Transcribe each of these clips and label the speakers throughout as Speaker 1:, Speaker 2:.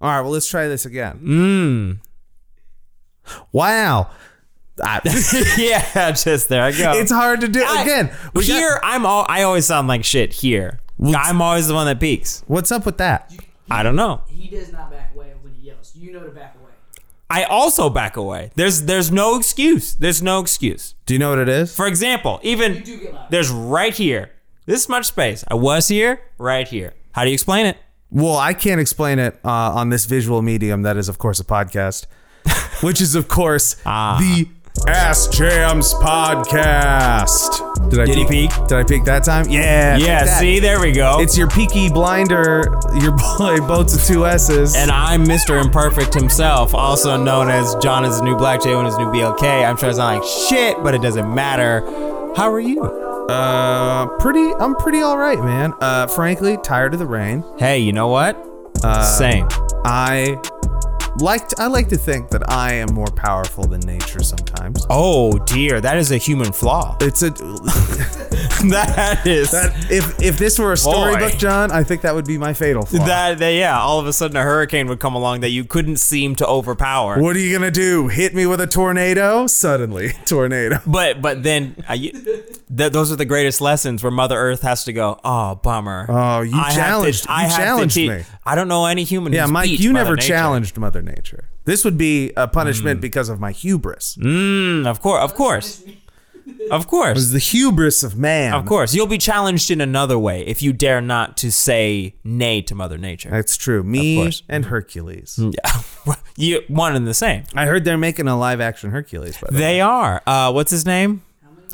Speaker 1: All right, well, let's try this again.
Speaker 2: Mm.
Speaker 1: Mm. Wow. I-
Speaker 2: yeah, just there I go.
Speaker 1: it's hard to do.
Speaker 2: Uh, I-
Speaker 1: Again, we got-
Speaker 2: here I'm all I always sound like shit here. I'm always the one that peaks.
Speaker 1: what's up with that?
Speaker 2: I don't know.
Speaker 3: He does not back away when he yells. You know to back away.
Speaker 2: I also back away. There's there's no excuse. There's no excuse.
Speaker 1: Do you know what it is?
Speaker 2: For example, even
Speaker 3: You do get loud.
Speaker 2: there's right here. This much space. I was here, right here. How do you explain it?
Speaker 1: Well, I can't explain it uh, on this visual medium that is, of course, a podcast, which is, of course, the Ass Jams podcast. Did I
Speaker 2: Did he peek?
Speaker 1: Did I peek that time? Yeah.
Speaker 2: Yeah,
Speaker 1: that.
Speaker 2: see, there we go.
Speaker 1: It's your peaky blinder, your boy boats of two S's.
Speaker 2: and I'm Mr. Imperfect himself, also known as John is the new Black Jay and his new BLK. I'm sure it's not like shit, but it doesn't matter. How are you?
Speaker 1: uh, pretty, I'm pretty all right, man. Uh, frankly, tired of the rain.
Speaker 2: Hey, you know what?
Speaker 1: Uh,
Speaker 2: Same.
Speaker 1: I like I like to think that I am more powerful than nature sometimes.
Speaker 2: Oh dear, that is a human flaw.
Speaker 1: It's a
Speaker 2: that is
Speaker 1: that if if this were a storybook,
Speaker 2: Boy.
Speaker 1: John, I think that would be my fatal flaw.
Speaker 2: That, that yeah, all of a sudden a hurricane would come along that you couldn't seem to overpower.
Speaker 1: what are you gonna do? Hit me with a tornado? Suddenly, tornado.
Speaker 2: But but then uh, you, th- those are the greatest lessons where Mother Earth has to go. Oh bummer.
Speaker 1: Oh, you challenged- you challenged
Speaker 2: cheat.
Speaker 1: me."
Speaker 2: I don't know any human.
Speaker 1: Yeah,
Speaker 2: who's
Speaker 1: Mike,
Speaker 2: beat
Speaker 1: you
Speaker 2: Mother
Speaker 1: never
Speaker 2: Nature.
Speaker 1: challenged Mother Nature. This would be a punishment because of my hubris.
Speaker 2: Mm, of course, of course, of course,
Speaker 1: It's the hubris of man.
Speaker 2: of course. You'll be challenged in another way if you dare not to say nay to Mother Nature.
Speaker 1: That's true. Me
Speaker 2: course. Mm.
Speaker 1: and Hercules.
Speaker 2: Yeah, you one and the same.
Speaker 1: I heard they're making a live action Hercules, by the way.
Speaker 2: They are. Uh, what's his name?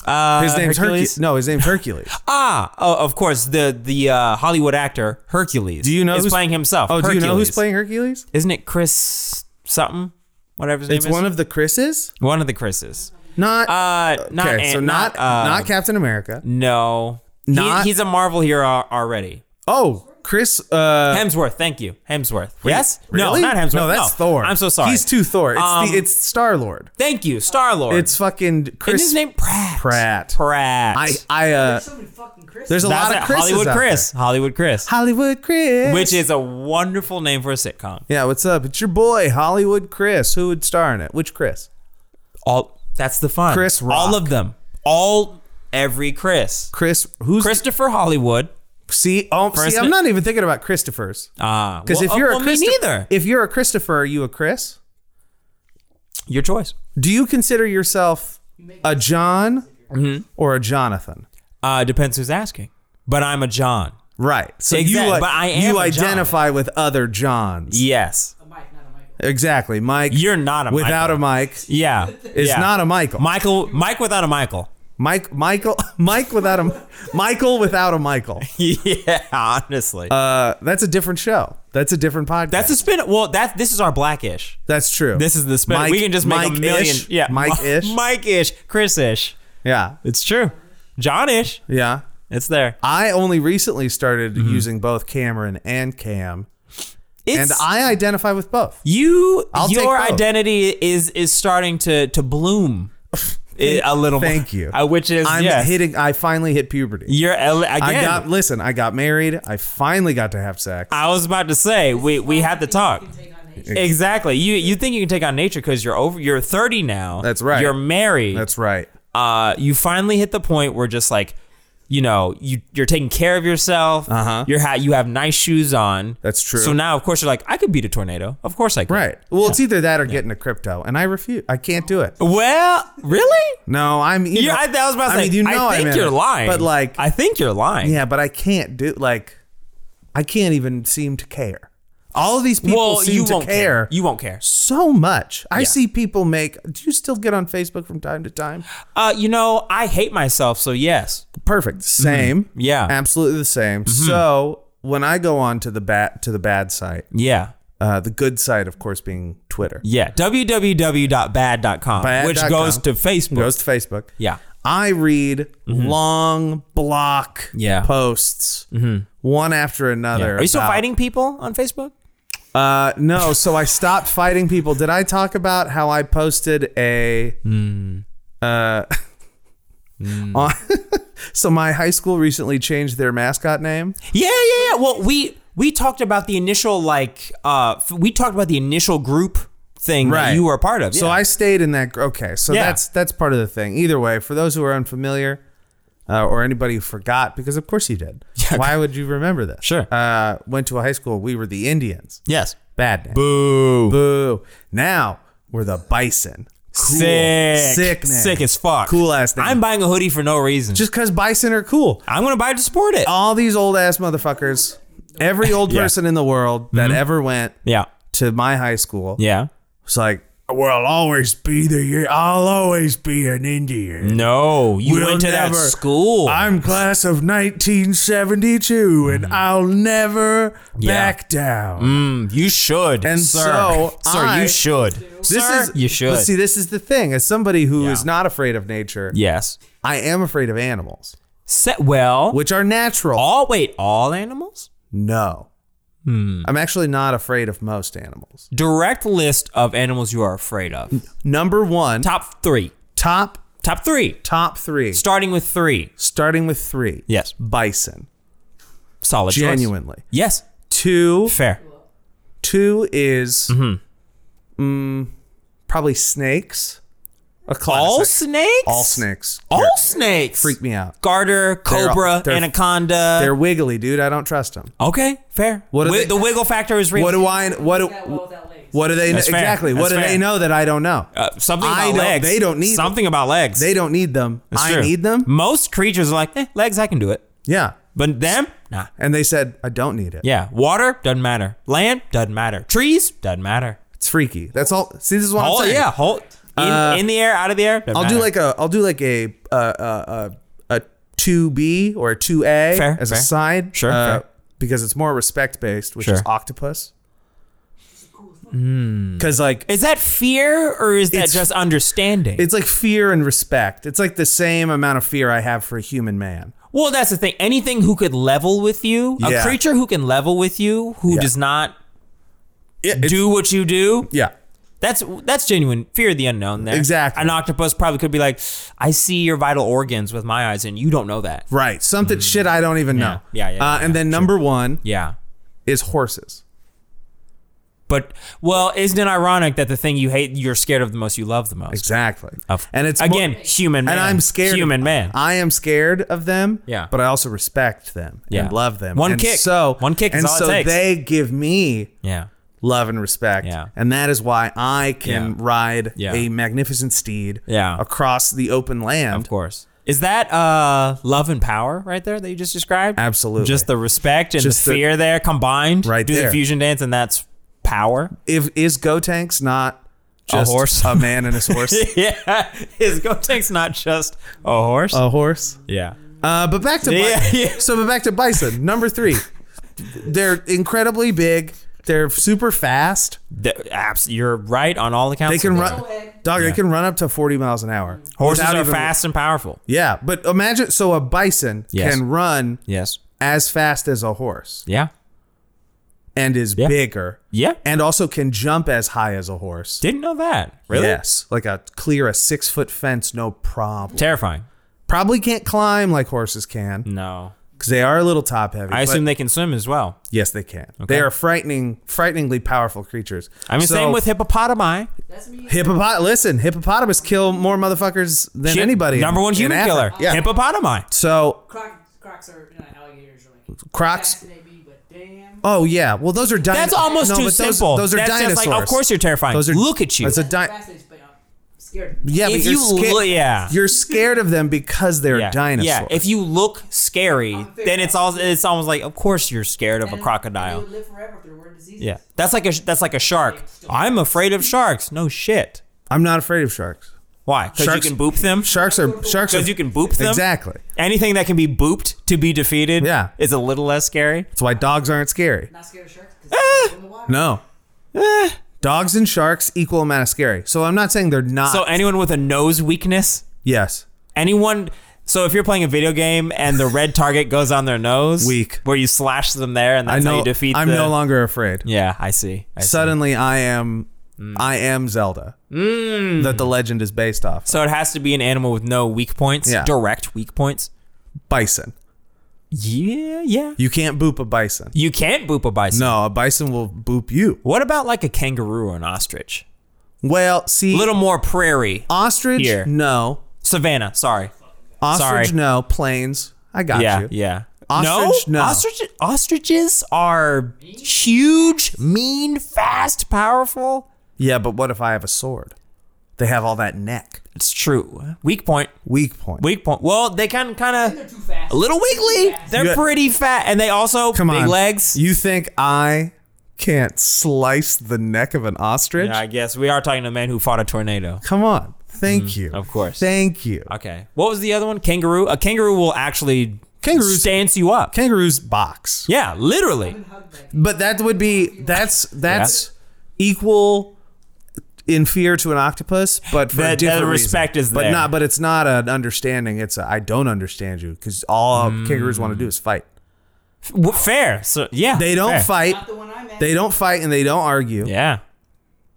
Speaker 2: Uh,
Speaker 1: His name's
Speaker 2: Hercules.
Speaker 1: Hercules. No, his name's Hercules.
Speaker 2: Ah, oh, of course, the the uh, Hollywood actor Hercules.
Speaker 1: Do you know
Speaker 2: is
Speaker 1: who's-
Speaker 2: playing himself?
Speaker 1: Oh, do you know who's
Speaker 2: Hercules.
Speaker 1: playing Hercules?
Speaker 2: Isn't it Chris something? Whatever his
Speaker 1: It's
Speaker 2: name
Speaker 1: one
Speaker 2: is.
Speaker 1: of the Chris's.
Speaker 2: One of the Chris's.
Speaker 1: Not
Speaker 2: Uh, not
Speaker 1: okay.
Speaker 2: Ant-
Speaker 1: so not
Speaker 2: uh,
Speaker 1: not Captain America.
Speaker 2: no. He-
Speaker 1: Not-
Speaker 2: he's a Marvel hero al- already.
Speaker 1: Oh, Chris. Uh,
Speaker 2: Hemsworth, thank you, Hemsworth. yes,
Speaker 1: really?
Speaker 2: no, not Hemsworth.
Speaker 1: No, that's Thor.
Speaker 2: I'm so sorry.
Speaker 1: He's too Thor. It's
Speaker 2: Um,
Speaker 1: the, it's Star Lord.
Speaker 2: Thank you, Star Lord.
Speaker 1: It's fucking Chris.
Speaker 2: Isn't his name Pratt.
Speaker 1: Pratt.
Speaker 2: Pratt.
Speaker 1: I I uh.
Speaker 3: There's so many fucking Chris.
Speaker 1: There's a
Speaker 2: That's
Speaker 1: lot
Speaker 2: it,
Speaker 1: of Chris's
Speaker 2: Hollywood
Speaker 1: out
Speaker 2: Chris. Hollywood Chris.
Speaker 1: there. Hollywood Chris.
Speaker 2: Which is a wonderful name for a sitcom.
Speaker 1: yeah. What's up? It's your boy Hollywood Chris. Who would star in it? Which Chris?
Speaker 2: All that's the fun.
Speaker 1: Chris
Speaker 2: All
Speaker 1: Rock.
Speaker 2: of them. All every Chris.
Speaker 1: Chris. Who's
Speaker 2: Christopher Hollywood.
Speaker 1: See, oh, see,
Speaker 2: Person-
Speaker 1: I'm not even thinking about Christophers.
Speaker 2: Ah,
Speaker 1: Because
Speaker 2: well,
Speaker 1: if you're
Speaker 2: well,
Speaker 1: a
Speaker 2: me
Speaker 1: Christopher,
Speaker 2: neither.
Speaker 1: if you're a Christopher, are you a Chris?
Speaker 2: Your choice.
Speaker 1: Do you consider yourself a John
Speaker 2: Mm-hmm.
Speaker 1: or a Jonathan?
Speaker 2: Uh, depends who's asking. But I'm a John.
Speaker 1: Right. So you,
Speaker 2: Exact-
Speaker 1: i-
Speaker 2: but I am
Speaker 1: you
Speaker 2: a John.
Speaker 1: identify with other Johns.
Speaker 2: Yes.
Speaker 3: a Mike, not a Michael.
Speaker 1: Exactly. Mike
Speaker 2: You're not a
Speaker 1: without
Speaker 2: Michael.
Speaker 1: a Mike
Speaker 2: Yeah.
Speaker 1: is
Speaker 2: yeah.
Speaker 1: not a Michael.
Speaker 2: Michael. Mike without a Michael.
Speaker 1: Mike Michael Mike without a Michael without a Michael.
Speaker 2: yeah. Honestly.
Speaker 1: Uh, that's a different show. That's a different podcast.
Speaker 2: that's a spin. Well, that this is our blackish.
Speaker 1: that's true.
Speaker 2: This is the spin.
Speaker 1: Mike-
Speaker 2: we can just make a
Speaker 1: Mike-ish?
Speaker 2: million. Yeah.
Speaker 1: Mike-ish?
Speaker 2: Mike-ish. Chris-ish.
Speaker 1: yeah.
Speaker 2: It's true. John-ish.
Speaker 1: Yeah.
Speaker 2: It's there.
Speaker 1: I only recently started
Speaker 2: Mm-hmm.
Speaker 1: using both Cameron and Cam,
Speaker 2: It's,
Speaker 1: and I identify with both.
Speaker 2: You,
Speaker 1: I'll take
Speaker 2: your
Speaker 1: both.
Speaker 2: identity is is starting to to bloom i- a little. more.
Speaker 1: Thank you.
Speaker 2: Uh, which is
Speaker 1: I'm
Speaker 2: yes.
Speaker 1: hitting. I finally hit puberty.
Speaker 2: You're ele- again.
Speaker 1: I
Speaker 2: I,
Speaker 1: got listen. I got married. I finally got to have sex.
Speaker 2: was about to say we we had to talk.
Speaker 3: You can take on nature.
Speaker 2: Exactly. You you think you can take on nature because you're over. You're 30 now.
Speaker 1: That's right.
Speaker 2: You're married.
Speaker 1: That's right.
Speaker 2: uh, you finally hit the point where just like, you know, you you're taking care of yourself.
Speaker 1: Uh-huh.
Speaker 2: You're ha- you have nice shoes on.
Speaker 1: That's true.
Speaker 2: So now of course you're like, I could beat a tornado. Of course I could.
Speaker 1: Right. Well, it's either that or getting a crypto, and I refuse. I can't do it.
Speaker 2: Well, really?
Speaker 1: No, I'm. You
Speaker 2: Yeah,
Speaker 1: know-
Speaker 2: I, I was about to
Speaker 1: I
Speaker 2: say.
Speaker 1: mean, you know
Speaker 2: I think
Speaker 1: I'm in
Speaker 2: you're
Speaker 1: it,
Speaker 2: lying.
Speaker 1: But like,
Speaker 2: I think you're lying.
Speaker 1: yeah, but I can't do like, I can't even seem to care. All of these people
Speaker 2: Well,
Speaker 1: seem
Speaker 2: you
Speaker 1: to
Speaker 2: won't care.
Speaker 1: care.
Speaker 2: You won't care.
Speaker 1: so much. I see people make. Do you still get on Facebook from time to time?
Speaker 2: Uh, you know, I hate myself, so yes.
Speaker 1: Perfect. Same.
Speaker 2: Mm-hmm. Yeah. Mm-hmm.
Speaker 1: Absolutely the same. So when I go on to the bat to the bad site,
Speaker 2: Yeah.
Speaker 1: uh, the good site, of course, being Twitter,
Speaker 2: Yeah. www.bad.com,
Speaker 1: Bad
Speaker 2: which
Speaker 1: dot
Speaker 2: goes
Speaker 1: com.
Speaker 2: to Facebook.
Speaker 1: goes to Facebook.
Speaker 2: yeah. Mm-hmm.
Speaker 1: I read long block
Speaker 2: Yeah. Mm-hmm.
Speaker 1: posts, one after another.
Speaker 2: Are you still
Speaker 1: about-
Speaker 2: fighting people on Facebook?
Speaker 1: Uh, no, so I stopped fighting people. Did I talk about how I posted a?
Speaker 2: Mm.
Speaker 1: Uh, on- so my high school recently changed their mascot name.
Speaker 2: Yeah, yeah, yeah. Well, we we talked about the initial like uh f- we talked about the initial group thing
Speaker 1: Right.
Speaker 2: that you were a part of.
Speaker 1: So
Speaker 2: yeah.
Speaker 1: I stayed in that. gr- Okay, so
Speaker 2: Yeah.
Speaker 1: that's that's part of the thing. Either way, for those who are unfamiliar, uh, or anybody who forgot, because of course you did. Why would you remember this?
Speaker 2: Sure.
Speaker 1: Uh, went to a high school. We were the Indians.
Speaker 2: yes.
Speaker 1: Bad name.
Speaker 2: Boo.
Speaker 1: Boo. Now we're the Bison. Cool.
Speaker 2: Sick.
Speaker 1: Sick. Name.
Speaker 2: Sick as fuck.
Speaker 1: Cool ass name.
Speaker 2: I'm buying a hoodie for no reason.
Speaker 1: just Oh. because Bison are cool.
Speaker 2: I'm gonna buy it to support it.
Speaker 1: All these old ass motherfuckers. Every old
Speaker 2: Yeah.
Speaker 1: person in the world that ever went
Speaker 2: yeah.
Speaker 1: to my high school
Speaker 2: Yeah.
Speaker 1: was like, "Well, I'll always be the. I'll always be an Indian."
Speaker 2: No, you
Speaker 1: We'll
Speaker 2: went to that
Speaker 1: never-
Speaker 2: school.
Speaker 1: I'm class of 1972 and I'll never
Speaker 2: Mm. Yeah.
Speaker 1: back down.
Speaker 2: Mm, you should,
Speaker 1: And
Speaker 2: sir.
Speaker 1: so
Speaker 2: sir,
Speaker 1: I-
Speaker 2: you should.
Speaker 1: This
Speaker 2: sir,
Speaker 1: is
Speaker 2: you should.
Speaker 1: but See, this is the thing. As somebody who is
Speaker 2: Yeah.
Speaker 1: not afraid of nature,
Speaker 2: yes.
Speaker 1: I am afraid of animals,
Speaker 2: Se- well,
Speaker 1: which are natural.
Speaker 2: all wait, all animals.
Speaker 1: no.
Speaker 2: Hmm.
Speaker 1: I'm actually not afraid of most animals.
Speaker 2: Direct list of animals you are afraid of.
Speaker 1: Mm. Number 1, top
Speaker 2: Top three.
Speaker 1: top,
Speaker 2: Top three.
Speaker 1: top 3,
Speaker 2: Starting with three.
Speaker 1: starting with 3.
Speaker 2: Yes.
Speaker 1: Bison.
Speaker 2: Solid. choice.
Speaker 1: Genuinely.
Speaker 2: Yes.
Speaker 1: 2
Speaker 2: Fair.
Speaker 1: 2 is
Speaker 2: Mm-hmm.
Speaker 1: mm, probably snakes. A classic.
Speaker 2: All snakes.
Speaker 1: All snakes.
Speaker 2: All
Speaker 1: You're-
Speaker 2: snakes.
Speaker 1: freak me out.
Speaker 2: Garter,
Speaker 1: They're all-
Speaker 2: cobra,
Speaker 1: they're-
Speaker 2: anaconda.
Speaker 1: They're wiggly, dude. I don't trust them.
Speaker 2: okay. Fair.
Speaker 1: What are
Speaker 2: Wi-
Speaker 1: they-
Speaker 2: the wiggle factor is real.
Speaker 1: What do I? What do?
Speaker 3: Got well without legs.
Speaker 1: What do they? Know?
Speaker 2: That's fair.
Speaker 1: Exactly. What
Speaker 2: That's
Speaker 1: do they
Speaker 2: fair.
Speaker 1: know that I don't know?
Speaker 2: Uh, something about
Speaker 1: I don't-
Speaker 2: legs.
Speaker 1: they don't need-
Speaker 2: something about legs.
Speaker 1: They don't need them.
Speaker 2: It's
Speaker 1: I
Speaker 2: true. Mm.
Speaker 1: need them.
Speaker 2: Most creatures are like, eh, legs, I can do it.
Speaker 1: Yeah.
Speaker 2: But them, nah.
Speaker 1: And they said I don't need it.
Speaker 2: Yeah, water doesn't matter. Land doesn't matter. Trees doesn't matter.
Speaker 1: It's freaky. That's all. See, this is what
Speaker 2: Oh
Speaker 1: I'm saying.
Speaker 2: yeah, whole in,
Speaker 1: Uh,
Speaker 2: in the air, out of the air. doesn't
Speaker 1: I'll do
Speaker 2: matter.
Speaker 1: like a. I'll do like a. Uh, uh, uh, a two B or a two A
Speaker 2: Fair,
Speaker 1: as a
Speaker 2: fair.
Speaker 1: side.
Speaker 2: Sure,
Speaker 1: uh,
Speaker 2: fair.
Speaker 1: Because it's more respect based, which
Speaker 2: Sure. Hmm.
Speaker 1: is octopus. Because like
Speaker 2: Is that fear or is that
Speaker 1: It's-
Speaker 2: just understanding?
Speaker 1: it's like fear and respect. It's like the same amount of fear I have for a human man.
Speaker 2: well, that's the thing. Anything who could level with you,
Speaker 1: Yeah.
Speaker 2: a creature who can level with you, who
Speaker 1: Yeah.
Speaker 2: does not
Speaker 1: Yeah.
Speaker 2: do what you do,
Speaker 1: yeah.
Speaker 2: that's that's genuine fear of the unknown. There,
Speaker 1: Exactly.
Speaker 2: An octopus probably could be like, I see your vital organs with my eyes, and you don't know that.
Speaker 1: Right. Something shit I don't even know.
Speaker 2: Mm. Yeah, yeah,
Speaker 1: uh,
Speaker 2: yeah,
Speaker 1: and then number one
Speaker 2: Yeah.
Speaker 1: is horses.
Speaker 2: But well, isn't it ironic that the thing you hate, you're scared of the most, you love the most?
Speaker 1: Exactly.
Speaker 2: Of-
Speaker 1: and it's
Speaker 2: again
Speaker 1: more-
Speaker 2: human. Man.
Speaker 1: and I'm scared.
Speaker 2: Human man.
Speaker 1: I am scared of them.
Speaker 2: Yeah.
Speaker 1: But I also respect them
Speaker 2: Yeah.
Speaker 1: and love them.
Speaker 2: One
Speaker 1: and
Speaker 2: kick.
Speaker 1: So
Speaker 2: One kick is
Speaker 1: and
Speaker 2: all it
Speaker 1: so
Speaker 2: takes.
Speaker 1: they give me
Speaker 2: yeah.
Speaker 1: love and respect.
Speaker 2: Yeah.
Speaker 1: And that is why I can
Speaker 2: Yeah.
Speaker 1: ride
Speaker 2: Yeah.
Speaker 1: a magnificent steed.
Speaker 2: Yeah.
Speaker 1: Across the open land.
Speaker 2: Of course. Is that uh love and power right there that you just described?
Speaker 1: Absolutely.
Speaker 2: Just the respect and
Speaker 1: Just the-
Speaker 2: the fear there combined.
Speaker 1: Right
Speaker 2: Do
Speaker 1: there.
Speaker 2: the fusion dance and that's power.
Speaker 1: If is Go Tanks not
Speaker 2: A
Speaker 1: just
Speaker 2: horse?
Speaker 1: a man and his horse?
Speaker 2: yeah. His go tank's not just a horse.
Speaker 1: a horse.
Speaker 2: yeah.
Speaker 1: Uh, but back to bi-
Speaker 2: Yeah, yeah.
Speaker 1: so but back to bison number three. They're incredibly big. They're super fast.
Speaker 2: The, abs- you're right on all accounts.
Speaker 1: They can
Speaker 2: of that.
Speaker 1: run, dog. They can run up to forty miles an hour.
Speaker 2: Horses
Speaker 1: without
Speaker 2: are
Speaker 1: even-
Speaker 2: fast and powerful.
Speaker 1: Yeah, but imagine so a bison
Speaker 2: Yes.
Speaker 1: can run
Speaker 2: Yes.
Speaker 1: as fast as a horse
Speaker 2: Yeah.
Speaker 1: and is
Speaker 2: Yeah.
Speaker 1: bigger
Speaker 2: Yeah.
Speaker 1: and also can jump as high as a horse.
Speaker 2: Didn't know that. Really?
Speaker 1: Yes, like a clear a six foot fence, no problem.
Speaker 2: Terrifying.
Speaker 1: Probably can't climb like horses can
Speaker 2: No.
Speaker 1: because they are a little top heavy.
Speaker 2: I
Speaker 1: but-
Speaker 2: assume they can swim as well.
Speaker 1: Yes, they can. They are frightening, frighteningly powerful creatures.
Speaker 2: I mean,
Speaker 1: So,
Speaker 2: same with hippopotami.
Speaker 3: That's me.
Speaker 1: hippopot. Listen, hippopotamus kill more motherfuckers than
Speaker 2: Shit,
Speaker 1: anybody.
Speaker 2: Number
Speaker 1: in-
Speaker 2: one
Speaker 1: in
Speaker 2: human
Speaker 1: Africa.
Speaker 2: killer.
Speaker 1: Yeah.
Speaker 2: Hippopotami.
Speaker 1: so
Speaker 3: Croc, crocs are you know, alligators. Are like
Speaker 1: Crocs.
Speaker 3: fascinating, but damn.
Speaker 1: Oh yeah. Well, those are dinosaurs.
Speaker 2: That's almost too
Speaker 1: those,
Speaker 2: simple.
Speaker 1: Those are
Speaker 2: That's
Speaker 1: dinosaurs.
Speaker 2: Just like, of course you're terrifying.
Speaker 1: Those are.
Speaker 2: Look at you.
Speaker 1: That's a di-
Speaker 3: Fascinating, but I'm scared.
Speaker 1: yeah, but
Speaker 2: If
Speaker 1: you're
Speaker 2: you
Speaker 1: sca-
Speaker 2: lo- yeah.
Speaker 1: you're scared of them because they're
Speaker 2: yeah.
Speaker 1: dinosaurs.
Speaker 2: Yeah. If you look scary, then it's all it's almost like of course you're scared of a
Speaker 3: And- And
Speaker 2: crocodile.
Speaker 3: they would live forever if there were diseases.
Speaker 2: Yeah. That's like a that's like a shark. I'm afraid of sharks. No shit.
Speaker 1: I'm not afraid of sharks.
Speaker 2: Why? Because you
Speaker 1: Sharks-
Speaker 2: can boop them.
Speaker 1: Sharks are sharks. Are,
Speaker 2: Because you can boop them.
Speaker 1: exactly.
Speaker 2: Anything that can be booped to be defeated
Speaker 1: Yeah.
Speaker 2: is a little less scary.
Speaker 1: That's why dogs aren't scary.
Speaker 3: Not scared of sharks because they live in the water.
Speaker 1: Ah! No.
Speaker 2: Eh.
Speaker 1: Dogs and sharks equal amount of scary. So I'm not saying they're not.
Speaker 2: So anyone with a nose weakness,
Speaker 1: yes.
Speaker 2: anyone. So if you're playing a video game and the red target goes on their nose,
Speaker 1: Weak.
Speaker 2: where you slash them there, and
Speaker 1: I
Speaker 2: that's how
Speaker 1: know.
Speaker 2: you defeat.
Speaker 1: I'm
Speaker 2: the,
Speaker 1: no longer afraid.
Speaker 2: Yeah, I see. I see. Mm.
Speaker 1: Suddenly, I am, I am Zelda. That the legend is based off.
Speaker 2: So it has to be an animal with no weak points,
Speaker 1: Yeah.
Speaker 2: direct weak points.
Speaker 1: Bison.
Speaker 2: Yeah, yeah.
Speaker 1: You can't boop a bison.
Speaker 2: You can't boop a bison.
Speaker 1: No, a bison will boop you.
Speaker 2: What about like a kangaroo or an ostrich?
Speaker 1: Well, see,
Speaker 2: A little more prairie.
Speaker 1: ostrich.
Speaker 2: Here.
Speaker 1: No,
Speaker 2: Savannah, sorry.
Speaker 1: ostrich.
Speaker 2: Sorry.
Speaker 1: No, planes. I got
Speaker 2: yeah,
Speaker 1: you.
Speaker 2: yeah.
Speaker 1: Ostrich,
Speaker 2: no,
Speaker 1: no.
Speaker 2: Ostrich, ostriches are huge, mean, fast, powerful.
Speaker 1: Yeah, but what if I have a sword? They have all that neck.
Speaker 2: It's true. Weak point.
Speaker 1: Weak point.
Speaker 2: Weak point. Well, they can kind
Speaker 3: They're
Speaker 2: of
Speaker 3: too fast.
Speaker 2: a little wiggly. They're
Speaker 1: You got-
Speaker 2: pretty fat, and they also
Speaker 1: Come
Speaker 2: big
Speaker 1: on.
Speaker 2: legs.
Speaker 1: You think I can't slice the neck of an ostrich?
Speaker 2: Yeah, I guess we are talking to a man who fought a tornado.
Speaker 1: Come on. Thank you.
Speaker 2: Mm, of course.
Speaker 1: Thank you.
Speaker 2: Okay. What was the other one? Kangaroo. A kangaroo will actually
Speaker 1: Kangaroos-
Speaker 2: stance you up.
Speaker 1: Kangaroos box.
Speaker 2: yeah, literally.
Speaker 3: Hug that.
Speaker 1: But that would be that's that's equal in fear to an octopus, but for
Speaker 2: That-
Speaker 1: a different
Speaker 2: that
Speaker 1: reason.
Speaker 2: respect is
Speaker 1: But
Speaker 2: there.
Speaker 1: not but it's not an understanding. It's I I don't understand you because all
Speaker 2: Hmm.
Speaker 1: kangaroos want to do is fight.
Speaker 2: W- Fair. So yeah,
Speaker 1: They don't
Speaker 2: fair.
Speaker 1: fight.
Speaker 3: Not the one I met.
Speaker 1: They don't fight and they don't argue.
Speaker 2: Yeah.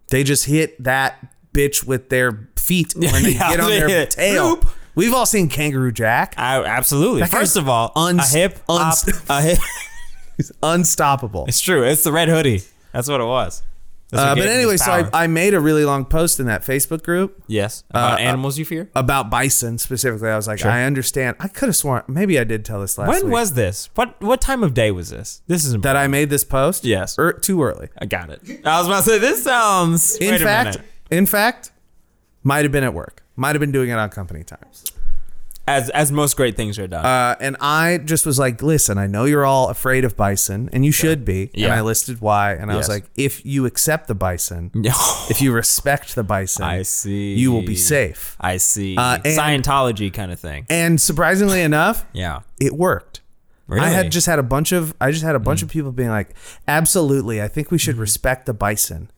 Speaker 1: They just hit that bitch with their feet when they
Speaker 2: Yeah,
Speaker 1: get on
Speaker 2: they
Speaker 1: their
Speaker 2: hit.
Speaker 1: tail.
Speaker 2: Boop.
Speaker 1: We've all seen Kangaroo Jack.
Speaker 2: I, absolutely.
Speaker 1: That
Speaker 2: First
Speaker 1: guy's
Speaker 2: of all,
Speaker 1: un-
Speaker 2: a hip,
Speaker 1: un-
Speaker 2: hop, a hip.
Speaker 1: He's unstoppable.
Speaker 2: It's true. It's the red hoodie. That's what it was. That's
Speaker 1: Uh,
Speaker 2: what
Speaker 1: but
Speaker 2: gave him
Speaker 1: anyway,
Speaker 2: his
Speaker 1: so I,
Speaker 2: power.
Speaker 1: I made a really long post in that Facebook group
Speaker 2: yes about
Speaker 1: uh,
Speaker 2: animals you fear.
Speaker 1: about bison specifically. I was like, I understand. I could have sworn maybe I did tell this last
Speaker 2: When
Speaker 1: week
Speaker 2: was this? What what time of day was this? This is important.
Speaker 1: that I made this post.
Speaker 2: Yes.
Speaker 1: er, too early.
Speaker 2: I got it. I was about to say this sounds.
Speaker 1: In
Speaker 2: Wait a
Speaker 1: fact,
Speaker 2: minute.
Speaker 1: in fact, might have been at work. Might have been doing it on company time.
Speaker 2: as as most great things are done.
Speaker 1: Uh, and I just was like, listen, I know you're all afraid of bison, and you should be.
Speaker 2: Yeah.
Speaker 1: And I listed why, and I was
Speaker 2: Yes.
Speaker 1: like, if you accept the bison, if you respect the bison,
Speaker 2: I see.
Speaker 1: you will be safe.
Speaker 2: I see.
Speaker 1: Uh, and-
Speaker 2: Scientology kind of thing.
Speaker 1: And surprisingly enough,
Speaker 2: Yeah.
Speaker 1: it worked.
Speaker 2: Really?
Speaker 1: I
Speaker 2: Mm.
Speaker 1: had just had a bunch of I just had a bunch of people being like, absolutely, I think we should respect the bison.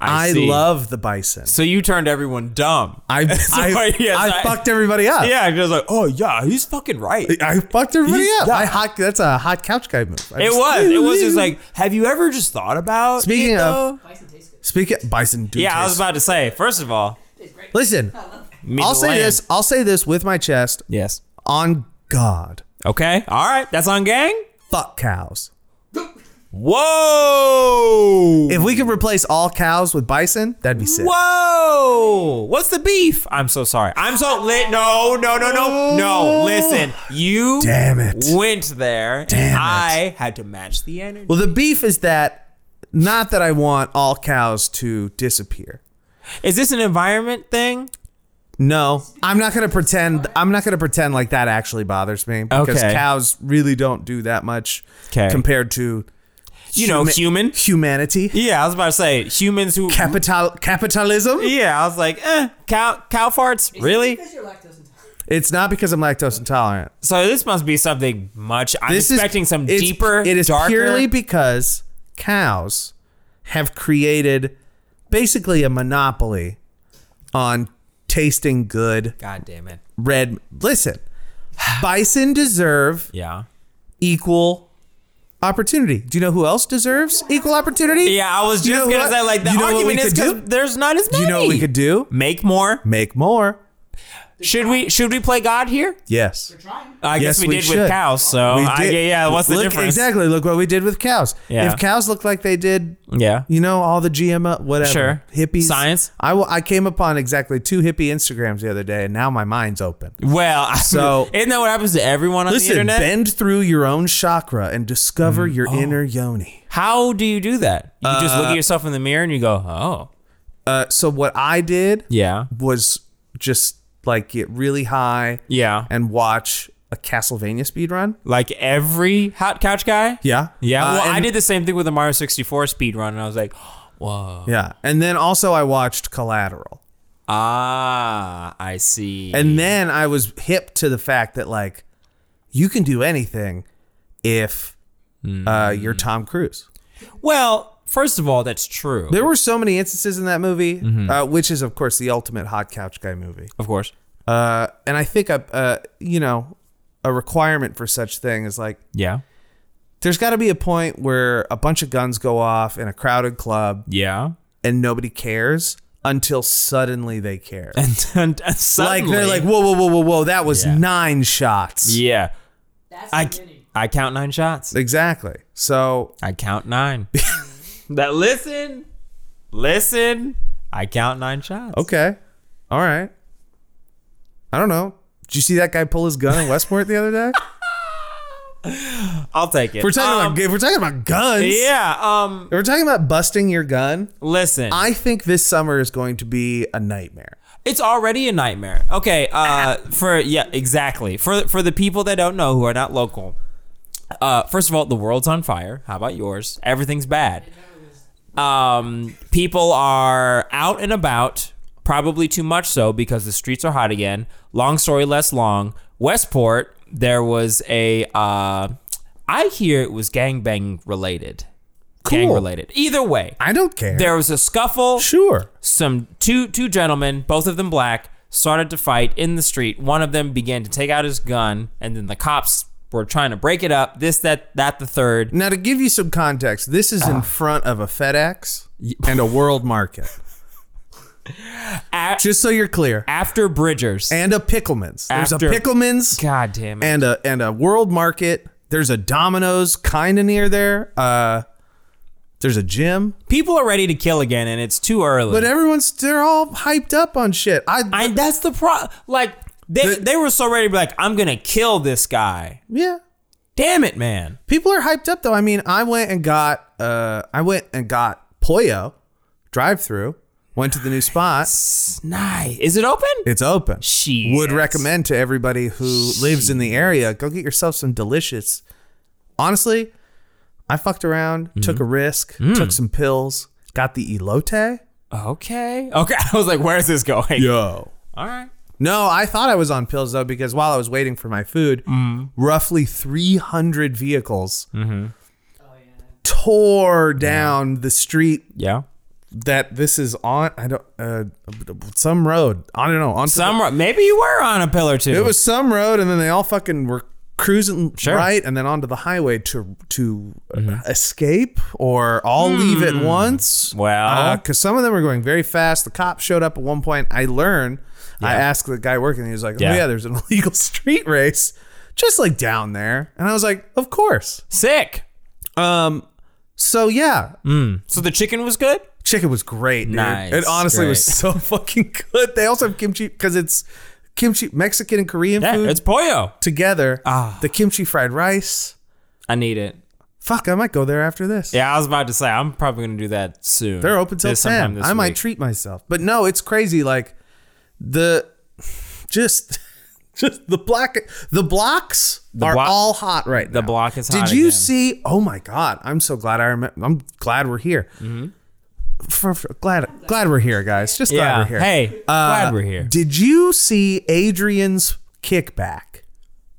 Speaker 1: I,
Speaker 2: see.
Speaker 1: love the bison.
Speaker 2: So you turned everyone dumb.
Speaker 1: I I,
Speaker 2: yes,
Speaker 1: I
Speaker 2: I-
Speaker 1: fucked everybody up.
Speaker 2: yeah, just like, oh yeah, he's fucking right.
Speaker 1: I fucked everybody
Speaker 2: He's
Speaker 1: up.
Speaker 2: dumb.
Speaker 1: I hot, that's a hot couch guy move. I
Speaker 2: It
Speaker 1: just-
Speaker 2: was. It was just like, have you ever just thought about
Speaker 1: Speaking
Speaker 2: it,
Speaker 1: of-
Speaker 2: though?
Speaker 3: Bison tastes good.
Speaker 1: speaking bison. Do
Speaker 2: Yeah, I was
Speaker 1: taste-
Speaker 2: about to say. First of all,
Speaker 3: Tastes great.
Speaker 1: Listen,
Speaker 2: meat
Speaker 1: I'll
Speaker 2: the
Speaker 1: say
Speaker 2: lamb.
Speaker 1: this. I'll say this with my chest
Speaker 2: Yes.
Speaker 1: on God.
Speaker 2: Okay. All right. That's on gang.
Speaker 1: Fuck cows.
Speaker 2: Whoa.
Speaker 1: If we could replace all cows with bison, that'd be sick.
Speaker 2: Whoa! What's the beef? I'm so sorry. I'm so lit. No, no, no, no, no. Listen, you
Speaker 1: Damn it.
Speaker 2: went there.
Speaker 1: Damn
Speaker 2: and
Speaker 1: it.
Speaker 2: I had to match the energy.
Speaker 1: Well, the beef is that not that I want all cows to disappear.
Speaker 2: Is this an environment thing?
Speaker 1: No, I'm not gonna pretend. I'm not gonna pretend like that actually bothers me because
Speaker 2: Okay.
Speaker 1: cows really don't do that much
Speaker 2: 'Kay.
Speaker 1: compared to
Speaker 2: You know, human.
Speaker 1: humanity,
Speaker 2: Yeah, I was about to say humans who.
Speaker 1: capital capitalism.
Speaker 2: yeah, I was like, eh, cow cow farts. Really?
Speaker 3: Because you're lactose intolerant.
Speaker 1: It's not because I'm lactose intolerant.
Speaker 2: So this must be something much. I'm
Speaker 1: This
Speaker 2: expecting
Speaker 1: is
Speaker 2: some
Speaker 1: it's-
Speaker 2: deeper,
Speaker 1: It is
Speaker 2: darker.
Speaker 1: purely because cows have created basically a monopoly on tasting good
Speaker 2: God damn it.
Speaker 1: red. Listen, bison deserve
Speaker 2: Yeah.
Speaker 1: equal opportunity. Do you know who else deserves equal opportunity?
Speaker 2: Yeah, I was
Speaker 1: You
Speaker 2: just
Speaker 1: know
Speaker 2: gonna
Speaker 1: what?
Speaker 2: say like the
Speaker 1: You know what we
Speaker 2: argument is
Speaker 1: could
Speaker 2: 'cause
Speaker 1: do?
Speaker 2: there's not as
Speaker 1: Do
Speaker 2: many.
Speaker 1: you know what we could do?
Speaker 2: make more?
Speaker 1: Make more.
Speaker 2: Should we should we play God here?
Speaker 1: Yes.
Speaker 3: They're trying.
Speaker 2: I
Speaker 1: Yes,
Speaker 2: guess we,
Speaker 1: we
Speaker 2: did
Speaker 1: should.
Speaker 2: with cows. So
Speaker 1: We
Speaker 2: Oh, I-
Speaker 1: did-
Speaker 2: yeah, yeah. What's the
Speaker 1: look,
Speaker 2: difference?
Speaker 1: Exactly. Look what we did with cows.
Speaker 2: Yeah.
Speaker 1: If cows looked like they did,
Speaker 2: Yeah.
Speaker 1: you know, all the GMO, whatever,
Speaker 2: Sure.
Speaker 1: hippies,
Speaker 2: Science.
Speaker 1: I wa- I came upon exactly two hippie Instagrams the other day, and now my mind's open.
Speaker 2: Well,
Speaker 1: So-
Speaker 2: isn't that what happens to everyone on the
Speaker 1: Listen,
Speaker 2: internet?
Speaker 1: bend through your own chakra and discover
Speaker 2: Mm.
Speaker 1: your
Speaker 2: Oh.
Speaker 1: inner yoni.
Speaker 2: How do you do that? You just look at yourself in the mirror and you go, oh,
Speaker 1: Uh, so what I did
Speaker 2: yeah,
Speaker 1: was just like get really high,
Speaker 2: yeah.
Speaker 1: and watch a Castlevania speed run.
Speaker 2: Like every hot couch guy.
Speaker 1: Yeah.
Speaker 2: Yeah.
Speaker 1: Uh,
Speaker 2: well,
Speaker 1: and-
Speaker 2: I did the same thing with the Mario 64 speed run, and I was like, whoa.
Speaker 1: Yeah. And then also I watched Collateral.
Speaker 2: Ah, I see.
Speaker 1: And then I was hip to the fact that like you can do anything if uh, you're
Speaker 2: Mm.
Speaker 1: Tom Cruise.
Speaker 2: well, first of all, that's true.
Speaker 1: There were so many instances in that movie,
Speaker 2: Mm-hmm.
Speaker 1: uh, which is of course the ultimate hot couch guy movie.
Speaker 2: of course.
Speaker 1: Uh, and I think a uh, you know a requirement for such thing is like
Speaker 2: Yeah.
Speaker 1: there's got to be a point where a bunch of guns go off in a crowded club
Speaker 2: Yeah.
Speaker 1: and nobody cares until suddenly they care.
Speaker 2: And, and, and
Speaker 1: like
Speaker 2: suddenly,
Speaker 1: they're like whoa whoa whoa whoa whoa that was nine shots.
Speaker 2: yeah.
Speaker 3: That's
Speaker 2: I,
Speaker 3: too many.
Speaker 2: I count nine shots.
Speaker 1: Exactly. So
Speaker 2: I count nine. that listen, listen. I count nine shots.
Speaker 1: okay, all right. I don't know. Did you see that guy pull his gun in Westport the other day?
Speaker 2: I'll take it.
Speaker 1: If we're talking
Speaker 2: Um,
Speaker 1: about if we're talking about guns.
Speaker 2: Yeah. Um.
Speaker 1: if we're talking about busting your gun.
Speaker 2: Listen,
Speaker 1: I think this summer is going to be a nightmare.
Speaker 2: it's already a nightmare. Okay. Uh. For yeah. Exactly. For for the people that don't know who are not local. Uh. First of all, the world's on fire. How about yours? Everything's bad. Um. People are out and about. Probably too much so because the streets are hot again. Long story less long. Westport. There was a. Uh. I hear it was gangbang related. Gang
Speaker 1: Cool.
Speaker 2: related. Either way.
Speaker 1: I don't care.
Speaker 2: There was a scuffle.
Speaker 1: sure.
Speaker 2: some two two gentlemen, both of them black, started to fight in the street. One of them began to take out his gun, and then the cops were trying to break it up. This, that, that, the third.
Speaker 1: Now to give you some context, this is in front of a FedEx and a World Market.
Speaker 2: A-
Speaker 1: Just so you're clear.
Speaker 2: after Bridgers,
Speaker 1: And a Pickleman's. There's a
Speaker 2: After-
Speaker 1: Pickleman's
Speaker 2: God damn it.
Speaker 1: and a and a World Market. There's a Domino's kind of near there. Uh there's a gym,
Speaker 2: People are ready to kill again, and it's too early.
Speaker 1: but uh, everyone's they're all hyped up on shit. I,
Speaker 2: I, that's the pro. Like they,
Speaker 1: The-
Speaker 2: they were so ready to be like, "I'm gonna kill this guy."
Speaker 1: yeah.
Speaker 2: Damn it, man!
Speaker 1: People are hyped up though. I mean, I went and got uh I went and got Pollo drive through, went to the new spot.
Speaker 2: It's nice. Is it open?
Speaker 1: It's open.
Speaker 2: Shit.
Speaker 1: Would recommend to everybody who lives in the area, go get yourself some delicious. Honestly, I fucked around, took a risk, took some pills, got the elote.
Speaker 2: Okay. Okay. I was like, "Where's this going?"
Speaker 1: Yo.
Speaker 2: All right.
Speaker 1: No, I thought I was on pills though because while I was waiting for my food, roughly 300 vehicles tore down the street
Speaker 2: Yeah.
Speaker 1: that this is on. I don't uh, some road. I don't know. On
Speaker 2: Some ro- maybe you were on a pill or two.
Speaker 1: It was some road, and then they all fucking were cruising
Speaker 2: Sure. Mm-hmm.
Speaker 1: right, and then onto the highway to to escape or all leave at once.
Speaker 2: Hmm. Well.
Speaker 1: because some of them were going very fast. The cop showed up at one point. I learned. I asked the guy working. He was like, "Oh
Speaker 2: Yeah.
Speaker 1: yeah, there's an illegal street race, just like down there." And I was like, "Of course."
Speaker 2: sick.
Speaker 1: Um. So yeah,
Speaker 2: So the chicken was good.
Speaker 1: chicken was great. Dude.
Speaker 2: Mm. Nice.
Speaker 1: It honestly was
Speaker 2: Great.
Speaker 1: so fucking good. They also have kimchi because it's kimchi, Mexican and Korean
Speaker 2: Yeah,
Speaker 1: food
Speaker 2: it's pollo.
Speaker 1: together.
Speaker 2: Ah.
Speaker 1: The kimchi fried rice.
Speaker 2: I need it.
Speaker 1: Fuck, I might go there after this.
Speaker 2: Yeah, I was about to say I'm probably gonna do that soon.
Speaker 1: They're open till
Speaker 2: This- sometime
Speaker 1: 10.
Speaker 2: this
Speaker 1: I might
Speaker 2: week.
Speaker 1: treat myself. But no, it's crazy like the just just the block the blocks are
Speaker 2: block-
Speaker 1: all hot right now.
Speaker 2: the block is hot
Speaker 1: Did you
Speaker 2: again.
Speaker 1: see Oh my god, I'm so glad I remember I'm glad we're here.
Speaker 2: Mm-hmm.
Speaker 1: For, for- glad glad we're here, guys. Just glad
Speaker 2: Yeah.
Speaker 1: we're here.
Speaker 2: Hey, glad
Speaker 1: Uh,
Speaker 2: we're here.
Speaker 1: Did you see Adrian's kickback?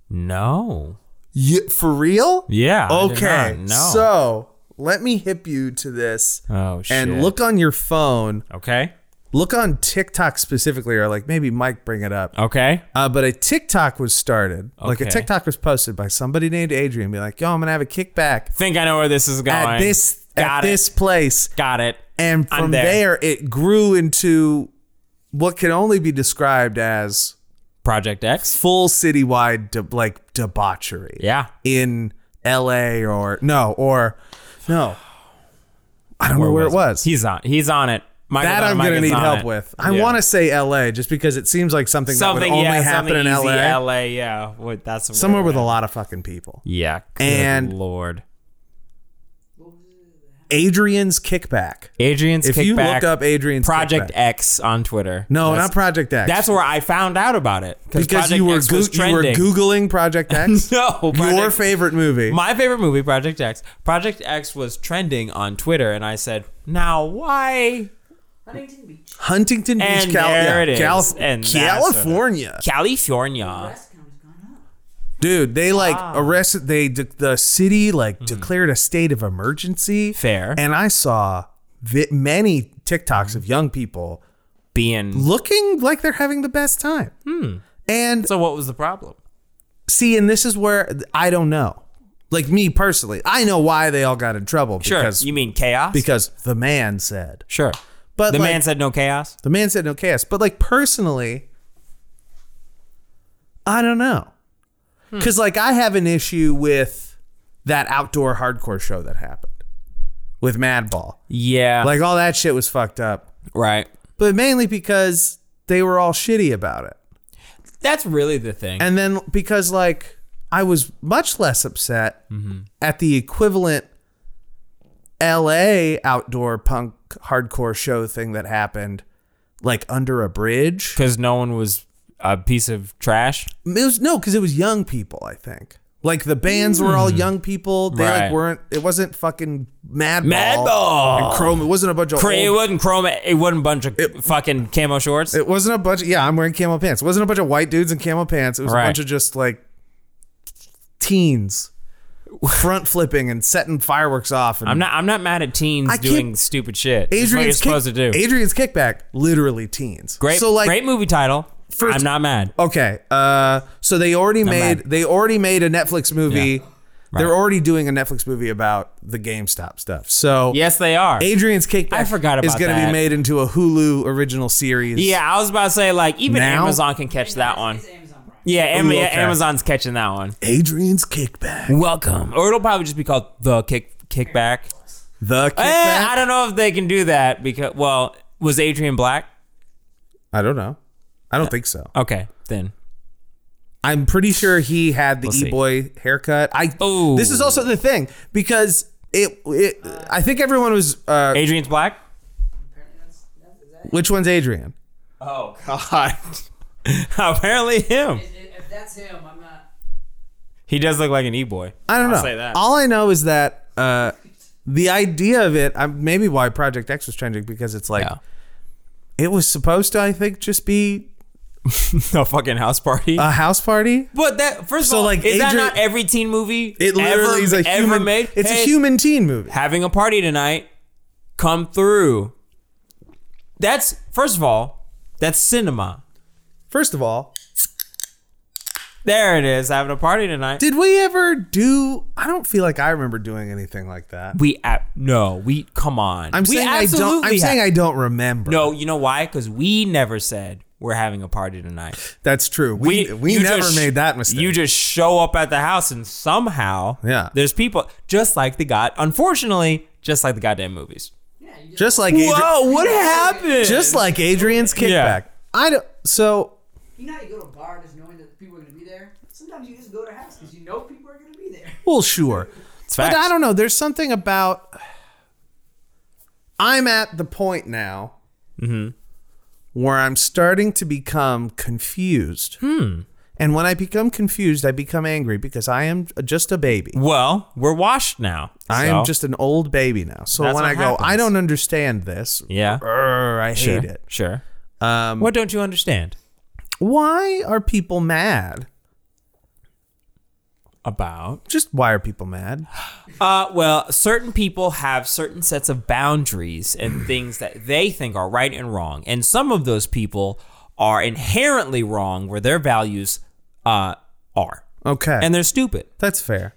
Speaker 2: no.
Speaker 1: Yeah, for real?
Speaker 2: Yeah. I did
Speaker 1: Okay.
Speaker 2: not. No.
Speaker 1: So let me hip you to this.
Speaker 2: Oh, shit.
Speaker 1: And look on your phone.
Speaker 2: Okay.
Speaker 1: Look on TikTok specifically, or like maybe Mike bring it up.
Speaker 2: Okay.
Speaker 1: Uh, but a TikTok was started. Like a
Speaker 2: Oh. Okay.
Speaker 1: TikTok was posted by somebody named Adrian. Be like, yo, I'm gonna have a kickback
Speaker 2: Think Oh, I know where this is going.
Speaker 1: at this
Speaker 2: Got
Speaker 1: at
Speaker 2: it.
Speaker 1: this place.
Speaker 2: Got it.
Speaker 1: And
Speaker 2: I'm
Speaker 1: from
Speaker 2: there.
Speaker 1: there. it grew into what can only be described as
Speaker 2: Project X.
Speaker 1: full citywide de- like debauchery.
Speaker 2: Yeah.
Speaker 1: in LA or no or no. I don't know where it was.
Speaker 2: He's on. He's on it. Michael
Speaker 1: that I'm
Speaker 2: Donovan
Speaker 1: gonna
Speaker 2: is
Speaker 1: need
Speaker 2: on
Speaker 1: help
Speaker 2: it.
Speaker 1: with. I
Speaker 2: Yeah.
Speaker 1: want to say LA just because it seems like something,
Speaker 2: something
Speaker 1: that would only
Speaker 2: yeah,
Speaker 1: happen
Speaker 2: something
Speaker 1: in
Speaker 2: easy,
Speaker 1: LA.
Speaker 2: LA. Yeah. Wait, that's
Speaker 1: Somewhere with a lot of fucking people.
Speaker 2: Yeah. Good
Speaker 1: And-
Speaker 2: Lord.
Speaker 1: Adrian's kickback.
Speaker 2: Adrian's
Speaker 1: If
Speaker 2: kickback.
Speaker 1: you look up Adrian's
Speaker 2: Project
Speaker 1: Kickback-
Speaker 2: X on Twitter.
Speaker 1: no,
Speaker 2: That's-
Speaker 1: not Project X.
Speaker 2: That's where I found out about it
Speaker 1: because
Speaker 2: Project
Speaker 1: you were
Speaker 2: X was
Speaker 1: goo- you were
Speaker 2: trending.
Speaker 1: googling Project X.
Speaker 2: No,
Speaker 1: your
Speaker 2: Project-
Speaker 1: favorite movie.
Speaker 2: My favorite movie, Project X. Project X was trending on Twitter, and I said, "Now why
Speaker 3: Huntington Beach.
Speaker 1: Huntington Beach,
Speaker 2: And
Speaker 1: Cal-
Speaker 2: there
Speaker 1: yeah,
Speaker 2: it is.
Speaker 1: Calif-
Speaker 2: And that's what it-
Speaker 1: California.
Speaker 2: California?"
Speaker 3: Last count has gone up.
Speaker 1: Dude, they like arrested. They de- the city like declared a state of emergency.
Speaker 2: Mm-hmm. Fair.
Speaker 1: And I saw vi- many TikToks of young people
Speaker 2: Being
Speaker 1: looking like they're having the best time.
Speaker 2: Hmm.
Speaker 1: And
Speaker 2: so, what was the problem?
Speaker 1: see, and this is where I don't know. Like me personally, I know why they all got in trouble.
Speaker 2: Sure,
Speaker 1: Because,
Speaker 2: you mean chaos?
Speaker 1: because the man said.
Speaker 2: sure,
Speaker 1: But
Speaker 2: the
Speaker 1: like,
Speaker 2: man said no chaos.
Speaker 1: the man said no chaos. But like personally, I don't know. Because like I have an issue with that outdoor hardcore show that happened with Madball.
Speaker 2: Yeah.
Speaker 1: Like all that shit was fucked up,
Speaker 2: right.
Speaker 1: but mainly because they were all shitty about it.
Speaker 2: That's really the thing.
Speaker 1: And then because like I was much less upset at the equivalent LA outdoor punk hardcore show thing that happened like under a bridge.
Speaker 2: Because no one was a piece of trash.
Speaker 1: It was no, because it was young people. I think like the bands were all young people. They like
Speaker 2: Hmm. Right.
Speaker 1: weren't. It wasn't fucking Madball.
Speaker 2: Madball!
Speaker 1: and Chrome. It wasn't a bunch of.
Speaker 2: Cra- it
Speaker 1: old,
Speaker 2: wasn't chrome. It wasn't a bunch of fucking camo shorts.
Speaker 1: it wasn't a bunch. Yeah, I'm wearing camo pants. It wasn't a bunch of white dudes in camo pants. It was a
Speaker 2: Right.
Speaker 1: bunch of just like teens front flipping and setting fireworks off. And
Speaker 2: I'm not. I'm not mad at teens
Speaker 1: I can't-
Speaker 2: doing stupid shit. That's what you're
Speaker 1: Adrian's kick-
Speaker 2: supposed to do.
Speaker 1: Adrian's kickback. Literally teens.
Speaker 2: great.
Speaker 1: So like
Speaker 2: great movie title.
Speaker 1: First-
Speaker 2: I'm not mad.
Speaker 1: Okay. Uh, so they already made
Speaker 2: mad.
Speaker 1: they already made a Netflix movie.
Speaker 2: Yeah.
Speaker 1: They're already doing a Netflix movie about the GameStop stuff. So
Speaker 2: Yes, they are.
Speaker 1: Adrian's Cake Back
Speaker 2: I forgot
Speaker 1: is
Speaker 2: about
Speaker 1: going to be
Speaker 2: that.
Speaker 1: made into a Hulu original series.
Speaker 2: yeah, I was about to say like even
Speaker 1: Now?
Speaker 2: Amazon can catch that one.
Speaker 3: It's Amazon Prime.
Speaker 2: Yeah, Am-
Speaker 1: Ooh,
Speaker 2: yeah,
Speaker 1: okay.
Speaker 2: Amazon's catching that one.
Speaker 1: Adrian's Kickback.
Speaker 2: Welcome, or it'll probably just be called the kick kickback.
Speaker 1: The Kickback.
Speaker 2: Eh, I don't know if they can do that because well, was Adrian Black?
Speaker 1: I don't know. I don't think so.
Speaker 2: Okay, then
Speaker 1: I'm pretty sure he had the
Speaker 2: see.
Speaker 1: e-boy haircut. I.
Speaker 2: Ooh.
Speaker 1: This is also the thing because it. it I think everyone was. Uh,
Speaker 2: Adrian's Black.
Speaker 3: Apparently that's, that's is that it?
Speaker 1: which one's Adrian?
Speaker 2: Oh God. Apparently him.
Speaker 3: If- If if that's him, I'm not.
Speaker 2: He does look like an e boy.
Speaker 1: I don't
Speaker 2: I'll
Speaker 1: know.
Speaker 2: say that.
Speaker 1: All I know is that uh, the idea of it, um, maybe why Project X was trending because it's like
Speaker 2: Yeah.
Speaker 1: it was supposed to, I think, just be
Speaker 2: a fucking house party.
Speaker 1: a house party.
Speaker 2: but that first
Speaker 1: so,
Speaker 2: of all,
Speaker 1: like,
Speaker 2: is that
Speaker 1: Adrian-
Speaker 2: not every teen movie
Speaker 1: It literally
Speaker 2: ever,
Speaker 1: is a
Speaker 2: ever
Speaker 1: human.
Speaker 2: made?
Speaker 1: It's
Speaker 2: Hey,
Speaker 1: a human teen movie.
Speaker 2: having a party tonight. Come through. That's first of all, that's cinema.
Speaker 1: First of all,
Speaker 2: There it is, having a party tonight.
Speaker 1: did we ever do? I don't feel like I remember doing anything like that.
Speaker 2: we ab- no, we come on.
Speaker 1: I'm
Speaker 2: we
Speaker 1: saying I don't. I'm
Speaker 2: absolutely
Speaker 1: saying
Speaker 2: ha-
Speaker 1: I don't remember.
Speaker 2: no. You know why? Because we never said we're having a party tonight.
Speaker 1: that's true. We we,
Speaker 2: you
Speaker 1: never
Speaker 2: just-
Speaker 1: made that mistake.
Speaker 2: You just show up at the house and somehow
Speaker 1: Yeah.
Speaker 2: there's people just like the god. Unfortunately, just like the goddamn movies.
Speaker 3: Yeah, you just.
Speaker 1: just like Adri-
Speaker 2: Whoa, what happened?
Speaker 1: just like Adrian's kickback.
Speaker 2: Yeah.
Speaker 1: I don't. So
Speaker 3: You know how you go to a bar just knowing that people are going to be there? Sometimes you just go to a house because you know people are going to be there.
Speaker 1: well, sure.
Speaker 2: It's
Speaker 1: But
Speaker 2: facts.
Speaker 1: I don't know. There's something about. I'm at the point now
Speaker 2: Mm-hmm.
Speaker 1: where I'm starting to become confused.
Speaker 2: Hmm.
Speaker 1: And when I become confused, I become angry because I am just a baby.
Speaker 2: Well, we're washed now.
Speaker 1: I
Speaker 2: so-
Speaker 1: am just an old baby now. So
Speaker 2: That's
Speaker 1: when
Speaker 2: what
Speaker 1: I go, I
Speaker 2: happens.
Speaker 1: don't understand this.
Speaker 2: Yeah.
Speaker 1: Grr, I
Speaker 2: sure,
Speaker 1: hate it.
Speaker 2: Sure.
Speaker 1: Um,
Speaker 2: What don't you understand
Speaker 1: why are people mad?
Speaker 2: about?
Speaker 1: Just why are people mad?
Speaker 2: Uh, well, certain people have certain sets of boundaries and things that they think are right and wrong, and some of those people are inherently wrong where their values uh, are,
Speaker 1: Okay.
Speaker 2: and they're stupid,
Speaker 1: that's fair.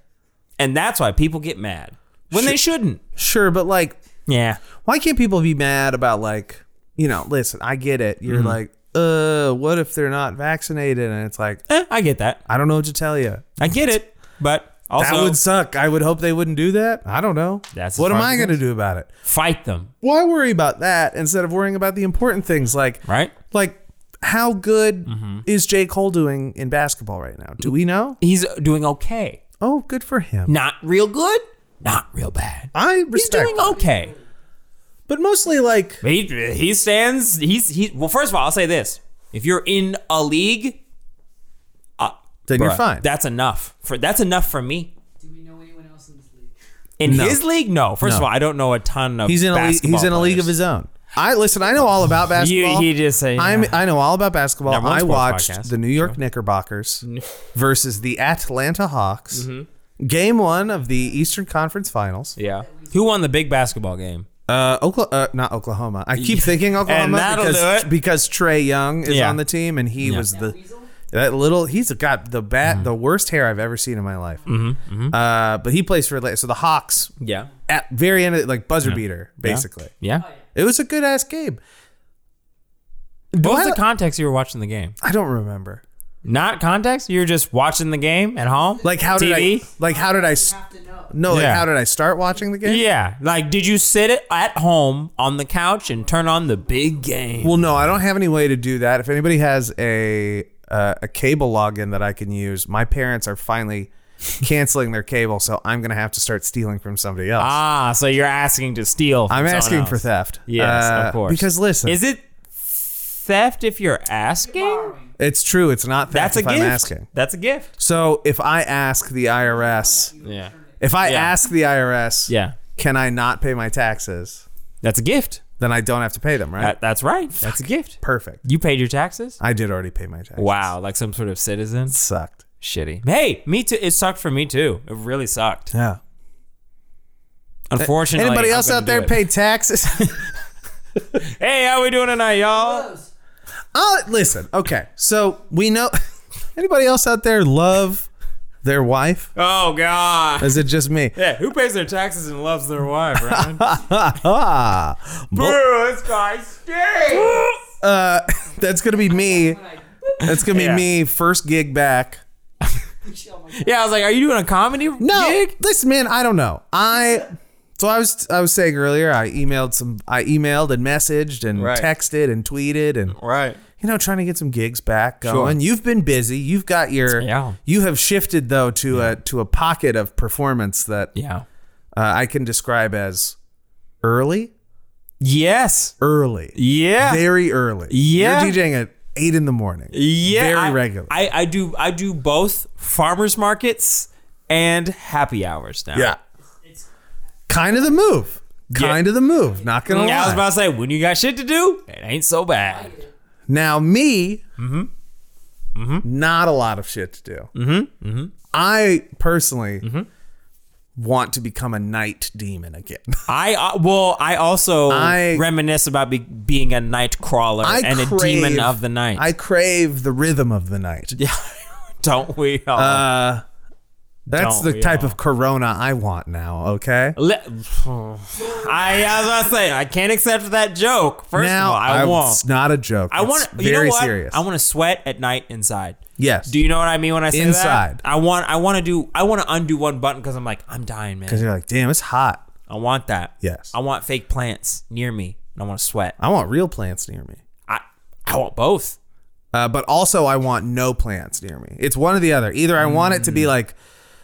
Speaker 2: and that's why people get mad when they shouldn't.
Speaker 1: Sure, but like
Speaker 2: Yeah.
Speaker 1: why can't people be mad about like you know listen i get it you're
Speaker 2: Mm-hmm.
Speaker 1: like uh what if they're not vaccinated and it's like
Speaker 2: Eh, I get that.
Speaker 1: i don't know what to tell you
Speaker 2: I get it, but
Speaker 1: that
Speaker 2: also
Speaker 1: would suck i would hope they wouldn't do that i don't know
Speaker 2: That's
Speaker 1: what
Speaker 2: as
Speaker 1: am
Speaker 2: far
Speaker 1: i
Speaker 2: as it
Speaker 1: going to do about it
Speaker 2: fight them,
Speaker 1: why worry about that instead of worrying about the important things like
Speaker 2: right? Mm-hmm.
Speaker 1: like how good is J. Cole doing in basketball right now? Do we know?
Speaker 2: He's doing okay.
Speaker 1: Oh, good for him.
Speaker 2: Not real good, not real bad.
Speaker 1: I
Speaker 2: He's
Speaker 1: respect,
Speaker 2: doing okay.
Speaker 1: but mostly like
Speaker 2: He, he stands. He's he. Well, first of all, I'll say this: if you're in a league, uh,
Speaker 1: then you're
Speaker 2: bruh,
Speaker 1: fine.
Speaker 2: That's enough for that's enough for me.
Speaker 3: Do we know anyone else in this league?
Speaker 2: In his league, no. First of
Speaker 1: No.
Speaker 2: all, I don't know a ton of.
Speaker 1: He's in a league, he's in
Speaker 2: basketball
Speaker 1: a league of
Speaker 2: players.
Speaker 1: his own. I listen. I know all about basketball.
Speaker 2: he just said,
Speaker 1: I'm.
Speaker 2: yeah.
Speaker 1: I know all about basketball.
Speaker 2: Number one
Speaker 1: I
Speaker 2: sports
Speaker 1: watched
Speaker 2: podcast.
Speaker 1: the New York Knickerbockers versus the Atlanta Hawks, game one of the Eastern Conference Finals.
Speaker 2: Mm-hmm. Yeah. Who won the big basketball game?
Speaker 1: Uh, Okla- uh not Oklahoma. I keep thinking Oklahoma
Speaker 2: that'll
Speaker 1: because
Speaker 2: do it.
Speaker 1: because Trey Young is
Speaker 2: Yeah. Mm-hmm.
Speaker 1: on the team and he was the
Speaker 3: Weasel?
Speaker 1: that little. He's got the bat, the worst hair I've ever seen in my life. Uh, but he plays for Atlanta. So the Hawks
Speaker 2: Yeah.
Speaker 1: at very end, of, like buzzer beater, basically.
Speaker 2: Yeah.
Speaker 1: It was a good ass game. Do
Speaker 2: What was
Speaker 1: I-
Speaker 2: the context you were watching the game?
Speaker 1: I don't remember.
Speaker 2: Not context. You're just watching the game at home.
Speaker 1: Like how did I? Like how did I? s-
Speaker 3: You have to know.
Speaker 1: No, like
Speaker 2: Yeah.
Speaker 1: how did I start watching the game?
Speaker 2: Yeah. Like, did you sit it at home on the couch and turn on the big game?
Speaker 1: Well, no, I don't have any way to do that. If anybody has a uh, a cable login that I can use, my parents are finally canceling their cable, so I'm gonna have to start stealing from somebody else.
Speaker 2: ah, so you're asking to steal. From
Speaker 1: I'm
Speaker 2: someone
Speaker 1: asking for
Speaker 2: else.
Speaker 1: theft.
Speaker 2: Yes,
Speaker 1: Uh,
Speaker 2: of course.
Speaker 1: Because listen,
Speaker 2: is it theft if you're asking?
Speaker 1: it's true. It's not theft
Speaker 2: That's a
Speaker 1: if
Speaker 2: gift.
Speaker 1: I'm asking.
Speaker 2: That's a gift.
Speaker 1: So if I ask the IRS,
Speaker 2: Yeah.
Speaker 1: if I
Speaker 2: Yeah.
Speaker 1: ask the IRS,
Speaker 2: Yeah.
Speaker 1: can I not pay my taxes?
Speaker 2: That's a gift.
Speaker 1: Then I don't have to pay them, right?
Speaker 2: That, that's right. That's a gift.
Speaker 1: Perfect.
Speaker 2: You paid your taxes?
Speaker 1: I did already pay my taxes.
Speaker 2: Wow, like some sort of citizen.
Speaker 1: sucked.
Speaker 2: Shitty. Hey, me too. It sucked for me too. It really sucked.
Speaker 1: Yeah.
Speaker 2: Unfortunately.
Speaker 1: Anybody
Speaker 2: I'm
Speaker 1: else
Speaker 2: gonna
Speaker 1: out there
Speaker 2: do it.
Speaker 1: pay taxes?
Speaker 2: Hey, how we doing tonight, y'all?
Speaker 3: Close.
Speaker 1: Oh, listen. Okay. So we know. Anybody else out there love their wife?
Speaker 2: Oh God.
Speaker 1: Is it just me?
Speaker 2: Yeah, who pays their taxes and loves their wife, right?
Speaker 1: Ah, bo-
Speaker 2: Boo, this guy stinks.
Speaker 1: uh, that's gonna be me.
Speaker 3: When I-
Speaker 1: That's gonna be
Speaker 2: Yeah.
Speaker 1: me. First gig back.
Speaker 3: oh my God.
Speaker 2: yeah, I was like, are you doing a comedy
Speaker 1: No,
Speaker 2: gig?
Speaker 1: listen, man. I don't know. I so I was I was saying earlier. I emailed some. I emailed and messaged and
Speaker 2: Right.
Speaker 1: texted and tweeted and
Speaker 2: Right.
Speaker 1: you know trying to get some gigs back going. You've been busy. You've got your.
Speaker 2: Yeah.
Speaker 1: You have shifted though to a to a pocket of performance that
Speaker 2: Yeah.
Speaker 1: uh, I can describe as early,
Speaker 2: Yes.
Speaker 1: early,
Speaker 2: Yeah.
Speaker 1: very early.
Speaker 2: Yeah.
Speaker 1: you're DJing at eight in the morning.
Speaker 2: Yeah,
Speaker 1: very
Speaker 2: I-
Speaker 1: regular.
Speaker 2: I, I do I do both farmers markets and happy hours now.
Speaker 1: yeah, kind of the move. Kind of the move. Not gonna
Speaker 2: Yeah, I was
Speaker 1: lie.
Speaker 2: about to say when you got shit to do, it ain't so bad.
Speaker 1: now me,
Speaker 2: Mm-hmm.
Speaker 1: not a lot of shit to do. Mm-hmm. Mm-hmm. I personally
Speaker 2: Mm-hmm.
Speaker 1: want to become a night demon again.
Speaker 2: I uh, well, I also
Speaker 1: I-
Speaker 2: reminisce about be, being a night crawler
Speaker 1: I
Speaker 2: and a
Speaker 1: crave-
Speaker 2: demon of the night.
Speaker 1: I crave the rhythm of the night.
Speaker 2: yeah, don't we all?
Speaker 1: Uh, That's
Speaker 2: Don't
Speaker 1: the
Speaker 2: we
Speaker 1: type
Speaker 2: all.
Speaker 1: of corona I want now. Okay.
Speaker 2: Le- I, I was about to say I can't accept that joke. First
Speaker 1: now
Speaker 2: of all, I,
Speaker 1: I- It's
Speaker 2: won't.
Speaker 1: not a joke.
Speaker 2: I want
Speaker 1: It's
Speaker 2: you
Speaker 1: very
Speaker 2: know what?
Speaker 1: serious.
Speaker 2: I want to sweat at night inside.
Speaker 1: yes.
Speaker 2: Do you know what I mean when I say
Speaker 1: Inside.
Speaker 2: that? I want I want to do I want to undo one button because I'm like I'm dying, man.
Speaker 1: Because you're like, damn, it's hot.
Speaker 2: I want that.
Speaker 1: Yes.
Speaker 2: I want fake plants near me, and I want to sweat.
Speaker 1: I want real plants near me.
Speaker 2: I I want both.
Speaker 1: Uh, but also, I want no plants near me. It's one or the other. Either I want it to
Speaker 2: Mm.
Speaker 1: be like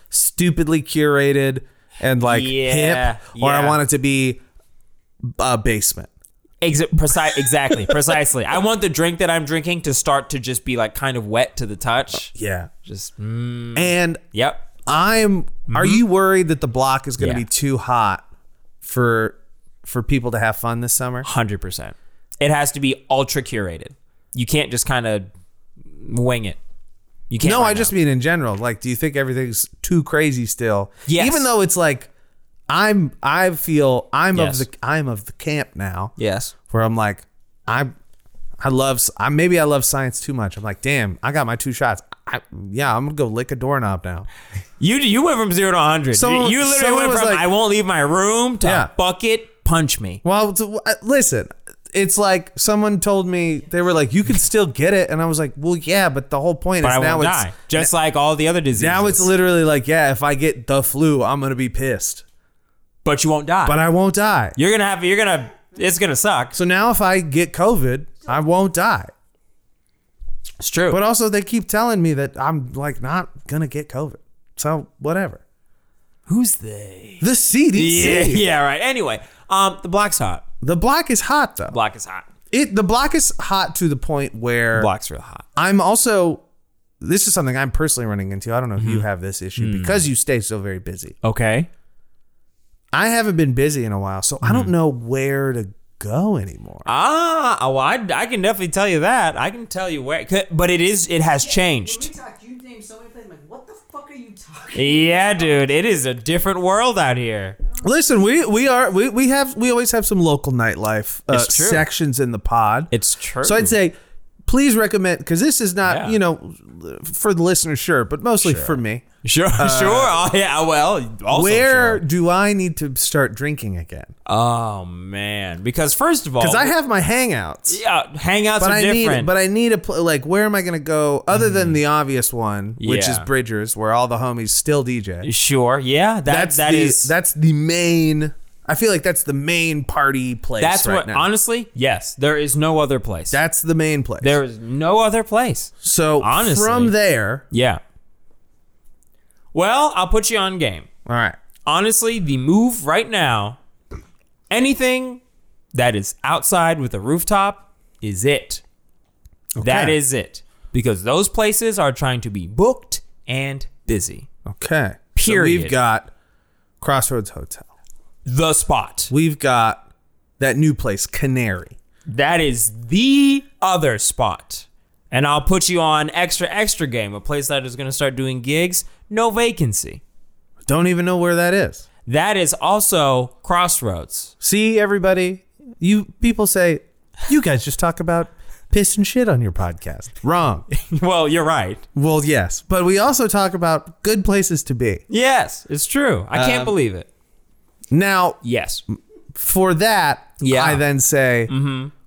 Speaker 1: stupidly curated and like
Speaker 2: Yeah,
Speaker 1: hip, or I
Speaker 2: yeah.
Speaker 1: want it to be a basement.
Speaker 2: Ex- precise, exactly, precisely. I want the drink that I'm drinking to start to just be like kind of wet to the touch.
Speaker 1: Yeah.
Speaker 2: Just mm,
Speaker 1: And
Speaker 2: yep.
Speaker 1: I'm. Are you worried that the block is going to
Speaker 2: Mm-hmm. Yeah.
Speaker 1: be too hot for for people to have fun this summer?
Speaker 2: Hundred percent. It has to be ultra curated. You can't just kind of wing it. You can't.
Speaker 1: No,
Speaker 2: right
Speaker 1: I just
Speaker 2: now.
Speaker 1: mean in general. Like, do you think everything's too crazy still?
Speaker 2: Yes.
Speaker 1: Even though it's like, I'm, I feel I'm
Speaker 2: Yes.
Speaker 1: of the, I'm of the camp now
Speaker 2: yes.
Speaker 1: where I'm like, I, I love, I maybe I love science too much. I'm like, damn, I got my two shots. I, yeah, I'm gonna go lick a doorknob now.
Speaker 2: You you went from zero to hundred.
Speaker 1: Someone-
Speaker 2: you literally
Speaker 1: someone
Speaker 2: went
Speaker 1: was
Speaker 2: from
Speaker 1: like-
Speaker 2: I won't leave my room to
Speaker 1: Yeah.
Speaker 2: bucket punch me.
Speaker 1: Well, it's- uh, listen, it's like someone told me they were like, you can still get it, and I was like, well, yeah, but the whole point
Speaker 2: But
Speaker 1: is
Speaker 2: I
Speaker 1: now
Speaker 2: won't
Speaker 1: it's
Speaker 2: die, just like all the other diseases.
Speaker 1: now it's literally like, yeah, if I get the flu, I'm gonna be pissed,
Speaker 2: but you won't die.
Speaker 1: but I won't die.
Speaker 2: you're gonna have you're gonna it's gonna suck.
Speaker 1: So now if I get COVID, I won't die.
Speaker 2: It's true.
Speaker 1: But also they keep telling me that I'm like not gonna get COVID. So whatever.
Speaker 2: who's they?
Speaker 1: The
Speaker 2: Yeah,
Speaker 1: CDC.
Speaker 2: yeah, right. Anyway, um, the block's hot.
Speaker 1: The block is hot though.
Speaker 2: Block is hot.
Speaker 1: It the block is hot to the point where
Speaker 2: Block's real hot.
Speaker 1: I'm also this is something I'm personally running into. I don't know if
Speaker 2: Mm-hmm.
Speaker 1: you have this issue
Speaker 2: Mm.
Speaker 1: because you stay so very busy.
Speaker 2: Okay.
Speaker 1: I haven't been busy in a while, so I
Speaker 2: Mm.
Speaker 1: don't know where to go anymore.
Speaker 2: Ah, oh, well, I, I can definitely tell you that. I can tell you where, c- but it is it has
Speaker 3: When we
Speaker 2: changed.
Speaker 3: talked, you named so many places. I'm like, what the fuck are you talking?
Speaker 2: Yeah, dude, it is a different world out here.
Speaker 1: Listen, we we are we, we have we always have some local nightlife uh,
Speaker 2: It's true.
Speaker 1: sections in the pod.
Speaker 2: It's true.
Speaker 1: So I'd say please recommend because this is not
Speaker 2: Yeah.
Speaker 1: you know for the listener sure, but mostly for me.
Speaker 2: Sure, sure. Oh, yeah, well, also
Speaker 1: uh, Where
Speaker 2: sure.
Speaker 1: do I need to start drinking again?
Speaker 2: Oh man, because first of all,
Speaker 1: Because I have my hangouts.
Speaker 2: yeah, hangouts
Speaker 1: but
Speaker 2: are
Speaker 1: I
Speaker 2: different. Mm-hmm.
Speaker 1: need, but I need a pl- like. Where am I gonna go other than the obvious one, which is
Speaker 2: Yeah.
Speaker 1: Bridgers, where all the homies still DJ.
Speaker 2: sure, yeah, that,
Speaker 1: That's
Speaker 2: that
Speaker 1: the,
Speaker 2: is-
Speaker 1: that's the main. I feel like that's the main party place.
Speaker 2: that's
Speaker 1: right
Speaker 2: what
Speaker 1: now.
Speaker 2: honestly, yes, there is no other place.
Speaker 1: That's the main place.
Speaker 2: there is no other place.
Speaker 1: so
Speaker 2: honestly-
Speaker 1: from there,
Speaker 2: Yeah. Well, I'll put you on game.
Speaker 1: all right.
Speaker 2: Honestly, the move right now, anything that is outside with a rooftop is it. That
Speaker 1: Okay.
Speaker 2: is it. Because those places are trying to be booked and busy.
Speaker 1: Okay. So
Speaker 2: Period.
Speaker 1: we've got Crossroads Hotel.
Speaker 2: The spot.
Speaker 1: We've got that new place, Canary.
Speaker 2: That is the other spot. And I'll put you on extra extra game, a place that is going to start doing gigs, no vacancy.
Speaker 1: Don't even know where that is.
Speaker 2: That is also Crossroads.
Speaker 1: See, everybody, you people say you guys just talk about piss and shit on your podcast. Wrong.
Speaker 2: well, you're right.
Speaker 1: Well, yes, but we also talk about good places to be.
Speaker 2: Yes, it's true. I can't
Speaker 1: Um,
Speaker 2: believe it.
Speaker 1: Now,
Speaker 2: Yes.
Speaker 1: for that,
Speaker 2: Yeah. Mm-hmm.
Speaker 1: I then say,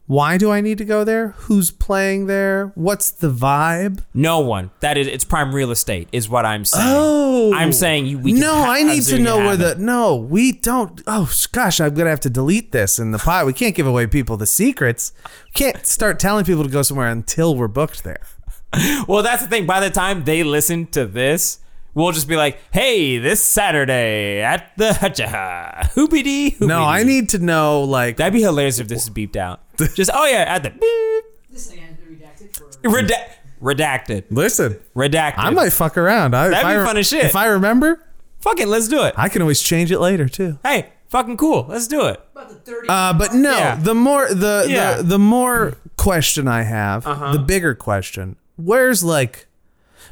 Speaker 1: why do I need to go there? Who's playing there? What's the vibe?
Speaker 2: No one. That is it's prime real estate is what I'm saying.
Speaker 1: Oh,
Speaker 2: I'm saying you we can
Speaker 1: no,
Speaker 2: ha-
Speaker 1: I need to
Speaker 2: absolutely
Speaker 1: know where
Speaker 2: have
Speaker 1: the
Speaker 2: it.
Speaker 1: no. We don't. Oh s- gosh, I'm gonna have to delete this in the pot. We can't give away people the secrets. We can't start telling people to go somewhere until we're booked there.
Speaker 2: Well, that's the thing. By the time they listen to this, we'll just be like, "Hey, this Saturday at the Hutchaha. Hoobity." hoobity."
Speaker 1: No, I need to know like
Speaker 2: That'd be hilarious if this is beeped out. Just oh yeah, at the beep.
Speaker 3: This thing has been redacted for.
Speaker 2: Reda- redacted.
Speaker 1: listen.
Speaker 2: Redacted.
Speaker 1: I might fuck around. I, if
Speaker 2: That'd
Speaker 1: I
Speaker 2: be
Speaker 1: re-
Speaker 2: fun as shit.
Speaker 1: If I remember,
Speaker 2: fuck it, let's do it.
Speaker 1: I can always change it later too.
Speaker 2: Hey, fucking cool. Let's do it.
Speaker 3: About the 30.
Speaker 1: Uh, but no,
Speaker 2: Yeah.
Speaker 1: the more the,
Speaker 2: Yeah. Uh-huh.
Speaker 1: the the more question I have, the bigger question. Where's like,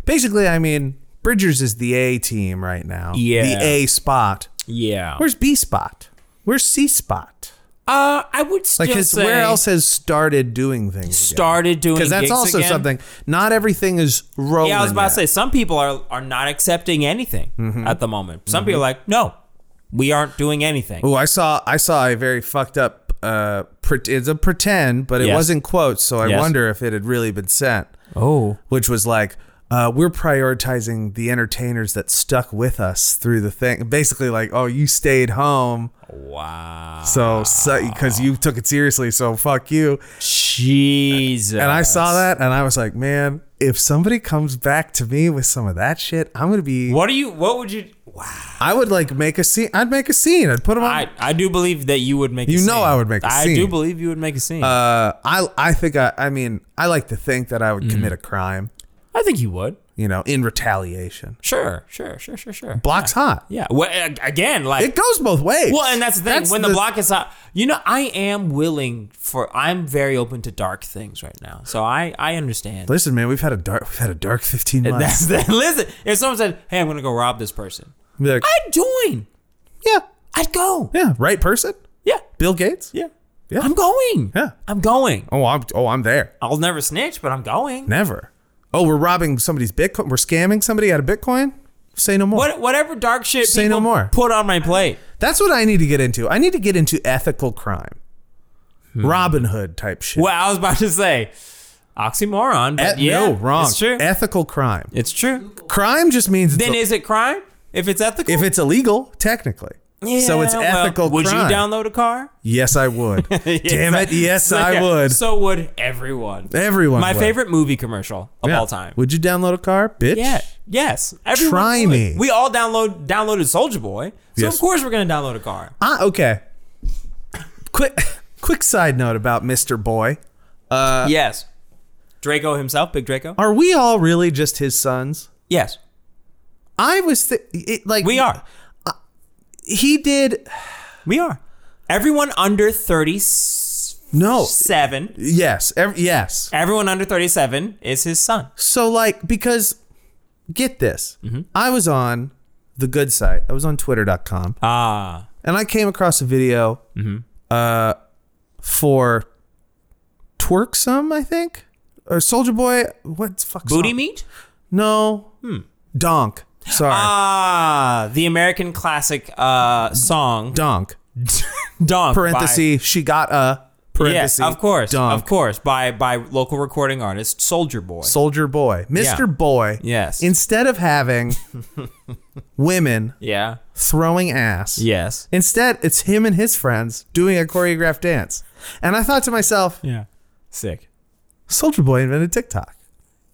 Speaker 1: basically, I mean, Bridgers is the A team right now.
Speaker 2: Yeah.
Speaker 1: the A spot.
Speaker 2: Yeah.
Speaker 1: Where's B spot? Where's C spot?
Speaker 2: Uh, I would still
Speaker 1: Like, 'cause
Speaker 2: say
Speaker 1: where else has started doing things?
Speaker 2: started doing
Speaker 1: Because that's
Speaker 2: gigs
Speaker 1: also
Speaker 2: again.
Speaker 1: something. Not everything is rolling.
Speaker 2: Yeah, I was about
Speaker 1: yet. Mm-hmm.
Speaker 2: to say some people are are not accepting anything at the moment. Some people are like, no, we aren't doing anything.
Speaker 1: Oh, I saw I saw a very fucked up. Uh, pret- it's a pretend, but it
Speaker 2: Yes.
Speaker 1: was in quotes, so I
Speaker 2: Yes.
Speaker 1: wonder if it had really been sent.
Speaker 2: Oh,
Speaker 1: which was like uh, we're prioritizing the entertainers that stuck with us through the thing basically like oh you stayed home
Speaker 2: wow,
Speaker 1: so
Speaker 2: Ah.
Speaker 1: because you took it seriously so fuck you
Speaker 2: Jesus!
Speaker 1: and i saw that and i was like man if somebody comes back to me with some of that shit i'm gonna be
Speaker 2: What do you? What would you?
Speaker 1: i would like make a scene i'd make a scene i'd put them on
Speaker 2: I I do believe that you would make. a
Speaker 1: You
Speaker 2: scene.
Speaker 1: know I would make a
Speaker 2: I do
Speaker 1: scene.
Speaker 2: believe you would make a scene.
Speaker 1: uh, I, I think I, I mean i like to think that i would
Speaker 2: Mm.
Speaker 1: commit a crime
Speaker 2: I think you would.
Speaker 1: you know in retaliation
Speaker 2: Sure, sure, sure, sure, sure.
Speaker 1: blocks hot
Speaker 2: yeah. Well, a- again, like
Speaker 1: it goes both ways
Speaker 2: Well, and that's the thing. when the, block is out, you know, I am willing for. I'm very open to dark things right now, so I I understand.
Speaker 1: Listen, man, we've had a dark we've had a dark 15
Speaker 2: And
Speaker 1: months.
Speaker 2: that's the, listen. If someone said, "Hey, I'm gonna go rob this person,"
Speaker 1: Be like,
Speaker 2: I'd join.
Speaker 1: yeah,
Speaker 2: I'd go.
Speaker 1: yeah, right person,
Speaker 2: Yeah,
Speaker 1: Bill Gates.
Speaker 2: yeah,
Speaker 1: Yeah.
Speaker 2: I'm going.
Speaker 1: Yeah.
Speaker 2: I'm going.
Speaker 1: Oh, I'm oh I'm there.
Speaker 2: I'll never snitch, but I'm going.
Speaker 1: Never. Oh, we're robbing somebody's Bitcoin. We're scamming somebody out of Bitcoin. Say no more.
Speaker 2: What whatever dark shit
Speaker 1: Say
Speaker 2: people
Speaker 1: no more.
Speaker 2: put on my plate.
Speaker 1: That's what I need to get into. I need to get into ethical crime,
Speaker 2: Hmm.
Speaker 1: Robin Hood type shit.
Speaker 2: Well, I was about to say oxymoron, but
Speaker 1: E-
Speaker 2: yeah,
Speaker 1: no, wrong.
Speaker 2: It's true.
Speaker 1: Ethical crime.
Speaker 2: it's true.
Speaker 1: Crime just means it's
Speaker 2: Then
Speaker 1: a-
Speaker 2: is it crime if it's ethical?
Speaker 1: if it's illegal, technically. so it's
Speaker 2: Yeah, well,
Speaker 1: ethical
Speaker 2: Would
Speaker 1: crime.
Speaker 2: you download a car?
Speaker 1: Yes, I would. Damn it. Yes,
Speaker 2: So-
Speaker 1: I would.
Speaker 2: So would everyone.
Speaker 1: Everyone.
Speaker 2: My
Speaker 1: would.
Speaker 2: favorite movie commercial of
Speaker 1: Yeah.
Speaker 2: all time.
Speaker 1: Would you download a car, bitch?
Speaker 2: Yeah. Yes. Everyone
Speaker 1: Try
Speaker 2: would.
Speaker 1: me.
Speaker 2: We all download downloaded Soldier Boy, so
Speaker 1: Yes.
Speaker 2: of course we're gonna download a car.
Speaker 1: Ah, okay. Quick, quick side note about Mr. Boy.
Speaker 2: yes. Uh, Draco himself, Big Draco.
Speaker 1: Are we all really just his sons?
Speaker 2: Yes,
Speaker 1: I was th- it, like
Speaker 2: we are.
Speaker 1: He did
Speaker 2: We are. Everyone under thirty-seven.
Speaker 1: no.
Speaker 2: Oh.
Speaker 1: Yes, ev- yes.
Speaker 2: Everyone under thirty-seven is his son.
Speaker 1: So like because get this.
Speaker 2: Mm-hmm.
Speaker 1: I was on the good site. I was on twitter.com
Speaker 2: Ah.
Speaker 1: and I came across a video
Speaker 2: Mm-hmm.
Speaker 1: uh for Twerksome, I think. or Soldier Boy. What the fuck?
Speaker 2: Booty
Speaker 1: song?
Speaker 2: meat?
Speaker 1: No. Hmm. Donk. Sorry.
Speaker 2: Uh, Ah, the American classic uh, song
Speaker 1: Donk.
Speaker 2: Donk. by-
Speaker 1: Parenthesis. She got a. Parenthesis.
Speaker 2: Yeah, of course.
Speaker 1: Donk.
Speaker 2: Of course. By by local recording artist Soldier Boy.
Speaker 1: Soldier Boy. Mr.
Speaker 2: Yeah.
Speaker 1: Boy.
Speaker 2: yes.
Speaker 1: Instead of having women
Speaker 2: yeah.
Speaker 1: throwing ass.
Speaker 2: Yes.
Speaker 1: Instead, it's him and his friends doing a choreographed dance. And I thought to myself,
Speaker 2: Yeah. Sick.
Speaker 1: Soldier Boy invented TikTok.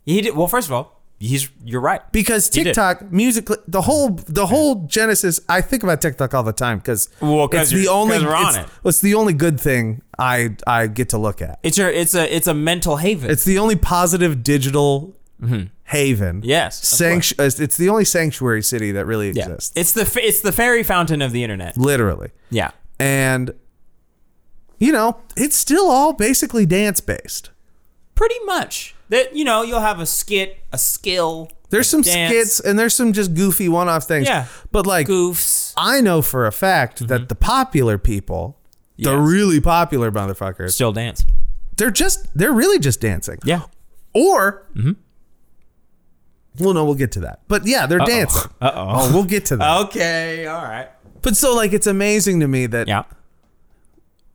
Speaker 2: He did well first of all, he's you're right.
Speaker 1: Because
Speaker 2: He did.
Speaker 1: TikTok musically, the whole the whole genesis. I think about TikTok all the time because
Speaker 2: Well,
Speaker 1: it's
Speaker 2: 'cause you're-
Speaker 1: the
Speaker 2: 'cause
Speaker 1: only
Speaker 2: we're on
Speaker 1: it's,
Speaker 2: it.
Speaker 1: it's the only good thing I I get to look at.
Speaker 2: It's your it's a it's a mental haven.
Speaker 1: It's the only positive digital haven.
Speaker 2: Mm-hmm. Yes, of
Speaker 1: Sanctu- it's it's the only sanctuary city that really
Speaker 2: yeah.
Speaker 1: exists.
Speaker 2: It's the fa- it's the fairy fountain of the internet.
Speaker 1: Literally,
Speaker 2: Yeah.
Speaker 1: and you know, it's still all basically dance based.
Speaker 2: Pretty much. That you know, you'll have a skit, a skill.
Speaker 1: There's some
Speaker 2: dance.
Speaker 1: skits and there's some just goofy one off things.
Speaker 2: Yeah.
Speaker 1: but like
Speaker 2: goofs.
Speaker 1: I know for a fact that the popular people, the
Speaker 2: Mm-hmm. Yes.
Speaker 1: really popular motherfuckers,
Speaker 2: Still dance.
Speaker 1: they're just they're really just dancing.
Speaker 2: Yeah. Mm-hmm.
Speaker 1: Or Well, no, we'll get to that. But yeah, they're dancing.
Speaker 2: Uh-oh.
Speaker 1: Oh, we'll get to that.
Speaker 2: Okay, all right.
Speaker 1: But so like it's amazing to me that
Speaker 2: Yeah.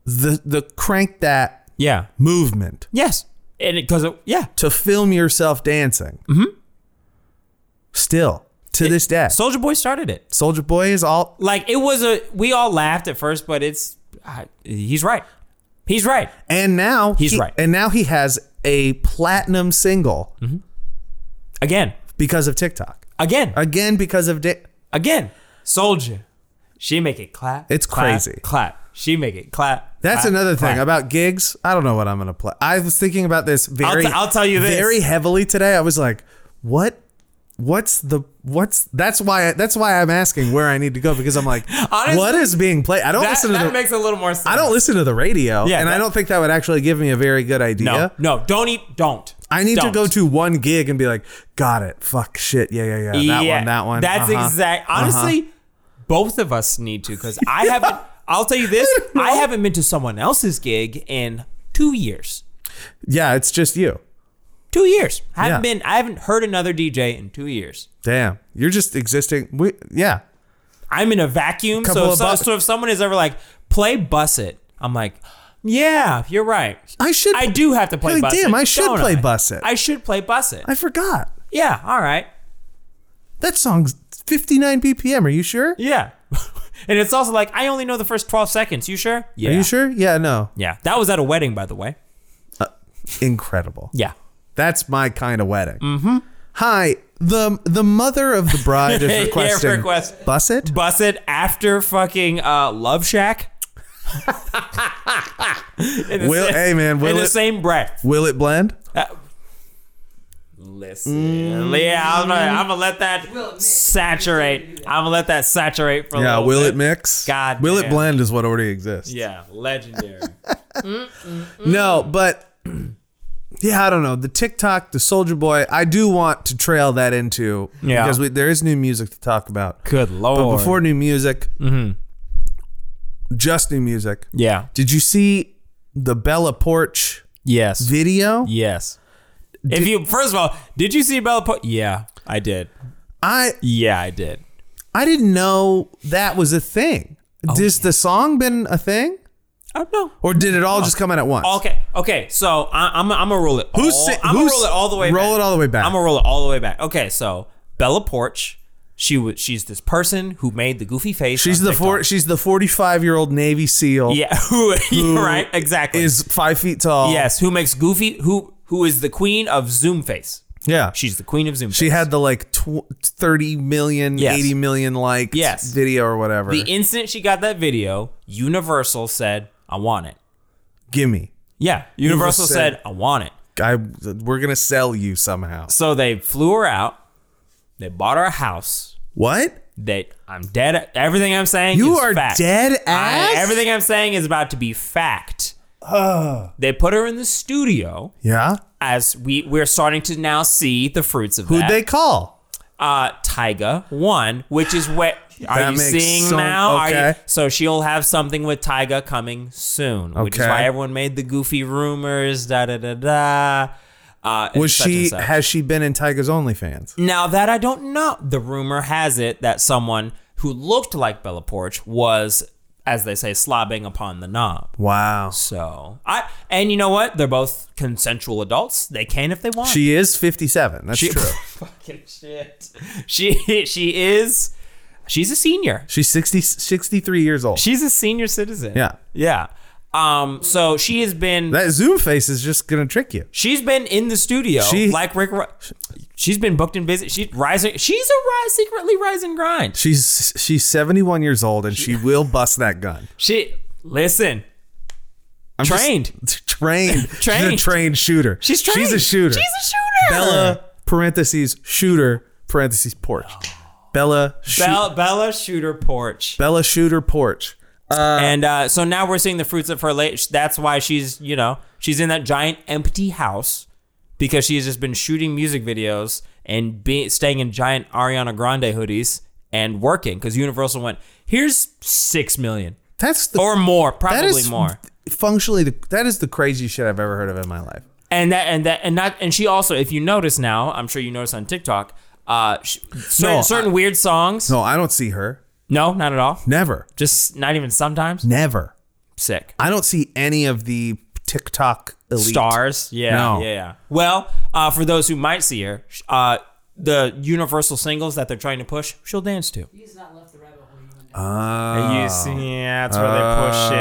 Speaker 1: the the crank that
Speaker 2: Yeah.
Speaker 1: movement
Speaker 2: Yes. And it cuz yeah.
Speaker 1: to film yourself dancing. Mm-hmm. Still to this day.
Speaker 2: Soldier Boy started it.
Speaker 1: Soldier Boy is all
Speaker 2: like it was a we all laughed at first but it's I he's right he's right
Speaker 1: and now
Speaker 2: He's
Speaker 1: he-
Speaker 2: right. Mm-hmm.
Speaker 1: And now he has a platinum single
Speaker 2: again
Speaker 1: because of TikTok.
Speaker 2: again
Speaker 1: Again because of da-
Speaker 2: again soldier she make it clap
Speaker 1: It's
Speaker 2: clap,
Speaker 1: crazy.
Speaker 2: clap she make it clap
Speaker 1: That's
Speaker 2: clap,
Speaker 1: another thing
Speaker 2: clap.
Speaker 1: about gigs. I don't know what I'm gonna play. I was thinking about this very.
Speaker 2: I'll tell you this.
Speaker 1: very heavily today. I was like, what? What's the what's that's why that's why I'm asking where I need to go because I'm like
Speaker 2: Honestly,
Speaker 1: what is being played I don't
Speaker 2: that,
Speaker 1: listen to
Speaker 2: that
Speaker 1: the
Speaker 2: makes a little more sense
Speaker 1: I don't listen to the radio
Speaker 2: Yeah,
Speaker 1: and I
Speaker 2: that-
Speaker 1: don't think that would actually give me a very good idea
Speaker 2: no no don't eat don't
Speaker 1: I need
Speaker 2: Don't.
Speaker 1: to go to one gig and be like got it fuck shit yeah yeah yeah that
Speaker 2: Yeah,
Speaker 1: one that one
Speaker 2: that's
Speaker 1: uh-huh.
Speaker 2: exact honestly both of us need to because I haven't I'll tell you this I haven't been to someone else's gig in two years
Speaker 1: yeah it's just you
Speaker 2: two years I haven't
Speaker 1: Yeah.
Speaker 2: been I haven't heard another DJ in two years
Speaker 1: damn you're just existing we yeah
Speaker 2: I'm in a vacuum.
Speaker 1: Couple
Speaker 2: So if,
Speaker 1: of
Speaker 2: so,
Speaker 1: bu-
Speaker 2: so if someone is ever like, play Buss It, I'm like, yeah, you're right.
Speaker 1: I should
Speaker 2: I do have to play
Speaker 1: Like,
Speaker 2: Buss
Speaker 1: damn,
Speaker 2: It,
Speaker 1: I should
Speaker 2: don't
Speaker 1: play
Speaker 2: I?
Speaker 1: Buss It.
Speaker 2: I should play Buss It.
Speaker 1: I forgot
Speaker 2: yeah, all right.
Speaker 1: that song's 59 BPM are you sure
Speaker 2: Yeah. and it's also like, I only know the first 12 seconds. You sure? Yeah.
Speaker 1: Are you sure? Yeah, no.
Speaker 2: Yeah. That was at a wedding, by the way.
Speaker 1: Uh, Incredible.
Speaker 2: Yeah.
Speaker 1: That's my kind of wedding. Mm-hmm. Hi, the the mother of the bride
Speaker 2: Yeah,
Speaker 1: is requesting
Speaker 2: request.
Speaker 1: Bus it?
Speaker 2: Buss It after fucking uh, Love Shack. in the,
Speaker 1: Will
Speaker 2: sa-
Speaker 1: hey man,
Speaker 2: in
Speaker 1: will
Speaker 2: the
Speaker 1: it
Speaker 2: same breath.
Speaker 1: will it blend?
Speaker 2: Uh, Listen,
Speaker 1: Mm.
Speaker 2: yeah, I'm gonna, I'm gonna let
Speaker 3: Will it
Speaker 2: that
Speaker 3: mix?
Speaker 2: saturate. I'm gonna let that saturate for a
Speaker 1: Yeah,
Speaker 2: little
Speaker 1: will
Speaker 2: bit.
Speaker 1: it mix?
Speaker 2: Oh, God
Speaker 1: Will it
Speaker 2: damn.
Speaker 1: blend is what already exists.
Speaker 2: Yeah, legendary.
Speaker 1: No, but yeah, I don't know. The TikTok, the Soldier Boy, I do want to trail that into
Speaker 2: Yeah.
Speaker 1: because we, there is new music to talk about.
Speaker 2: Good lord.
Speaker 1: But before new music, just new music.
Speaker 2: yeah,
Speaker 1: Did you see the Bella Porch
Speaker 2: yes,
Speaker 1: video?
Speaker 2: yes. if you first of all, did you see Bella? Po- yeah, I did.
Speaker 1: I
Speaker 2: Yeah, I did.
Speaker 1: I didn't know that was a thing.
Speaker 2: Oh,
Speaker 1: Does the song been a thing,
Speaker 2: I don't know.
Speaker 1: or did it all
Speaker 2: Oh.
Speaker 1: just come out at once?
Speaker 2: Okay, okay. So I, I'm I'm gonna roll it.
Speaker 1: Who's
Speaker 2: all,
Speaker 1: si-
Speaker 2: I'm
Speaker 1: who's-
Speaker 2: gonna roll it all the way.
Speaker 1: roll
Speaker 2: back.
Speaker 1: it all the way back.
Speaker 2: I'm gonna roll it all the way back. Okay, so Bella Porch, she was she's this person who made the goofy face.
Speaker 1: she's
Speaker 2: on
Speaker 1: the
Speaker 2: TikTok.
Speaker 1: four, she's the forty five year old Navy SEAL.
Speaker 2: Yeah, who, you're right? Exactly.
Speaker 1: is five feet tall.
Speaker 2: yes, who makes Goofy? Who who is the queen of Zoom face?
Speaker 1: yeah. She,
Speaker 2: She's the queen of Zoom.
Speaker 1: she
Speaker 2: face.
Speaker 1: had the like tw- thirty million,
Speaker 2: Yes.
Speaker 1: eighty million like
Speaker 2: Yes.
Speaker 1: video or whatever.
Speaker 2: the instant she got that video. Universal said, "I want it."
Speaker 1: Gimme,
Speaker 2: Yeah, Universal
Speaker 1: said-
Speaker 2: said, "I want it."
Speaker 1: I we're gonna sell you somehow.
Speaker 2: So they flew her out. They bought her a house.
Speaker 1: What?
Speaker 2: They, I'm dead. Everything I'm saying,
Speaker 1: You
Speaker 2: is
Speaker 1: are
Speaker 2: fact.
Speaker 1: dead ass.
Speaker 2: I- everything I'm saying is about to be fact. They put her in the studio
Speaker 1: Yeah.
Speaker 2: as we we're starting to now see the fruits of
Speaker 1: Who'd
Speaker 2: that.
Speaker 1: they call?
Speaker 2: uh Tyga one, which is what are
Speaker 1: That
Speaker 2: you
Speaker 1: makes
Speaker 2: seeing
Speaker 1: so-
Speaker 2: now? Are you-
Speaker 1: okay.
Speaker 2: so she'll have something with Tyga coming soon, which is
Speaker 1: Okay.
Speaker 2: why everyone made the goofy rumors. Da da da da. Uh, and
Speaker 1: Was
Speaker 2: such and
Speaker 1: she?
Speaker 2: such.
Speaker 1: Has she been in Tyga's OnlyFans?
Speaker 2: Now that I don't know, the rumor has it that someone who looked like Bella Porch was, as they say, slobbing upon the knob.
Speaker 1: Wow.
Speaker 2: So I and you know what? They're both consensual adults. They can if they want.
Speaker 1: She is 57. That's true.
Speaker 2: fucking shit. She she is she's a senior.
Speaker 1: She's 60, 63 years old.
Speaker 2: She's a senior citizen.
Speaker 1: Yeah.
Speaker 2: Yeah. Um so she has been
Speaker 1: that Zoom face is just gonna trick you.
Speaker 2: she's been in the studio
Speaker 1: She-
Speaker 2: like Rick Ro- She's been booked and busy. She's rising she's a rise secretly rise and grind.
Speaker 1: She's she's 71 years old and she will bust that gun.
Speaker 2: She listen.
Speaker 1: I'm just-
Speaker 2: Trained.
Speaker 1: trained. She's a
Speaker 2: Trained.
Speaker 1: trained shooter.
Speaker 2: She's trained.
Speaker 1: She's a shooter.
Speaker 2: She's a shooter.
Speaker 1: Bella parentheses shooter parentheses porch. Bella shoot,
Speaker 2: Bella, Bella Shooter Porch.
Speaker 1: Bella shooter porch.
Speaker 2: and uh, so now we're seeing the fruits of her late. That's why she's, you know, she's in that giant empty house because she has just been shooting music videos and be, staying in giant Ariana Grande hoodies and working because Universal went, here's six million
Speaker 1: That's the
Speaker 2: or more,
Speaker 1: that
Speaker 2: probably
Speaker 1: is
Speaker 2: more.
Speaker 1: functionally the, that is the craziest shit I've ever heard of in my life.
Speaker 2: And that and that and not and she also, if you notice now, I'm sure you notice on TikTok, uh, sh certain,
Speaker 1: I-
Speaker 2: certain weird songs. No.
Speaker 1: No, I don't see her.
Speaker 2: not at all.
Speaker 1: Never.
Speaker 2: Just not even sometimes.
Speaker 1: Never.
Speaker 2: Sick.
Speaker 1: I don't see any of the TikTok elite.
Speaker 2: stars. Yeah,
Speaker 1: No.
Speaker 2: yeah, yeah. Well, uh, for those who might see her, sh- uh, the Universal singles that they're trying to push, she'll dance to.
Speaker 3: He's not left the rabbit hole. you went down.
Speaker 2: uh,
Speaker 1: Oh.
Speaker 2: yeah, that's where they push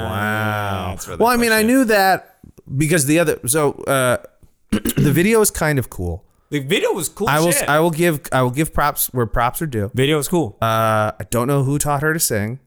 Speaker 2: it.
Speaker 1: wow. well, I mean, I knew that because the other so uh, the video is kind of cool.
Speaker 2: the video was cool.
Speaker 1: I will
Speaker 2: shit.
Speaker 1: I will give I will give props where props are due.
Speaker 2: video was cool.
Speaker 1: Uh, I don't know who taught her to sing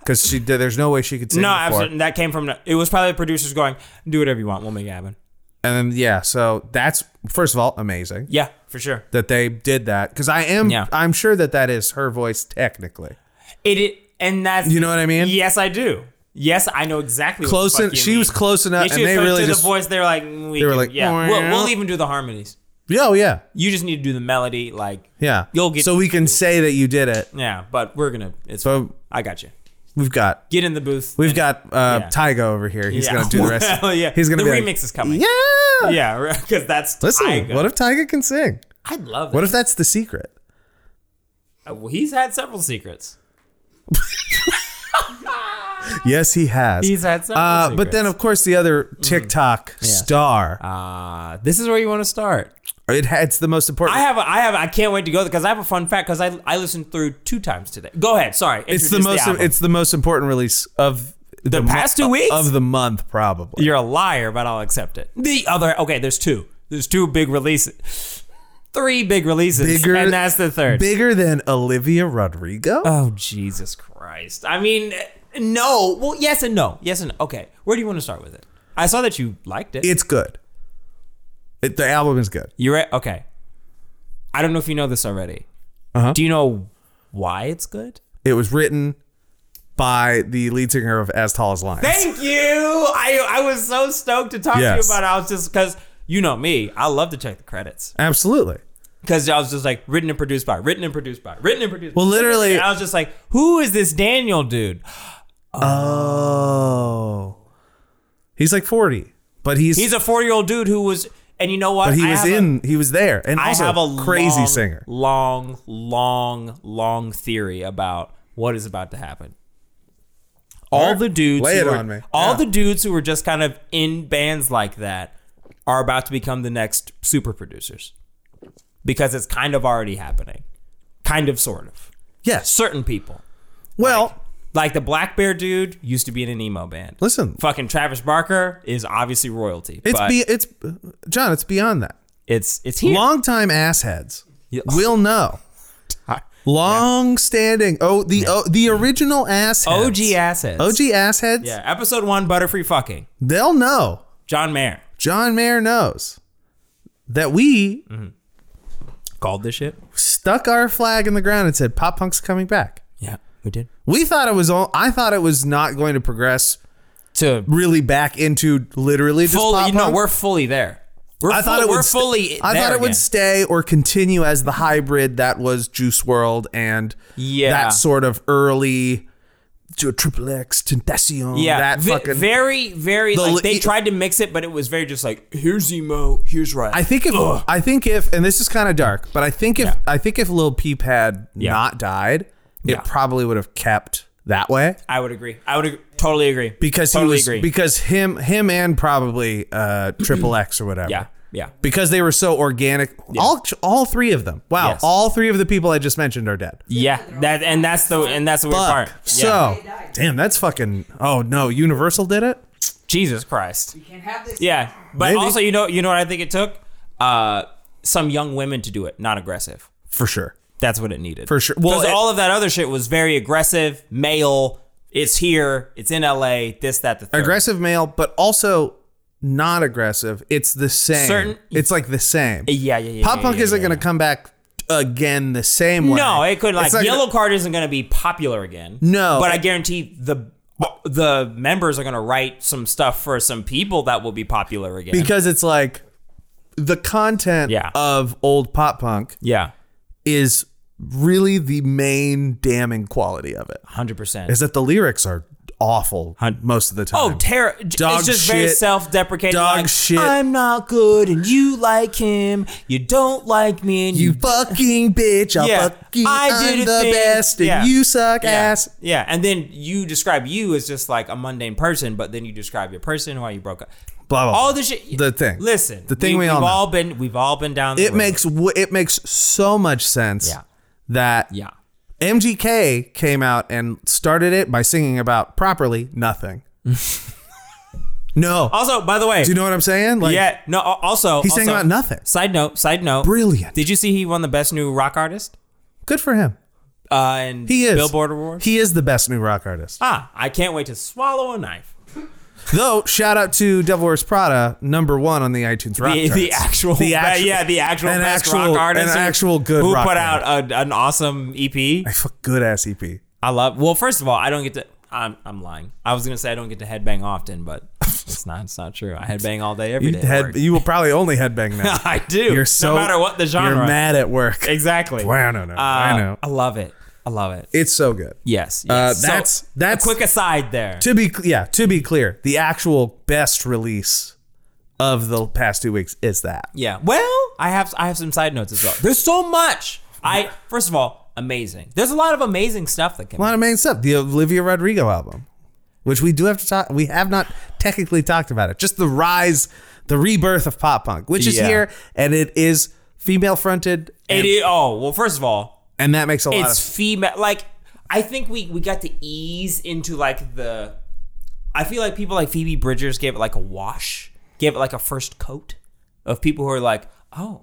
Speaker 1: because she there's no way she could sing.
Speaker 2: no,
Speaker 1: before.
Speaker 2: absolutely. That came from it was probably the producers going, "Do whatever you want, we'll make it happen."
Speaker 1: And then yeah, so that's first of all amazing
Speaker 2: Yeah, for sure.
Speaker 1: that they did that because I am
Speaker 2: Yeah.
Speaker 1: I'm sure that that is her voice technically.
Speaker 2: It, it and that's
Speaker 1: You know what I mean?
Speaker 2: Yes, I do. Yes, I know exactly. what the
Speaker 1: Close
Speaker 2: fuck
Speaker 1: en-
Speaker 2: you
Speaker 1: she
Speaker 2: mean.
Speaker 1: was close enough,
Speaker 2: Yeah, she
Speaker 1: and
Speaker 2: was
Speaker 1: they
Speaker 2: close
Speaker 1: really
Speaker 2: to
Speaker 1: just-
Speaker 2: the voice. They were like, "Mm, we
Speaker 1: they were
Speaker 2: can-
Speaker 1: like,
Speaker 2: yeah, we'll, we'll even do the harmonies.
Speaker 1: Oh yeah,
Speaker 2: You just need to do the melody, like
Speaker 1: yeah.
Speaker 2: You'll get-
Speaker 1: so we can say that you did it.
Speaker 2: Yeah, but we're gonna. It's
Speaker 1: So
Speaker 2: I got you.
Speaker 1: we've got
Speaker 2: Get in the booth.
Speaker 1: We've got uh,
Speaker 2: yeah.
Speaker 1: Tyga over here. He's
Speaker 2: Yeah.
Speaker 1: gonna do the rest.
Speaker 2: Well, yeah.
Speaker 1: he's gonna
Speaker 2: The
Speaker 1: be like,
Speaker 2: remix is coming.
Speaker 1: Yeah,
Speaker 2: yeah, because that's
Speaker 1: Listen,
Speaker 2: Tyga.
Speaker 1: what if Tyga can sing?
Speaker 2: I love
Speaker 1: What
Speaker 2: it.
Speaker 1: if that's the secret?
Speaker 2: Uh, well, he's had several secrets.
Speaker 1: Yes, he has.
Speaker 2: He's had several
Speaker 1: Uh, but
Speaker 2: secrets. Mm-hmm.
Speaker 1: then, of course, the other TikTok star.
Speaker 2: Uh, this is where you want to start.
Speaker 1: It ha- it's the most important.
Speaker 2: I have, a, I have, a, I can't wait to go because I have a fun fact because I, I listened through two times today. Go ahead. Sorry,
Speaker 1: it's the
Speaker 2: Introduce
Speaker 1: most.
Speaker 2: album.
Speaker 1: it's the most important release of the,
Speaker 2: past two weeks?
Speaker 1: of the month, probably.
Speaker 2: You're a liar, but I'll accept it. The other, okay, there's two. There's two big releases, three big releases,
Speaker 1: Bigger-
Speaker 2: and that's the third.
Speaker 1: Bigger than Olivia Rodrigo.
Speaker 2: Oh Jesus Christ! I mean, no. Well, yes and no. Yes and no. Okay. Where do you want to start with it? I saw that you liked it.
Speaker 1: it's good. It, the album is good.
Speaker 2: You're right. Okay. I don't know if you know this already.
Speaker 1: Uh-huh.
Speaker 2: Do you know why it's good?
Speaker 1: It was written by the lead singer of As Tall as Lions.
Speaker 2: Thank you. I I was so stoked to talk
Speaker 1: Yes.
Speaker 2: to you about. It. I was just because you know me. I love to check the credits
Speaker 1: Absolutely.
Speaker 2: because I was just like written and produced by, written and produced by, written and produced.
Speaker 1: Well,
Speaker 2: by.
Speaker 1: literally-
Speaker 2: And I was just like, who is this Daniel dude?
Speaker 1: Oh. He's like 40, but he's
Speaker 2: He's a forty year old dude who was. And you know what?
Speaker 1: but he
Speaker 2: I
Speaker 1: was
Speaker 2: have a-
Speaker 1: in he was there and
Speaker 2: I
Speaker 1: also
Speaker 2: have a
Speaker 1: crazy
Speaker 2: long,
Speaker 1: singer.
Speaker 2: Long, long, long theory about what is about to happen. All
Speaker 1: Alright,
Speaker 2: the dudes,
Speaker 1: lay
Speaker 2: who
Speaker 1: it
Speaker 2: were-
Speaker 1: on me.
Speaker 2: all
Speaker 1: Yeah.
Speaker 2: the dudes who were just kind of in bands like that are about to become the next super producers because it's kind of already happening, kind of, sort of.
Speaker 1: Yes.
Speaker 2: Certain people,
Speaker 1: Well,
Speaker 2: like the Black Bear dude, used to be in an emo band.
Speaker 1: listen.
Speaker 2: Fucking Travis Barker is obviously royalty.
Speaker 1: It's
Speaker 2: but
Speaker 1: be it's John, it's beyond that.
Speaker 2: it's it's here.
Speaker 1: Longtime assheads
Speaker 2: Yeah.
Speaker 1: will know. Long standing. Oh, the oh, the original assheads.
Speaker 2: OG assets.
Speaker 1: OG assheads.
Speaker 2: Yeah, episode one, Butterfree fucking.
Speaker 1: They'll know.
Speaker 2: John Mayer
Speaker 1: John Mayer knows that we
Speaker 2: called this shit.
Speaker 1: stuck our flag in the ground and said pop punk's coming back.
Speaker 2: Yeah, we did.
Speaker 1: We thought it was all. I thought it was not going to progress
Speaker 2: To
Speaker 1: really back into literally just
Speaker 2: fully,
Speaker 1: pop
Speaker 2: you know,
Speaker 1: punk.
Speaker 2: we're fully there. We're
Speaker 1: I thought
Speaker 2: full-
Speaker 1: it would.
Speaker 2: we're
Speaker 1: st-
Speaker 2: fully.
Speaker 1: I
Speaker 2: there
Speaker 1: thought it
Speaker 2: again.
Speaker 1: would stay or continue as the hybrid that was Juice World and
Speaker 2: Yeah.
Speaker 1: that sort of early to a triple X tentacion.
Speaker 2: Yeah,
Speaker 1: that
Speaker 2: ve-
Speaker 1: fucking.
Speaker 2: very, very.
Speaker 1: The
Speaker 2: like,
Speaker 1: li-
Speaker 2: they tried to mix it, but it was very just like here's emo, here's right.
Speaker 1: I think if I think if and this is kind of dark, but I think if
Speaker 2: Yeah.
Speaker 1: I think if Lil Peep had
Speaker 2: Yeah.
Speaker 1: not died, it
Speaker 2: Yeah.
Speaker 1: probably would have kept that way
Speaker 2: I would agree. I would ag- totally agree
Speaker 1: because he
Speaker 2: totally
Speaker 1: was
Speaker 2: agree. Mm-hmm.
Speaker 1: because him him and probably uh triple X or whatever.
Speaker 2: yeah, yeah.
Speaker 1: Because they were so organic, all all three of them. Wow,
Speaker 2: Yes.
Speaker 1: all three of the people I just mentioned are dead.
Speaker 2: Yeah, that and that's the and that's the weird
Speaker 1: Fuck.
Speaker 2: part. Yeah.
Speaker 1: So, damn, that's fucking. Oh no, Universal did it.
Speaker 2: Jesus Christ.
Speaker 3: You can't have this.
Speaker 2: Yeah, but
Speaker 1: Maybe.
Speaker 2: also you know you know what I think it took uh some young women to do it, not aggressive.
Speaker 1: For sure.
Speaker 2: That's what it needed
Speaker 1: For sure. Well,
Speaker 2: Because
Speaker 1: it-
Speaker 2: all of that other shit was very aggressive, male. It's here. It's in L.A. This, that, the third.
Speaker 1: Aggressive male, but also not aggressive. It's the same.
Speaker 2: Certain-
Speaker 1: it's like the same.
Speaker 2: Yeah, yeah, yeah.
Speaker 1: Pop
Speaker 2: yeah,
Speaker 1: punk
Speaker 2: yeah,
Speaker 1: isn't
Speaker 2: yeah.
Speaker 1: going to come back again the same way.
Speaker 2: No, it could like
Speaker 1: It's not
Speaker 2: yellow
Speaker 1: gonna-
Speaker 2: card isn't going to be popular again.
Speaker 1: No.
Speaker 2: but I guarantee the the members are going to write some stuff for some people that will be popular again.
Speaker 1: because it's like the content
Speaker 2: Yeah.
Speaker 1: of old pop punk
Speaker 2: yeah,
Speaker 1: is really the main damning quality of it.
Speaker 2: hundred percent.
Speaker 1: Is that the lyrics are awful
Speaker 2: Hun-
Speaker 1: most of the time.
Speaker 2: Oh, terror!
Speaker 1: Dog
Speaker 2: it's just very
Speaker 1: shit.
Speaker 2: self-deprecating.
Speaker 1: Dog
Speaker 2: like,
Speaker 1: shit.
Speaker 2: I'm not good, and you like him. You don't like me, and
Speaker 1: You
Speaker 2: you.
Speaker 1: fucking bitch! I
Speaker 2: Yeah.
Speaker 1: fucking
Speaker 2: I
Speaker 1: I
Speaker 2: did
Speaker 1: am
Speaker 2: a
Speaker 1: the
Speaker 2: thing.
Speaker 1: best, and
Speaker 2: Yeah.
Speaker 1: you suck
Speaker 2: yeah.
Speaker 1: ass.
Speaker 2: Yeah, and then you describe you as just like a mundane person, but then you describe your person why you broke up.
Speaker 1: Blah blah. blah.
Speaker 2: All the shit.
Speaker 1: The thing.
Speaker 2: Listen,
Speaker 1: The thing we
Speaker 2: we've
Speaker 1: all know.
Speaker 2: been we've all been down. The
Speaker 1: it
Speaker 2: road.
Speaker 1: makes w- it makes so much sense
Speaker 2: Yeah.
Speaker 1: that
Speaker 2: yeah.
Speaker 1: MGK came out and started it by singing about properly nothing. no,
Speaker 2: Also, by the way,
Speaker 1: do you know what I'm saying? Like,
Speaker 2: yeah. No. al- Also,
Speaker 1: He's saying
Speaker 2: also-
Speaker 1: about nothing.
Speaker 2: Side note. Side note.
Speaker 1: Brilliant.
Speaker 2: Did you see he won the best new rock artist?
Speaker 1: good for him.
Speaker 2: Uh, and
Speaker 1: He is
Speaker 2: Billboard Award.
Speaker 1: He is the best new rock artist.
Speaker 2: ah, I can't wait to swallow a knife.
Speaker 1: Though, shout out to Devil Wears Prada, number one on the iTunes rock
Speaker 2: the, the
Speaker 1: charts.
Speaker 2: actual,
Speaker 1: The
Speaker 2: the
Speaker 1: actu-
Speaker 2: yeah, the actual
Speaker 1: an
Speaker 2: best
Speaker 1: actual-
Speaker 2: rock artist,
Speaker 1: an
Speaker 2: who-
Speaker 1: actual good
Speaker 2: who
Speaker 1: rock
Speaker 2: put
Speaker 1: band.
Speaker 2: out a, an awesome E EP.
Speaker 1: I fuck good E ass EP.
Speaker 2: I love. Well, first of all, I don't get to. I'm, I'm lying. I was gonna say I don't get to headbang often, but it's not. It's not true. I headbang all day every
Speaker 1: You
Speaker 2: day. at
Speaker 1: head,
Speaker 2: work.
Speaker 1: you will probably only headbang now.
Speaker 2: I do.
Speaker 1: You're so
Speaker 2: no matter what the genre.
Speaker 1: You're mad at work.
Speaker 2: Exactly.
Speaker 1: Wow, no, no, I
Speaker 2: Uh,
Speaker 1: know.
Speaker 2: I love it. I love it.
Speaker 1: It's so good.
Speaker 2: Yes. yes.
Speaker 1: Uh,
Speaker 2: So,
Speaker 1: that's- that's-
Speaker 2: a quick aside there.
Speaker 1: To be cl- yeah, to be clear, the actual best release of the past two weeks is that.
Speaker 2: yeah. Well, I have I have some side notes as well. There's so much. I first of all, amazing. There's a lot of amazing stuff that came.
Speaker 1: A lot of main stuff. The Olivia Rodrigo album, which we do have to talk. We have not technically talked about it. Just the rise, the rebirth of pop punk, which is
Speaker 2: Yeah.
Speaker 1: here, and it is female fronted,
Speaker 2: It
Speaker 1: and,
Speaker 2: is, oh well. First of all,
Speaker 1: and that makes a lot
Speaker 2: it's
Speaker 1: of.
Speaker 2: female like i think we we got to ease into like the i feel like people like phoebe bridgers gave it like a wash gave it like a first coat of people who are like oh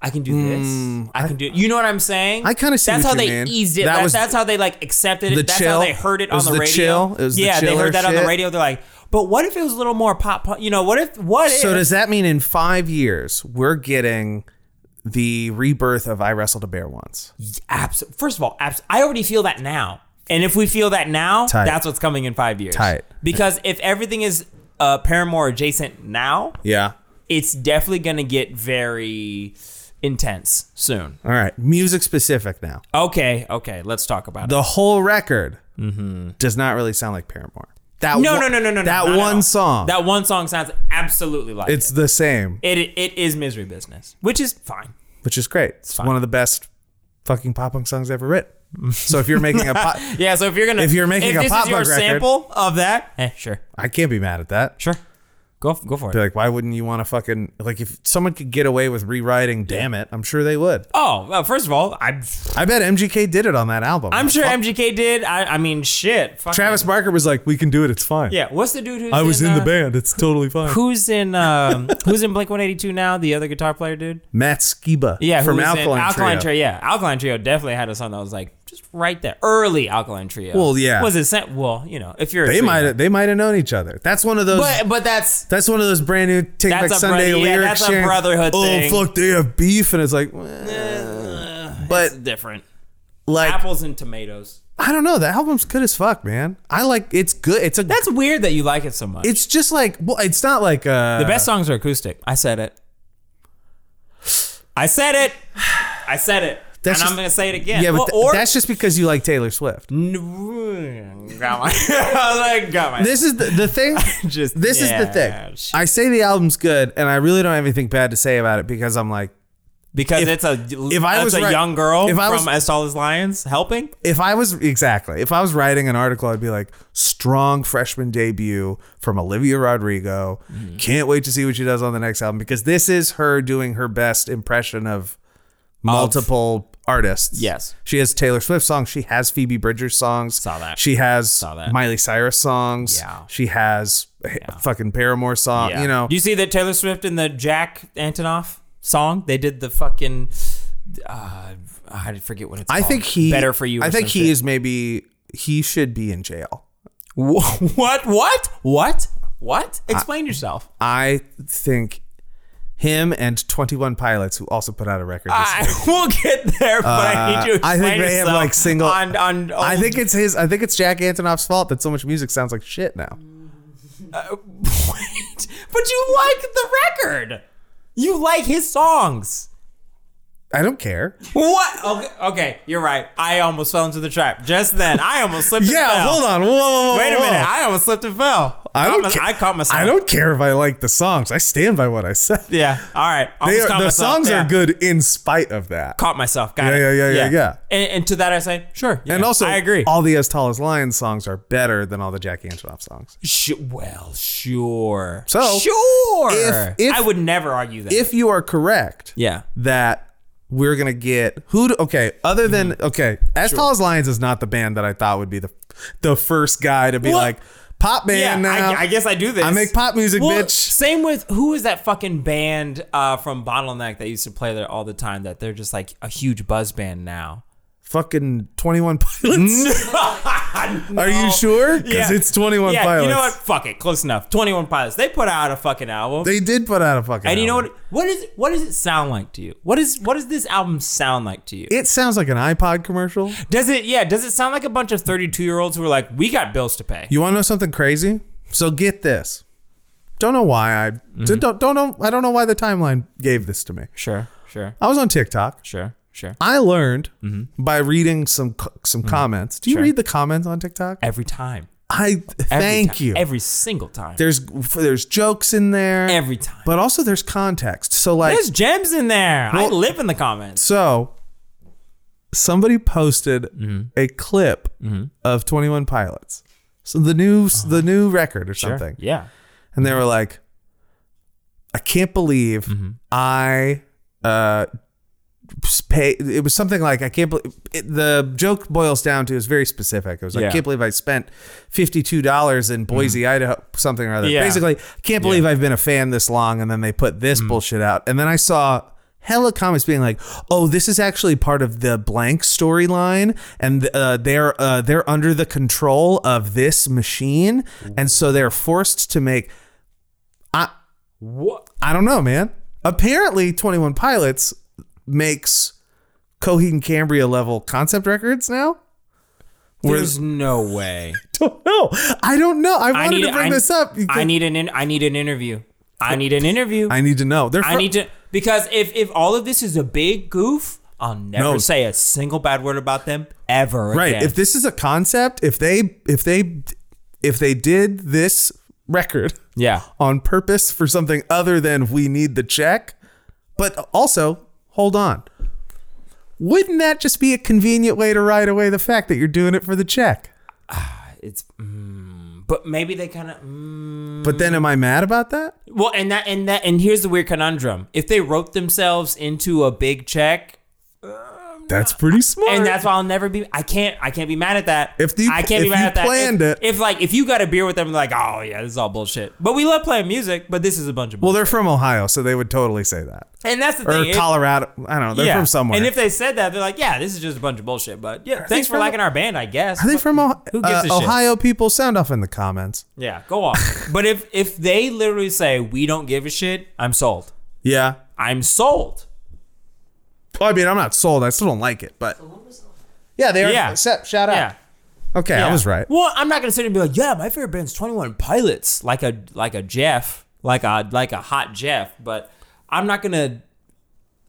Speaker 2: I can do this. I can do. You know what I'm saying?
Speaker 1: Hmm, I kinda see
Speaker 2: That's
Speaker 1: what
Speaker 2: how
Speaker 1: you
Speaker 2: they
Speaker 1: mean.
Speaker 2: eased it.
Speaker 1: That
Speaker 2: That
Speaker 1: was-
Speaker 2: that's how they like accepted it.
Speaker 1: the
Speaker 2: that's
Speaker 1: chill.
Speaker 2: how they heard
Speaker 1: It
Speaker 2: it, on
Speaker 1: was
Speaker 2: the
Speaker 1: the
Speaker 2: radio.
Speaker 1: chill. It was the
Speaker 2: yeah, they
Speaker 1: chiller
Speaker 2: heard that on the
Speaker 1: shit.
Speaker 2: radio. They're like, but what if it was a little more pop? punk? You know, what if what if?
Speaker 1: So does that mean in five years we're getting the rebirth of I wrestled a bear once?
Speaker 2: abs- first of all, abs- I already feel that now. And if we feel that now,
Speaker 1: Tight.
Speaker 2: that's what's coming in five years.
Speaker 1: Tight.
Speaker 2: Because if everything is uh, Paramore adjacent now,
Speaker 1: Yeah.
Speaker 2: it's definitely going to get very intense soon.
Speaker 1: All right. Music specific now.
Speaker 2: Uh, Okay, okay, let's talk about
Speaker 1: the whole record does not really sound like Paramore. That
Speaker 2: it. mm-hmm. No,
Speaker 1: one-
Speaker 2: no, no, no, no. no,
Speaker 1: That
Speaker 2: no, no.
Speaker 1: one song.
Speaker 2: That one song sounds absolutely like
Speaker 1: it's
Speaker 2: it.
Speaker 1: the same,
Speaker 2: It, it is misery business, which is fine.
Speaker 1: which is great. It's
Speaker 2: fine.
Speaker 1: one of the best fucking pop punk songs ever written. so if you're making a pop,
Speaker 2: Yeah, so if you're gonna
Speaker 1: If you're making
Speaker 2: if
Speaker 1: a
Speaker 2: this
Speaker 1: pop
Speaker 2: is your
Speaker 1: punk record-
Speaker 2: sample of that, eh, sure,
Speaker 1: I can't be mad at that.
Speaker 2: sure, go go for it.
Speaker 1: Be like, why wouldn't you want to fucking like if someone could get away with rewriting? Damn it, I'm sure they would.
Speaker 2: Oh, well, first of all, I'm
Speaker 1: I bet MGK did it on that album.
Speaker 2: I'm sure MGK did. I, I mean, shit. fucking-
Speaker 1: Travis Barker was like, we can do it. It's fine.
Speaker 2: Yeah, what's the dude who's
Speaker 1: I was in, the
Speaker 2: uh,
Speaker 1: band. It's totally fine.
Speaker 2: Who's in um, Who's in Blink One Eighty Two now? The other guitar player dude.
Speaker 1: Matt Skiba.
Speaker 2: Yeah,
Speaker 1: from
Speaker 2: who was in
Speaker 1: Alkaline,
Speaker 2: Alkaline
Speaker 1: Trio.
Speaker 2: Yeah, Alkaline Trio definitely had a song that was like just right there. Early Alkaline Trio.
Speaker 1: Well, yeah.
Speaker 2: Was it sent? Well, you know, if you're a
Speaker 1: They
Speaker 2: trio.
Speaker 1: might have they might have known each other. That's one of those.
Speaker 2: But but that's
Speaker 1: That's one of those brand new Take
Speaker 2: That's
Speaker 1: Back
Speaker 2: a
Speaker 1: Sunday
Speaker 2: brother- yeah,
Speaker 1: lyrics.
Speaker 2: that's a
Speaker 1: sharing,
Speaker 2: brotherhood
Speaker 1: oh,
Speaker 2: thing."
Speaker 1: fuck, they have beef, and it's like, eh. but
Speaker 2: different.
Speaker 1: like,
Speaker 2: Apples and tomatoes.
Speaker 1: I don't know. That album's good as fuck, man. I like. It's good. It's a.
Speaker 2: That's weird that you like it so much.
Speaker 1: it's just like. Well, it's not like. Uh,
Speaker 2: the best songs are acoustic. I said it. I said it. I said it.
Speaker 1: That's
Speaker 2: and
Speaker 1: just-
Speaker 2: I'm gonna say it again.
Speaker 1: Yeah, but
Speaker 2: Well,
Speaker 1: th-
Speaker 2: or
Speaker 1: that's just because you like Taylor Swift.
Speaker 2: got one. I like, got one.
Speaker 1: This is the, the thing.
Speaker 2: Just-
Speaker 1: this is the thing.
Speaker 2: yeah, sh-
Speaker 1: I say the album's good, and I really don't have anything bad to say about it because I'm like,
Speaker 2: because it's a
Speaker 1: if
Speaker 2: if
Speaker 1: I
Speaker 2: I
Speaker 1: was
Speaker 2: a
Speaker 1: right-
Speaker 2: young girl
Speaker 1: if I was-
Speaker 2: from As Tall as Lions helping.
Speaker 1: if I was exactly, if I was writing an article, I'd be like, strong freshman debut from Olivia Rodrigo.
Speaker 2: Mm-hmm.
Speaker 1: Can't wait to see what she does on the next album because this is her doing her best impression of multiple artists.
Speaker 2: Yes.
Speaker 1: She has Taylor Swift songs. She has Phoebe Bridgers songs.
Speaker 2: Saw that.
Speaker 1: She has
Speaker 2: Saw that.
Speaker 1: Miley Cyrus songs.
Speaker 2: Yeah.
Speaker 1: She has a fucking Paramore song. Uh, You know,
Speaker 2: you see that Taylor Swift and the Jack Antonoff song? They did the fucking. Uh, I forget what it's.
Speaker 1: I
Speaker 2: called.
Speaker 1: think he
Speaker 2: better for you.
Speaker 1: I
Speaker 2: or
Speaker 1: think
Speaker 2: some
Speaker 1: he
Speaker 2: shit.
Speaker 1: is maybe he should be in jail.
Speaker 2: Wh- What? What? What? What? Explain yourself.
Speaker 1: I think him and Twenty One Pilots, who also put out a record. This Uh,
Speaker 2: I will get there, but I need you to
Speaker 1: I
Speaker 2: explain
Speaker 1: think they have,
Speaker 2: yourself
Speaker 1: like, single-
Speaker 2: On, on, oh,
Speaker 1: I
Speaker 2: old-
Speaker 1: think it's his. I think it's Jack Antonoff's fault that so much music sounds like shit now.
Speaker 2: uh, Wait, but you like the record. You like his songs.
Speaker 1: I don't care.
Speaker 2: What? Okay, okay, you're right. I almost fell into the trap just then. I almost slipped. and
Speaker 1: Yeah,
Speaker 2: fell.
Speaker 1: hold on. Whoa, whoa, whoa,
Speaker 2: Wait a
Speaker 1: whoa.
Speaker 2: minute. I almost slipped and fell.
Speaker 1: I
Speaker 2: Caught
Speaker 1: don't
Speaker 2: my-
Speaker 1: ca-
Speaker 2: I caught myself.
Speaker 1: I don't care if I like the songs. I stand by what I said.
Speaker 2: Yeah. All right.
Speaker 1: They
Speaker 2: Almost
Speaker 1: are,
Speaker 2: caught
Speaker 1: the
Speaker 2: myself.
Speaker 1: songs
Speaker 2: Yeah.
Speaker 1: are good in spite of that.
Speaker 2: Caught myself. Got
Speaker 1: Yeah,
Speaker 2: it.
Speaker 1: yeah, yeah, yeah, yeah.
Speaker 2: And, and to that I say, sure. yeah,
Speaker 1: and also,
Speaker 2: I agree.
Speaker 1: All the As Tall as Lions songs are better than all the Jack Antonoff songs.
Speaker 2: Sh- well, sure.
Speaker 1: So,
Speaker 2: sure.
Speaker 1: if- if-
Speaker 2: I would never argue that.
Speaker 1: If you are correct,
Speaker 2: yeah.
Speaker 1: that we're gonna get who? Do, okay, other
Speaker 2: Mm-hmm.
Speaker 1: than okay, As Tall as Lions is not the band that I thought would be the the first guy to be
Speaker 2: Well,
Speaker 1: like pop band
Speaker 2: Yeah,
Speaker 1: now.
Speaker 2: I, I guess I do this.
Speaker 1: uh, I make pop music,
Speaker 2: Well,
Speaker 1: bitch.
Speaker 2: Same with who is that fucking band uh, from Bottleneck that used to play there all the time? That they're just like a huge buzz band now.
Speaker 1: Fucking Twenty One Pilots.
Speaker 2: Are
Speaker 1: Are you sure? Because it's Twenty One
Speaker 2: yeah,
Speaker 1: Pilots.
Speaker 2: You know what? Fuck it. Close enough. Twenty One Pilots. They put out a fucking album.
Speaker 1: They did put out a fucking.
Speaker 2: and you know
Speaker 1: album.
Speaker 2: what? What is what does it sound like to you? What is what does this album sound like to you?
Speaker 1: It sounds like an iPod commercial.
Speaker 2: Does it yeah? Does it sound like a bunch of thirty two year olds who are like, we got bills to pay?
Speaker 1: You want to know something crazy? So get this. Don't know why I
Speaker 2: Mm-hmm.
Speaker 1: don't don't know I don't know why the timeline gave this to me.
Speaker 2: sure, sure,
Speaker 1: I was on TikTok.
Speaker 2: sure, sure.
Speaker 1: I learned
Speaker 2: Mm-hmm.
Speaker 1: by reading some co- some comments. Do you read the comments on TikTok?
Speaker 2: Every time.
Speaker 1: I
Speaker 2: Every
Speaker 1: thank
Speaker 2: time.
Speaker 1: you.
Speaker 2: Every single time.
Speaker 1: there's there's jokes in there
Speaker 2: Every time.
Speaker 1: but also there's context. So like
Speaker 2: There's gems in there. I
Speaker 1: Well-
Speaker 2: live in the comments.
Speaker 1: so somebody posted
Speaker 2: Mm-hmm.
Speaker 1: a clip of 21 Pilots. So the new
Speaker 2: Ah.
Speaker 1: the new record or something.
Speaker 2: Yeah.
Speaker 1: and they were like, "I can't believe
Speaker 2: Mm-hmm.
Speaker 1: I uh pay." It was something like, "I can't believe." It, the joke boils down to is very specific. It was like,
Speaker 2: Yeah. Mm-hmm.
Speaker 1: "I can't believe I spent fifty two dollars in Boise, Idaho, something or other."
Speaker 2: Yeah.
Speaker 1: Basically, I can't believe I've been a fan this long, and then they put
Speaker 2: Mm-hmm.
Speaker 1: this bullshit out, and then I saw. Hella comments being like, "Oh, this is actually part of the blank storyline, and uh, they're uh, they're under the control of this machine, and so they're forced to make
Speaker 2: What?
Speaker 1: I don't know, man. Apparently, Twenty One Pilots makes Coheed and Cambria level concept records now.
Speaker 2: There's no way.
Speaker 1: Don't know. I don't know. I wanted
Speaker 2: I need
Speaker 1: to bring
Speaker 2: I-
Speaker 1: this up. because-
Speaker 2: I need an in, I need an interview. I need an interview. I,
Speaker 1: I need to know. They're fr-
Speaker 2: need to because if if all of this is a big goof, I'll never
Speaker 1: No.
Speaker 2: say a single bad word about them ever
Speaker 1: right.
Speaker 2: again.
Speaker 1: If this is a concept, if they if they if they did this record
Speaker 2: yeah.
Speaker 1: on purpose for something other than we need the check, but also hold on. Wouldn't that just be a convenient way to write away the fact that you're doing it for the check?
Speaker 2: It's mm, but maybe they kind of mm.
Speaker 1: But then am I mad about that?
Speaker 2: Well, and that and that and here's the weird conundrum. If they wrote themselves into a big check,
Speaker 1: That's pretty smart.
Speaker 2: and that's why I'll never be. I can't. I can't be mad at that.
Speaker 1: If you-
Speaker 2: I can't
Speaker 1: if
Speaker 2: be mad
Speaker 1: you
Speaker 2: at that.
Speaker 1: planned
Speaker 2: if,
Speaker 1: it-
Speaker 2: if like if you got a beer with them, like oh yeah, this is all bullshit. But we love playing music. But this is a bunch of
Speaker 1: Well,
Speaker 2: bullshit.
Speaker 1: they're from Ohio, so they would totally say that.
Speaker 2: and that's the
Speaker 1: Or
Speaker 2: thing. it-
Speaker 1: Colorado. I don't know. They're
Speaker 2: yeah.
Speaker 1: from somewhere.
Speaker 2: And if they said that, they're like yeah, this is just a bunch of bullshit. But yeah,
Speaker 1: they
Speaker 2: thanks for
Speaker 1: from-
Speaker 2: liking our band, I guess.
Speaker 1: Are they from Ohio?
Speaker 2: Who gives a shit?
Speaker 1: Ohio people sound off in the comments.
Speaker 2: yeah, go on. but if if they literally say we don't give a shit, I'm sold.
Speaker 1: Yeah.
Speaker 2: I'm sold.
Speaker 1: Well, I mean, I'm not sold. I still don't like it, but yeah, they are.
Speaker 2: Yeah.
Speaker 1: Except, shout out.
Speaker 2: Yeah.
Speaker 1: Okay, I
Speaker 2: Yeah.
Speaker 1: was right.
Speaker 2: Well, I'm not gonna sit and be like, yeah, my favorite band's Twenty One Pilots, like a like a Jeff, like a like a hot Jeff. But I'm not gonna.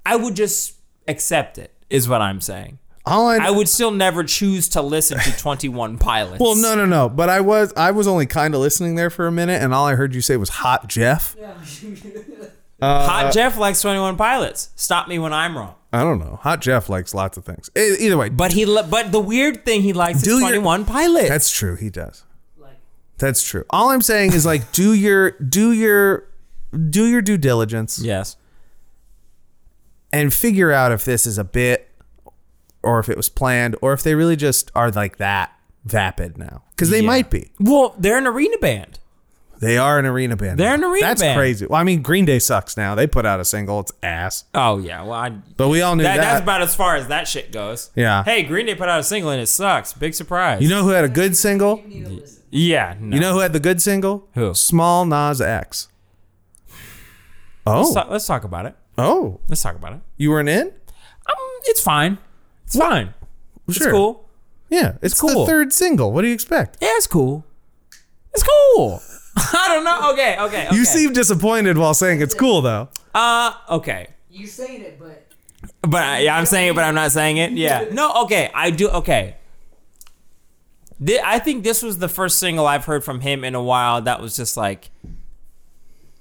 Speaker 2: I would just accept it is what I'm saying.
Speaker 1: All I,
Speaker 2: I would still never choose to listen to 21 Pilots.
Speaker 1: well, no, no, no. But I was I was only kind of listening there for a minute, and all I heard you say was "hot Jeff."
Speaker 2: Hot
Speaker 1: uh,
Speaker 2: Jeff likes 21 Pilots. Stop me when I'm wrong.
Speaker 1: I don't know. Hot Jeff likes lots of things. E- either way,
Speaker 2: But he, li- but the weird thing he likes
Speaker 1: Do
Speaker 2: is
Speaker 1: your-
Speaker 2: 21 Pilots.
Speaker 1: that's true. He does.
Speaker 3: Like,
Speaker 1: That's true. All I'm saying is like do your do your do your due diligence
Speaker 2: yes.
Speaker 1: and figure out if this is a bit or if it was planned or if they really just are like that vapid now because they
Speaker 2: Yeah.
Speaker 1: might be.
Speaker 2: Well, they're an arena band.
Speaker 1: They are an arena band.
Speaker 2: They're
Speaker 1: now.
Speaker 2: an arena
Speaker 1: That's
Speaker 2: band.
Speaker 1: crazy. Well, I mean, Green Day sucks now. They put out a single. It's ass.
Speaker 2: Oh yeah, well, I,
Speaker 1: But we all knew
Speaker 2: that,
Speaker 1: that.
Speaker 2: that's about as far as that shit goes.
Speaker 1: Yeah.
Speaker 2: Hey, Green Day put out a single and it sucks. Big surprise.
Speaker 1: you know who had a good single?
Speaker 3: you need to listen.
Speaker 2: Yeah. No.
Speaker 1: You know who had the good single?
Speaker 2: Who?
Speaker 1: Small Nas X.
Speaker 2: Let's
Speaker 1: Oh,
Speaker 2: talk, let's talk about it.
Speaker 1: oh,
Speaker 2: Let's talk about it.
Speaker 1: you weren't in?
Speaker 2: Um, it's fine. It's fine.
Speaker 1: Sure.
Speaker 2: It's cool.
Speaker 1: Yeah, it's,
Speaker 2: cool.
Speaker 1: the third single. What do you expect?
Speaker 2: Yeah, it's cool. It's cool. I don't know. Okay. Okay. okay.
Speaker 1: You seem disappointed while saying it's cool, though.
Speaker 2: Uh. Okay.
Speaker 3: You're saying it, but
Speaker 2: But I, yeah, I'm saying it, but I'm not saying it. Yeah. No, okay. I do. Okay. Thi- I think this was the first single I've heard from him in a while that was just like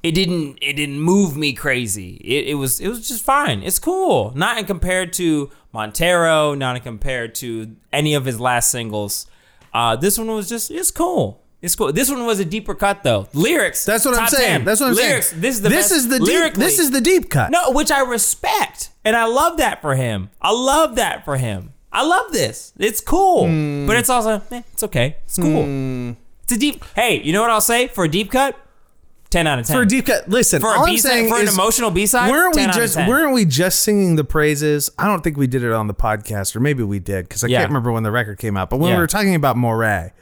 Speaker 2: it didn't it didn't move me crazy. It, it was it was just fine. It's cool. Not in compared to Montero, not in compared to any of his last singles. Uh, this one was just it's cool. It's cool. This one was a deeper cut though. Lyrics.
Speaker 1: That's what I'm
Speaker 2: top
Speaker 1: saying.
Speaker 2: 10.
Speaker 1: That's what I'm
Speaker 2: Lyrics,
Speaker 1: saying.
Speaker 2: This is the
Speaker 1: this
Speaker 2: best-
Speaker 1: is the deep,
Speaker 2: lyrically-
Speaker 1: this is the deep cut.
Speaker 2: no, which I respect. And I love that for him. I love that for him. I love this. It's cool.
Speaker 1: Hmm.
Speaker 2: But it's also, eh, it's okay. It's cool. It's a deep, hey, you know what I'll say? For a deep cut, 10 out of 10.
Speaker 1: for a deep cut. Listen,
Speaker 2: For a
Speaker 1: all I'm
Speaker 2: B-side-
Speaker 1: saying
Speaker 2: for an
Speaker 1: is,
Speaker 2: emotional B-side,
Speaker 1: Weren't we
Speaker 2: 10 out of
Speaker 1: just
Speaker 2: 10.
Speaker 1: weren't we just singing the praises? I don't think we did it on the podcast, or maybe we did because I
Speaker 2: Yeah.
Speaker 1: can't remember when the record came out. But when
Speaker 2: Yeah.
Speaker 1: we were talking about Moray,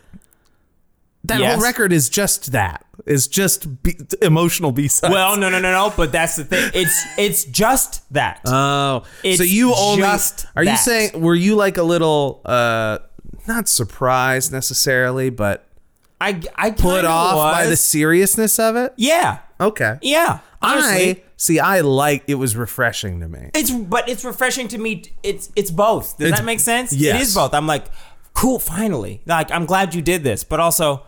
Speaker 1: that
Speaker 2: Yes.
Speaker 1: whole record is just that. Is just b- emotional B sides.
Speaker 2: well, no, no, no, no. But that's the thing. It's it's just that.
Speaker 1: Oh,
Speaker 2: It's
Speaker 1: so you only
Speaker 2: just
Speaker 1: are you
Speaker 2: that.
Speaker 1: saying were you like a little uh not surprised necessarily, but
Speaker 2: I I
Speaker 1: put off by the seriousness of it?
Speaker 2: yeah
Speaker 1: Okay,
Speaker 2: yeah. Honestly,
Speaker 1: I see. I like it was refreshing to me.
Speaker 2: It's but it's refreshing to me. It's it's both. Does
Speaker 1: It's-
Speaker 2: that make sense? It
Speaker 1: yes.
Speaker 2: is both. I'm like, cool. Finally, like I'm glad you did this, but also,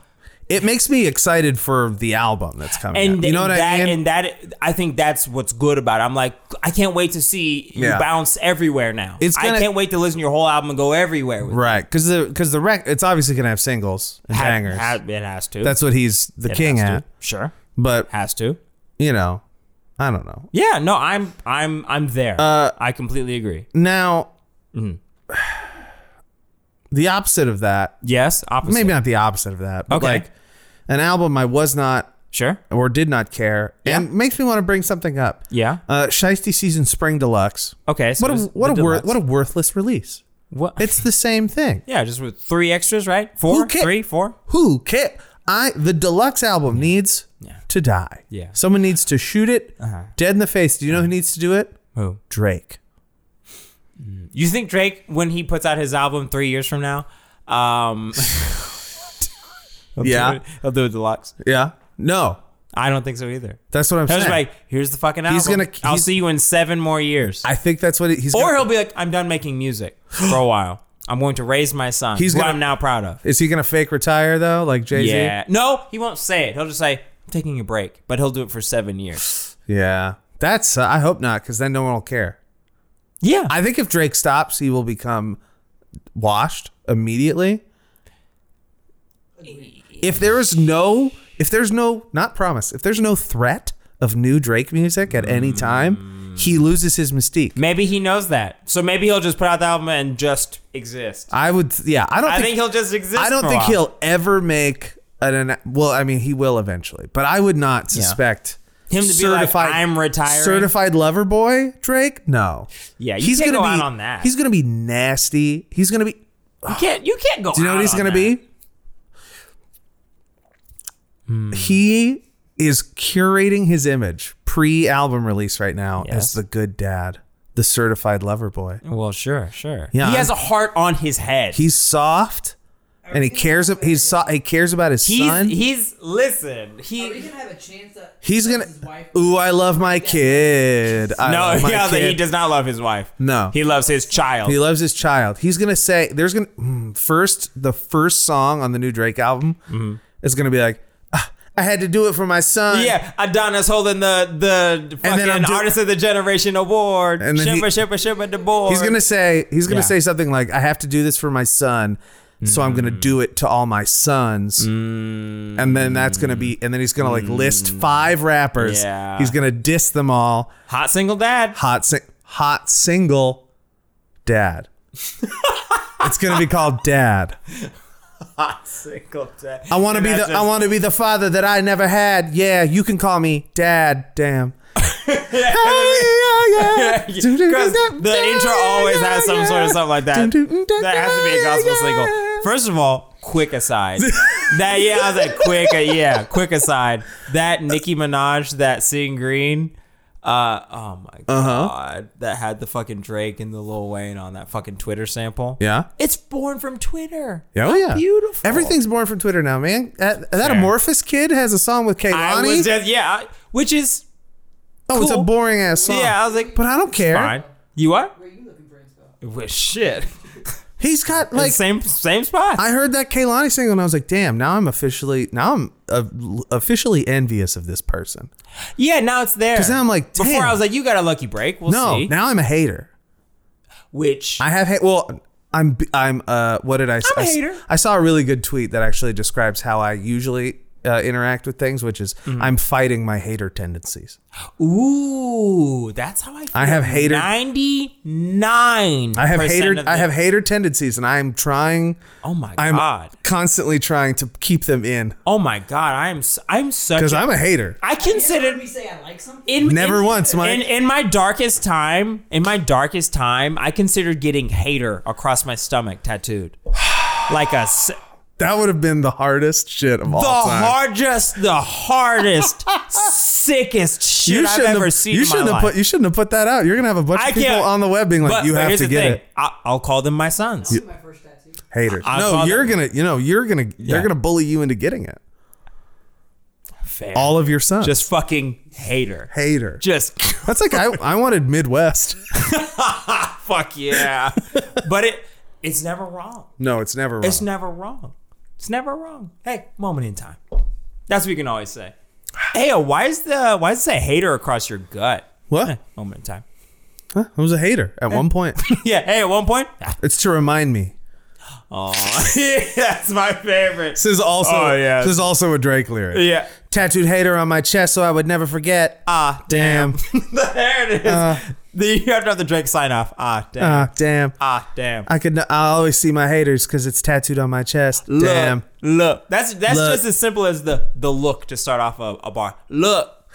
Speaker 1: It makes me excited for the album that's coming.
Speaker 2: and
Speaker 1: out. You know what
Speaker 2: that,
Speaker 1: I mean?
Speaker 2: And that I think that's what's good about it. I'm like, I can't wait to see you
Speaker 1: Yeah.
Speaker 2: bounce everywhere now.
Speaker 1: It's
Speaker 2: I
Speaker 1: gonna-
Speaker 2: can't wait to listen to your whole album and go everywhere. With
Speaker 1: right, because the because the rec it's obviously gonna have singles and
Speaker 2: it. Ha-
Speaker 1: bangers.
Speaker 2: ha- it has to.
Speaker 1: that's what he's the
Speaker 2: It
Speaker 1: king
Speaker 2: has to.
Speaker 1: at.
Speaker 2: Sure,
Speaker 1: But
Speaker 2: has to.
Speaker 1: you know, I don't know.
Speaker 2: Yeah, no, I'm I'm I'm there. Uh, I completely agree.
Speaker 1: Now,
Speaker 2: Mm-hmm.
Speaker 1: the opposite of that,
Speaker 2: Yes, opposite.
Speaker 1: maybe not the opposite of that, but
Speaker 2: Okay.
Speaker 1: like an album I was not
Speaker 2: Sure.
Speaker 1: or did not care, and makes me want to bring something up.
Speaker 2: Yeah.
Speaker 1: Uh, Shiesty season spring deluxe.
Speaker 2: Okay. So
Speaker 1: What a
Speaker 2: there's
Speaker 1: what
Speaker 2: the
Speaker 1: a wor-
Speaker 2: deluxe.
Speaker 1: what a worthless release.
Speaker 2: What?
Speaker 1: It's the same thing.
Speaker 2: yeah, just with three extras, right? Four,
Speaker 1: ca-
Speaker 2: three, four.
Speaker 1: Who care? I the deluxe album needs to die.
Speaker 2: Yeah. Uh-huh.
Speaker 1: Someone needs to shoot it dead in the face. Do you know who needs to do it?
Speaker 2: Who?
Speaker 1: Drake.
Speaker 2: You think Drake, when he puts out his album three years from now, um, he'll
Speaker 1: Yeah.
Speaker 2: do it, he'll do a deluxe.
Speaker 1: Yeah. No.
Speaker 2: I don't think so either.
Speaker 1: That's what I'm
Speaker 2: He'll
Speaker 1: saying.
Speaker 2: just be like, here's the fucking album.
Speaker 1: He's gonna-
Speaker 2: I'll
Speaker 1: he's-
Speaker 2: see you in seven more years.
Speaker 1: I think that's what he- he's
Speaker 2: or
Speaker 1: gonna-
Speaker 2: he'll be like, I'm done making music for a while. I'm going to raise my son. He's
Speaker 1: He's
Speaker 2: who
Speaker 1: gonna-
Speaker 2: I'm now proud of.
Speaker 1: Is he gonna fake retire though, like Jay Z?
Speaker 2: Yeah. No, he won't say it. He'll just say, I'm taking a break, but he'll do it for seven years.
Speaker 1: Yeah. That's. Uh, I hope not, because then no one will care.
Speaker 2: Yeah.
Speaker 1: I think if Drake stops, he will become washed immediately. If there is no, if there's no, not promise, if there's no threat of new Drake music at
Speaker 2: Mm.
Speaker 1: any time, he loses his mystique.
Speaker 2: maybe he knows that. So maybe he'll just put out the album and just exist.
Speaker 1: I would, yeah, I don't
Speaker 2: I
Speaker 1: think,
Speaker 2: think he'll just exist.
Speaker 1: I don't
Speaker 2: for a
Speaker 1: think
Speaker 2: while.
Speaker 1: he'll ever make an, an. Well, I mean, he will eventually, but I would not suspect.
Speaker 2: Him to be like, "I'm retiring."
Speaker 1: Certified lover boy, Drake? No.
Speaker 2: Yeah, you can't go out
Speaker 1: be,
Speaker 2: on that.
Speaker 1: He's gonna be nasty. He's gonna be.
Speaker 2: You can't. You can't go.
Speaker 1: Do you know what he's gonna be?
Speaker 2: Hmm.
Speaker 1: He is curating his image pre-album release right now
Speaker 2: Yes.
Speaker 1: as the good dad, the certified lover boy.
Speaker 2: Well, sure, sure.
Speaker 1: Yeah,
Speaker 2: he has a
Speaker 1: I'm-
Speaker 2: heart on his head.
Speaker 1: He's soft. and he cares. ab- He's so- he cares about his
Speaker 2: He's
Speaker 1: son.
Speaker 2: he's listen.
Speaker 3: Are we
Speaker 2: He
Speaker 3: gonna have a chance that
Speaker 1: He's
Speaker 3: that
Speaker 1: gonna.
Speaker 3: his wife-
Speaker 1: Ooh, I love my kid. I
Speaker 2: no,
Speaker 1: love my
Speaker 2: yeah,
Speaker 1: kid.
Speaker 2: he does not love his wife.
Speaker 1: No.
Speaker 2: he loves his child.
Speaker 1: He loves his child. He's gonna say there's gonna mm, first the first song on the new Drake album is gonna be like, "Ah, I had to do it for my son.
Speaker 2: Mm-hmm. yeah, Adonis holding the the
Speaker 1: And then I'm
Speaker 2: fucking
Speaker 1: do-
Speaker 2: artist of the generation award.
Speaker 1: And then he-
Speaker 2: Shimmer, shimmer, shimmer, the board.
Speaker 1: He's gonna say he's gonna
Speaker 2: Yeah.
Speaker 1: say something like, I have to do this for my son, so I'm gonna do it to all my sons.
Speaker 2: Mm.
Speaker 1: And then that's gonna be and then he's gonna like list five rappers.
Speaker 2: Yeah.
Speaker 1: He's gonna diss them all.
Speaker 2: hot single dad.
Speaker 1: Hot sing hot single dad. it's gonna be called dad.
Speaker 2: Hot single dad.
Speaker 1: I want to
Speaker 2: And
Speaker 1: be the
Speaker 2: that's
Speaker 1: I
Speaker 2: just-
Speaker 1: want to be the father that I never had. Yeah, you can call me dad. Damn.
Speaker 2: Yeah, 'cause the intro always has some sort of something like that. That has to be a gospel single. First of all, quick aside. That yeah, I was like quick uh, yeah, quick aside. That Nicki Minaj, that Sing Green. Uh oh my
Speaker 1: Uh-huh.
Speaker 2: god, that had the fucking Drake and the Lil Wayne on that fucking Twitter sample.
Speaker 1: Yeah.
Speaker 2: it's born from Twitter.
Speaker 1: Yeah, oh yeah,
Speaker 2: beautiful.
Speaker 1: Everything's born from Twitter now, man. That, that
Speaker 2: Fair.
Speaker 1: amorphous kid has a song with
Speaker 2: I was
Speaker 1: Kaylani.
Speaker 2: just yeah, I- which is
Speaker 1: oh, it's a
Speaker 2: cool.
Speaker 1: boring ass song.
Speaker 2: yeah. I was like,
Speaker 1: but I don't care.
Speaker 2: fine. You what?
Speaker 3: Where are you looking for info?
Speaker 2: Well, shit.
Speaker 1: He's got like
Speaker 2: same same spot.
Speaker 1: I heard that Kaylani single and I was like, damn. Now I'm officially now I'm uh, officially envious of this person.
Speaker 2: Yeah, now it's there.
Speaker 1: 'Cause then I'm like,
Speaker 2: before
Speaker 1: damn.
Speaker 2: I was like, you got a lucky break. We'll
Speaker 1: no,
Speaker 2: see.
Speaker 1: now I'm a hater.
Speaker 2: Which
Speaker 1: I have hate. Well, I'm I'm uh. What did I? I'm
Speaker 2: a hater.
Speaker 1: I saw a really good tweet that actually describes how I usually uh, interact with things, which is
Speaker 2: Mm-hmm.
Speaker 1: I'm fighting my hater tendencies.
Speaker 2: ooh, that's how I. Feel.
Speaker 1: I have hater-
Speaker 2: Ninety nine.
Speaker 1: I have hater. I have hater tendencies, and I'm trying.
Speaker 2: Oh my
Speaker 1: I'm
Speaker 2: god.
Speaker 1: constantly trying to keep them in
Speaker 2: Oh my god. I am. s- I'm such.
Speaker 1: because
Speaker 2: a-
Speaker 1: I'm a hater.
Speaker 2: I
Speaker 3: Consider
Speaker 2: consider
Speaker 3: me say I like something.
Speaker 2: in
Speaker 1: Never
Speaker 2: in-
Speaker 1: once, Mike.
Speaker 2: In, in my darkest time, in my darkest time, I considered getting hater across my stomach tattooed, like a. s-
Speaker 1: That would have been the hardest shit of all
Speaker 2: The
Speaker 1: time.
Speaker 2: hardest, the hardest, sickest shit
Speaker 1: you
Speaker 2: I've
Speaker 1: shouldn't
Speaker 2: ever
Speaker 1: have,
Speaker 2: seen
Speaker 1: you
Speaker 2: in my
Speaker 1: shouldn't have
Speaker 2: life.
Speaker 1: put you shouldn't have put that out. You're gonna have a bunch
Speaker 2: I
Speaker 1: of people
Speaker 2: can't-
Speaker 1: on the web being like,
Speaker 2: but-
Speaker 1: "You
Speaker 2: but
Speaker 1: have
Speaker 2: here's
Speaker 1: to
Speaker 2: the
Speaker 1: get
Speaker 2: thing.
Speaker 1: it."
Speaker 2: I, I'll call them my sons.
Speaker 3: my first tattoo.
Speaker 1: Haters.
Speaker 2: I
Speaker 1: no,
Speaker 2: thought
Speaker 1: you're
Speaker 2: that-
Speaker 1: gonna. You know, you're gonna.
Speaker 2: Yeah.
Speaker 1: They're gonna bully you into getting it.
Speaker 2: Fair.
Speaker 1: All of your sons.
Speaker 2: just fucking hater.
Speaker 1: hater.
Speaker 2: Just
Speaker 1: That's like I, I wanted Midwest.
Speaker 2: fuck yeah. but it it's never wrong.
Speaker 1: No, it's never wrong.
Speaker 2: It's never wrong. It's never wrong. Hey, moment in time. That's what you can always say. Hey, why is the why is the hater across your gut? Eh,
Speaker 1: what?
Speaker 2: Moment in time.
Speaker 1: Huh? I was a hater at one point.
Speaker 2: Yeah. Hey, at one point.
Speaker 1: it's to remind me.
Speaker 2: Oh, that's my favorite.
Speaker 1: This is also
Speaker 2: Oh, yeah.
Speaker 1: this is also a Drake lyric.
Speaker 2: Yeah.
Speaker 1: Tattooed hater on my chest so I would never forget.
Speaker 2: Ah,
Speaker 1: Damn.
Speaker 2: there it is.
Speaker 1: Uh.
Speaker 2: The- you have to have the Drake sign off. Ah, damn.
Speaker 1: Ah, damn.
Speaker 2: ah, damn.
Speaker 1: I could I always see my haters cuz it's tattooed on my chest.
Speaker 2: Look,
Speaker 1: Damn.
Speaker 2: Look. That's that's
Speaker 1: Look.
Speaker 2: just as simple as the the look to start off a, a bar. Look.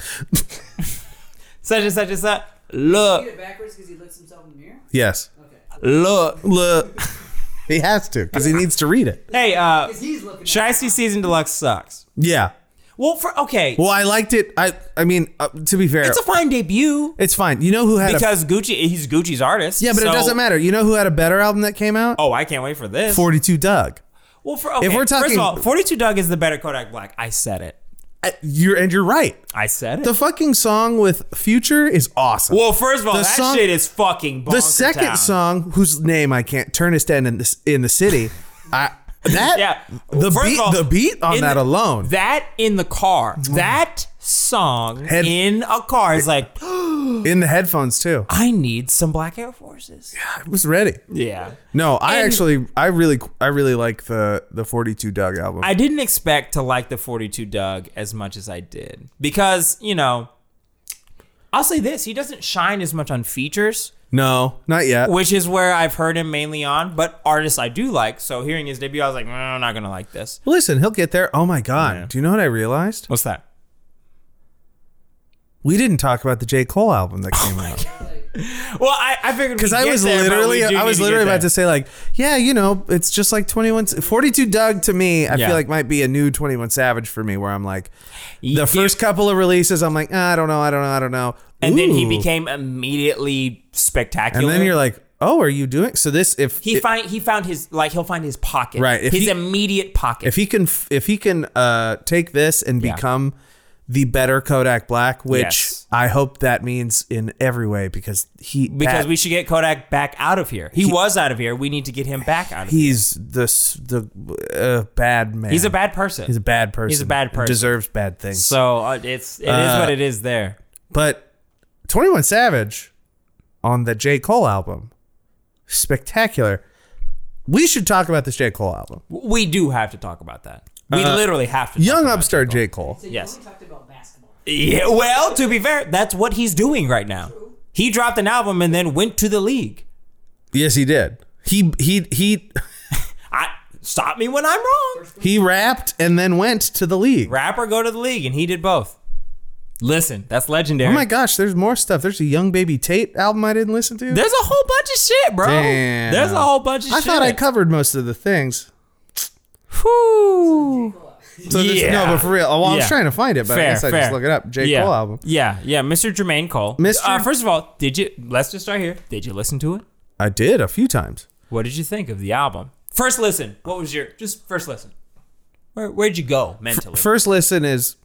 Speaker 2: such and such and such.
Speaker 3: Get
Speaker 2: Look.
Speaker 3: it backwards because he looks himself in the mirror.
Speaker 1: Yes.
Speaker 3: Okay.
Speaker 2: Look.
Speaker 1: Look. he has to cuz he needs to read it.
Speaker 2: Hey, uh
Speaker 3: Because he's looking.
Speaker 2: Should I see season deluxe sucks?
Speaker 1: Yeah.
Speaker 2: Well for okay.
Speaker 1: Well, I liked it. I I mean, uh, to be fair,
Speaker 2: it's
Speaker 1: it's,
Speaker 2: a fine debut.
Speaker 1: fine. You know who had a
Speaker 2: Because Gucci he's Gucci's artist.
Speaker 1: Yeah, but
Speaker 2: so-
Speaker 1: it doesn't matter. You know who had a better album that came out?
Speaker 2: Oh, I can't wait for this.
Speaker 1: 42 Doug.
Speaker 2: well, for, okay,
Speaker 1: we're
Speaker 2: first of
Speaker 1: talking-
Speaker 2: all, 42 Doug is the better Kodak Black. I said it.
Speaker 1: Uh, You're and you're right.
Speaker 2: I said it.
Speaker 1: The fucking song with Future is awesome.
Speaker 2: well, first of all,
Speaker 1: the
Speaker 2: that
Speaker 1: song-
Speaker 2: shit is fucking
Speaker 1: the
Speaker 2: bonker
Speaker 1: second
Speaker 2: town.
Speaker 1: song, whose name I can't turn us down in this in the city, I that
Speaker 2: Yeah.
Speaker 1: the
Speaker 2: First of
Speaker 1: beat
Speaker 2: all,
Speaker 1: the beat on
Speaker 2: in
Speaker 1: that
Speaker 2: the-
Speaker 1: alone.
Speaker 2: That in the car.
Speaker 1: Mm-hmm.
Speaker 2: That song
Speaker 1: Head-
Speaker 2: in a car is like,
Speaker 1: in the headphones too.
Speaker 2: I need some black Air Forces.
Speaker 1: I was ready.
Speaker 2: Yeah.
Speaker 1: No, I
Speaker 2: And-
Speaker 1: actually I really I really like the the 42 Doug album.
Speaker 2: I didn't expect to like the 42 Doug as much as I did because, you know, I'll say this he doesn't shine as much on features,
Speaker 1: no, not yet.
Speaker 2: which is where I've heard him mainly on, but artists I do like. So hearing his debut, I was like, "Mm, I'm not going to like this.
Speaker 1: Listen, he'll get there. Oh my god. Do you know what I realized?
Speaker 2: What's that?
Speaker 1: We didn't talk about the J. Cole album that
Speaker 2: Oh
Speaker 1: came out.
Speaker 2: Well, I, I figured
Speaker 1: Because I was literally, I was literally about to say like, yeah, you know, it's just like 21, 42 Doug to me, I
Speaker 2: Yeah.
Speaker 1: feel like might be a new 21 Savage for me where I'm like, the first couple of releases, I'm like, ah, I don't know, I don't know, I don't know.
Speaker 2: and then he
Speaker 1: Ooh.
Speaker 2: became immediately spectacular.
Speaker 1: And then you're like, Oh, are you doing so? This if
Speaker 2: He
Speaker 1: if,
Speaker 2: find he found his like he'll find his pocket,
Speaker 1: Right, if
Speaker 2: his
Speaker 1: he-
Speaker 2: immediate pocket.
Speaker 1: if he can f- if he can uh take this and
Speaker 2: Yeah.
Speaker 1: become the better Kodak Black, which
Speaker 2: Yes.
Speaker 1: I hope that means in every way because he
Speaker 2: because
Speaker 1: that-
Speaker 2: we should get Kodak back out of here. He, was out of here. We need to get him back out of here.
Speaker 1: he's the s- the uh, bad man.
Speaker 2: He's a bad person.
Speaker 1: he's a bad person.
Speaker 2: bad
Speaker 1: and
Speaker 2: person.
Speaker 1: Deserves bad things.
Speaker 2: so uh, it's it is
Speaker 1: Uh,
Speaker 2: what it is there.
Speaker 1: But 21 Savage on the J. Cole album, spectacular. We should talk about this J. Cole album.
Speaker 2: We do have to talk about that. We
Speaker 1: Uh,
Speaker 2: literally have to.
Speaker 1: Young
Speaker 2: talk about
Speaker 1: upstart
Speaker 2: J.
Speaker 1: J. Cole.
Speaker 3: So you
Speaker 2: Yes.
Speaker 3: only talked about basketball.
Speaker 2: Yeah, well, to be fair, that's what he's doing right now. He dropped an album and then went to the league.
Speaker 1: Yes, he did. He he he
Speaker 2: I stop me when I'm wrong.
Speaker 1: he rapped and then went to the league.
Speaker 2: Rap or go to the league, and he did both. Listen, that's legendary.
Speaker 1: Oh my gosh, there's more stuff. There's a Young Baby Tate album I didn't listen to.
Speaker 2: There's a whole bunch of shit, bro.
Speaker 1: Damn.
Speaker 2: There's a whole bunch of
Speaker 1: I
Speaker 2: shit.
Speaker 1: thought I covered most of the things.
Speaker 2: Whew.
Speaker 1: So this,
Speaker 2: Yeah.
Speaker 1: no, but for real. Well, I was
Speaker 2: Yeah.
Speaker 1: trying to find it, but I
Speaker 2: Fair,
Speaker 1: guess I
Speaker 2: fair.
Speaker 1: just look it up. J.
Speaker 2: yeah.
Speaker 1: Cole album.
Speaker 2: Yeah, yeah, Mr. Jermaine Cole.
Speaker 1: Mr.
Speaker 2: Uh, first of all, did you? Let's just start here. Did you listen to it?
Speaker 1: I did a few times.
Speaker 2: What did you think of the album? First listen. What was your just first listen? Where where'd you go mentally?
Speaker 1: First listen is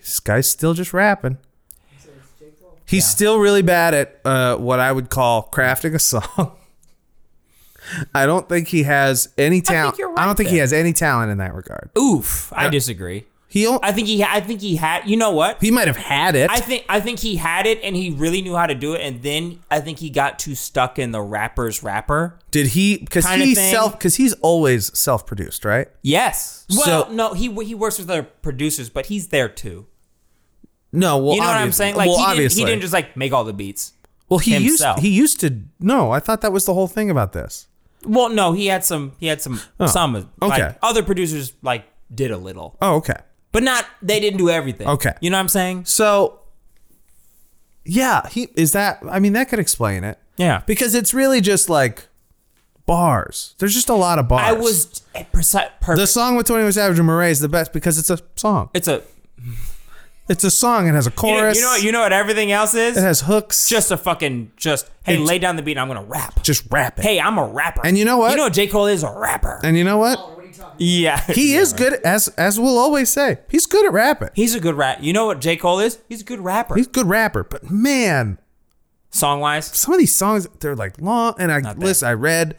Speaker 1: this guy's still just rapping. He's still really bad at uh, what I would call crafting a song. I don't think he has any talent.
Speaker 2: you're
Speaker 1: I don't
Speaker 2: right
Speaker 1: think he
Speaker 2: there.
Speaker 1: has any talent in that regard.
Speaker 2: Oof, I disagree.
Speaker 1: He don't-
Speaker 2: I think he. I think he had. You know what?
Speaker 1: he might have had it.
Speaker 2: I think I think he had it, and he really knew how to do it. And then I think he got too stuck in the rapper's rapper.
Speaker 1: Did he? Because
Speaker 2: Kinda
Speaker 1: he
Speaker 2: thing.
Speaker 1: self. Because he's always self-produced, right?
Speaker 2: Yes. Well,
Speaker 1: So-
Speaker 2: no, he he works with other producers, but he's there too.
Speaker 1: No. Well,
Speaker 2: You know what I'm
Speaker 1: obviously-
Speaker 2: saying? Like
Speaker 1: well,
Speaker 2: he, didn't,
Speaker 1: obviously.
Speaker 2: he didn't just like make all the beats.
Speaker 1: well, he
Speaker 2: himself.
Speaker 1: used. He used to. No, I thought that was the whole thing about this.
Speaker 2: Well, no, he had some. He had some. some like,
Speaker 1: Oh, okay.
Speaker 2: other producers like did a little,
Speaker 1: Oh, okay.
Speaker 2: but not. They didn't do everything.
Speaker 1: Okay.
Speaker 2: You know what I'm saying?
Speaker 1: So. Yeah, he is that. I mean, that could explain it.
Speaker 2: Yeah.
Speaker 1: because it's really just like bars. There's just a lot of bars.
Speaker 2: I was at preci- perfect.
Speaker 1: the song with Twenty One Savage and Murray is the best because it's a song.
Speaker 2: it's a
Speaker 1: It's a song. It has a
Speaker 2: you know,
Speaker 1: chorus.
Speaker 2: you know you know what everything else is
Speaker 1: it has hooks.
Speaker 2: just a fucking just
Speaker 1: Uh-huh.
Speaker 2: hey
Speaker 1: It's-
Speaker 2: lay down the beat and I'm gonna rap.
Speaker 1: just rap it.
Speaker 2: Hey, I'm a rapper.
Speaker 1: And you know what?
Speaker 2: You know J Cole is a rapper.
Speaker 1: and you know what?
Speaker 3: What are you talking
Speaker 2: yeah.
Speaker 1: He is good at- as as we'll always say. He's good at rapping.
Speaker 2: He's a good rap. You know what J Cole is? He's a good rapper.
Speaker 1: He's a good rapper, but man,
Speaker 2: Song wise,
Speaker 1: some of these songs they're like long. And I
Speaker 2: Not bad.
Speaker 1: listen. I read.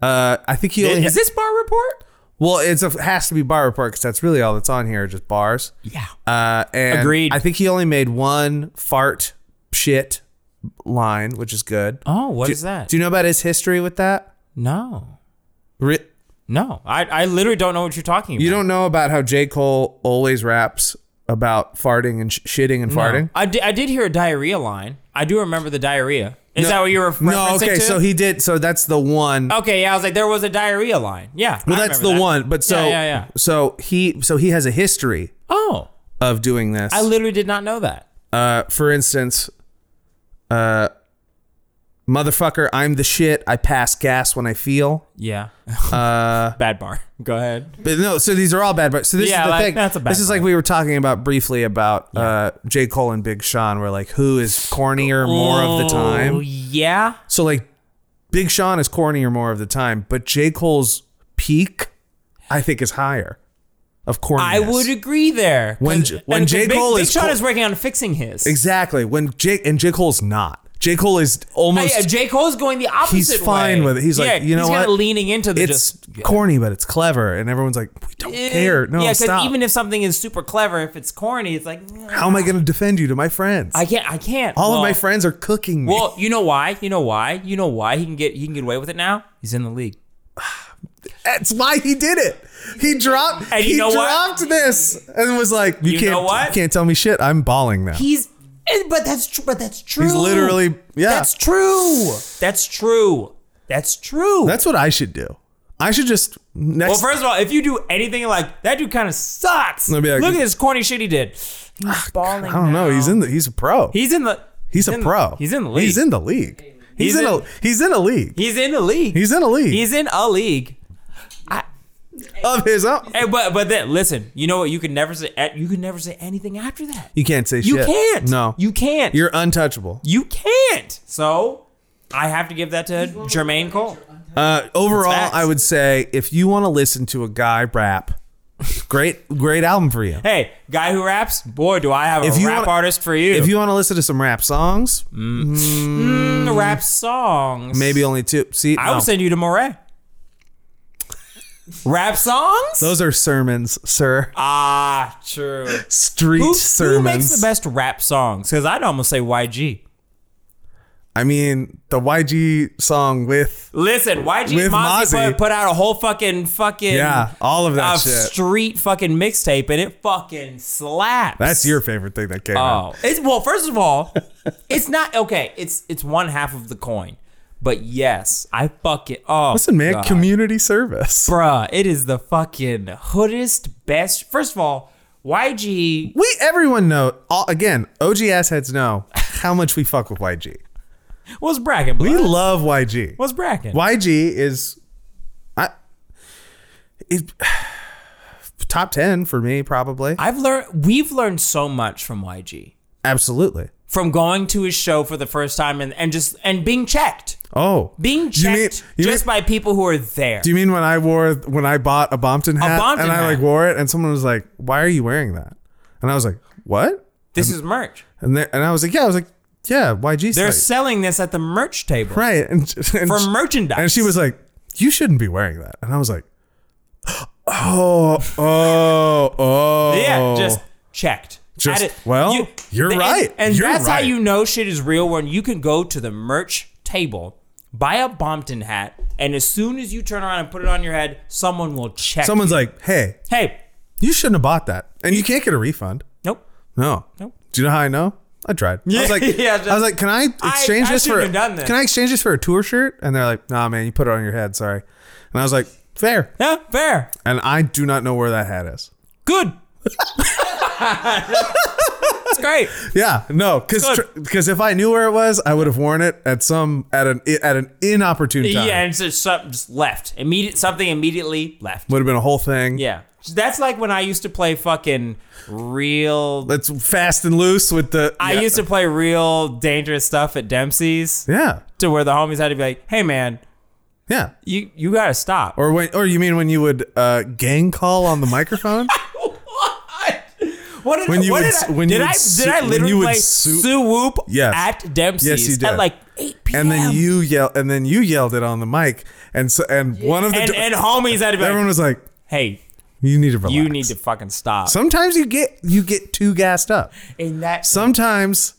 Speaker 1: Uh, I think he only.
Speaker 2: is this bar report?
Speaker 1: well, it's a has to be bar report because that's really all that's on here, are just bars.
Speaker 2: Yeah.
Speaker 1: Uh, and
Speaker 2: Agreed.
Speaker 1: I think he only made one fart shit line, which is good.
Speaker 2: Oh, what
Speaker 1: do,
Speaker 2: is that?
Speaker 1: Do you know about his history with that?
Speaker 2: no,
Speaker 1: Re-
Speaker 2: no. I I literally don't know what you're talking about.
Speaker 1: you don't know about how J. Cole always raps about farting and sh- shitting and farting?
Speaker 2: I did, I did hear a diarrhea line. I do remember the diarrhea. Is that what you were referencing
Speaker 1: No, okay,
Speaker 2: to?
Speaker 1: so he did. So that's the one.
Speaker 2: okay, yeah, I was like, there was a diarrhea line. Yeah.
Speaker 1: well,
Speaker 2: I
Speaker 1: that's
Speaker 2: remember
Speaker 1: the
Speaker 2: that.
Speaker 1: one. But so,
Speaker 2: Yeah, yeah, yeah.
Speaker 1: so he, so he has a history
Speaker 2: Oh,
Speaker 1: of doing this.
Speaker 2: I literally did not know that.
Speaker 1: uh, for instance, uh, motherfucker, I'm the shit. I pass gas when I feel.
Speaker 2: Yeah.
Speaker 1: Uh,
Speaker 2: Bad bar. Go ahead.
Speaker 1: But no, so these are all bad bars. So this
Speaker 2: Yeah,
Speaker 1: is the
Speaker 2: like,
Speaker 1: thing.
Speaker 2: that's a bad
Speaker 1: this is like
Speaker 2: bar.
Speaker 1: we were talking about briefly about uh, J. Cole and Big Sean, where like who is cornier more of the
Speaker 2: Oh,
Speaker 1: time.
Speaker 2: yeah.
Speaker 1: So like Big Sean is cornier more of the time, but J. Cole's peak, I think, is higher of corniness.
Speaker 2: I would agree there. 'Cause-
Speaker 1: When J-
Speaker 2: and
Speaker 1: when
Speaker 2: 'cause
Speaker 1: J.
Speaker 2: Big-
Speaker 1: Cole
Speaker 2: Big
Speaker 1: is
Speaker 2: Sean
Speaker 1: Cole-
Speaker 2: is working on fixing his.
Speaker 1: exactly when J. and J. Cole's not. J. Cole is
Speaker 2: Oh,
Speaker 1: almost.
Speaker 2: yeah, J. Cole's going the opposite
Speaker 1: He's fine
Speaker 2: way.
Speaker 1: with it. He's like,
Speaker 2: Yeah,
Speaker 1: you know
Speaker 2: he's kinda
Speaker 1: what?
Speaker 2: leaning into the
Speaker 1: it's
Speaker 2: just Eh,
Speaker 1: corny, but it's clever, and everyone's like, "We don't care." No,
Speaker 2: yeah,
Speaker 1: stop.
Speaker 2: even if something is super clever, if it's corny, it's like "Mm,
Speaker 1: How am I going to defend you to my friends?
Speaker 2: I can't. I can't.
Speaker 1: All of
Speaker 2: Well-
Speaker 1: my friends are cooking me.
Speaker 2: Well, you know why? You know why? You know why he can get he can get away with it now? He's in the league.
Speaker 1: That's why he did it. He dropped.
Speaker 2: And you
Speaker 1: he
Speaker 2: know what?
Speaker 1: dropped this and was like, "You,
Speaker 2: You
Speaker 1: can't.
Speaker 2: know what?
Speaker 1: you can't tell me shit. I'm balling now."
Speaker 2: He's eh, but that's true. But that's true.
Speaker 1: He's literally. Yeah.
Speaker 2: That's
Speaker 1: That's,
Speaker 2: true. That's true. That's true.
Speaker 1: what I should do. I should just
Speaker 2: well,
Speaker 1: next.
Speaker 2: first of all, if you do anything like that, dude kind of sucks.
Speaker 1: I'll be like-
Speaker 2: Look at this corny shit he did. He's balling.
Speaker 1: Ah, I don't know. He's in the. He's a pro.
Speaker 2: He's in the.
Speaker 1: he's a
Speaker 2: in-
Speaker 1: pro.
Speaker 2: He's in the league.
Speaker 1: He's in the league. He's,
Speaker 2: He's
Speaker 1: in, a.
Speaker 2: in-
Speaker 1: He's in a league.
Speaker 2: He's in the league.
Speaker 1: He's in a league
Speaker 2: He's in a league.
Speaker 1: of his own.
Speaker 2: Hey, but but then listen. You know what? You can never say eh, you can never say anything after that.
Speaker 1: You can't say
Speaker 2: You
Speaker 1: shit.
Speaker 2: can't.
Speaker 1: No.
Speaker 2: You can't.
Speaker 1: You're untouchable.
Speaker 2: You can't. So I have to give that to
Speaker 3: He's one of the
Speaker 2: Jermaine
Speaker 3: more
Speaker 2: Cole.
Speaker 3: nature-
Speaker 1: Uh, overall,
Speaker 2: facts.
Speaker 1: I would say if you want to listen to a guy rap, great, great album for you.
Speaker 2: Hey, guy who raps, boy, do I have a
Speaker 1: If you
Speaker 2: rap
Speaker 1: wanna-
Speaker 2: artist for you.
Speaker 1: If you want to listen to some rap songs,
Speaker 2: Mm, rap songs,
Speaker 1: maybe only two. See,
Speaker 2: I
Speaker 1: no.
Speaker 2: would send you to Moray. rap songs?
Speaker 1: those are sermons, sir.
Speaker 2: ah, true.
Speaker 1: Street
Speaker 2: Who,
Speaker 1: sermons.
Speaker 2: who makes the best rap songs? Because I'd almost say YG.
Speaker 1: I mean, the YG song with
Speaker 2: Listen, YG
Speaker 1: With
Speaker 2: Mozzie
Speaker 1: Mozzie.
Speaker 2: put, put out a whole fucking fucking
Speaker 1: yeah, all of that
Speaker 2: a
Speaker 1: shit.
Speaker 2: street fucking mixtape, and it fucking slaps.
Speaker 1: That's your favorite thing that came out.
Speaker 2: Oh, it's well. First of all, it's not okay. It's it's one half of the coin, but yes, I fuck it. Oh,
Speaker 1: Listen, man,
Speaker 2: God.
Speaker 1: community service.
Speaker 2: bruh, it is the fucking hoodest best. First of all, YG.
Speaker 1: We everyone know all, again. OG ass heads know how much we fuck with YG.
Speaker 2: What's bragging?
Speaker 1: We
Speaker 2: blood?
Speaker 1: love YG.
Speaker 2: What's bragging?
Speaker 1: YG is, I, it, top ten for me probably.
Speaker 2: I've learned. We've learned so much from YG.
Speaker 1: Absolutely.
Speaker 2: From going to his show for the first time and, and just and being checked.
Speaker 1: Oh,
Speaker 2: being
Speaker 1: You
Speaker 2: checked
Speaker 1: mean- you
Speaker 2: just
Speaker 1: mean-
Speaker 2: by people who are there.
Speaker 1: Do you mean when I wore when I bought a Bompton hat
Speaker 2: Bompton
Speaker 1: and I like
Speaker 2: hat.
Speaker 1: wore it and someone was like, "Why are you wearing that?" And I was like, "What?"
Speaker 2: this is merch.
Speaker 1: And they, and I was like, "Yeah." I was like, "Yeah." YG.
Speaker 2: They're
Speaker 1: site."
Speaker 2: selling this at the merch table
Speaker 1: right and, and
Speaker 2: for
Speaker 1: she-
Speaker 2: merchandise.
Speaker 1: and she was like, "You shouldn't be wearing that." And I was like, "Oh, oh, oh."
Speaker 2: yeah, just checked.
Speaker 1: Just-
Speaker 2: At it-
Speaker 1: well, you're
Speaker 2: and-
Speaker 1: right.
Speaker 2: and
Speaker 1: You're
Speaker 2: that's how
Speaker 1: right.
Speaker 2: you know shit is real when you can go to the merch table, buy a Bompton hat, and as soon as you turn around and put it on your head, someone will check.
Speaker 1: Someone's like, "Hey,
Speaker 2: hey,
Speaker 1: you shouldn't have bought that," and you can't get a refund.
Speaker 2: nope.
Speaker 1: No.
Speaker 2: Nope.
Speaker 1: Do you know how I know? I tried. I
Speaker 2: Yeah,
Speaker 1: was like,
Speaker 2: yeah, just-
Speaker 1: I was like, can I exchange
Speaker 2: I
Speaker 1: this for?
Speaker 2: shouldn't have done this.
Speaker 1: Can I exchange this for a tour shirt? And they're like, Nah, man, you put it on your head. Sorry. And I was like, Fair.
Speaker 2: Yeah, fair.
Speaker 1: And I do not know where that hat is.
Speaker 2: Good. it's great.
Speaker 1: Yeah, no, because
Speaker 2: Good.
Speaker 1: because if I knew where it was, I would have worn it at some at an at an inopportune time.
Speaker 2: Yeah, and just, some- just left. Immediate something immediately left.
Speaker 1: Would have been a whole thing.
Speaker 2: Yeah. That's like when I used to play fucking real.
Speaker 1: That's fast and loose with the.
Speaker 2: I
Speaker 1: yeah.
Speaker 2: used to play real dangerous stuff at Dempsey's
Speaker 1: Yeah.
Speaker 2: to where the homies had to be like, hey man,
Speaker 1: Yeah.
Speaker 2: you, you gotta stop.
Speaker 1: Or when, or you mean when you would uh, gang call on the microphone?
Speaker 2: what? What did,
Speaker 1: When you
Speaker 2: what
Speaker 1: would
Speaker 2: did
Speaker 1: s-
Speaker 2: I,
Speaker 1: when
Speaker 2: did,
Speaker 1: you
Speaker 2: I,
Speaker 1: would su-
Speaker 2: did I
Speaker 1: when
Speaker 2: literally
Speaker 1: you would
Speaker 2: play
Speaker 1: su-
Speaker 2: Sue Whoop
Speaker 1: Yes.
Speaker 2: at Dempsey's
Speaker 1: Yes, you did.
Speaker 2: at like 8 p.m.?
Speaker 1: and then you yell, and then you yelled it on the mic, and so and one of the
Speaker 2: and,
Speaker 1: do-
Speaker 2: and homies had to be
Speaker 1: everyone
Speaker 2: like,
Speaker 1: was like,
Speaker 2: hey,
Speaker 1: "You need to relax."
Speaker 2: you need to fucking stop.
Speaker 1: Sometimes you get you get too gassed up.
Speaker 2: and that
Speaker 1: Sometimes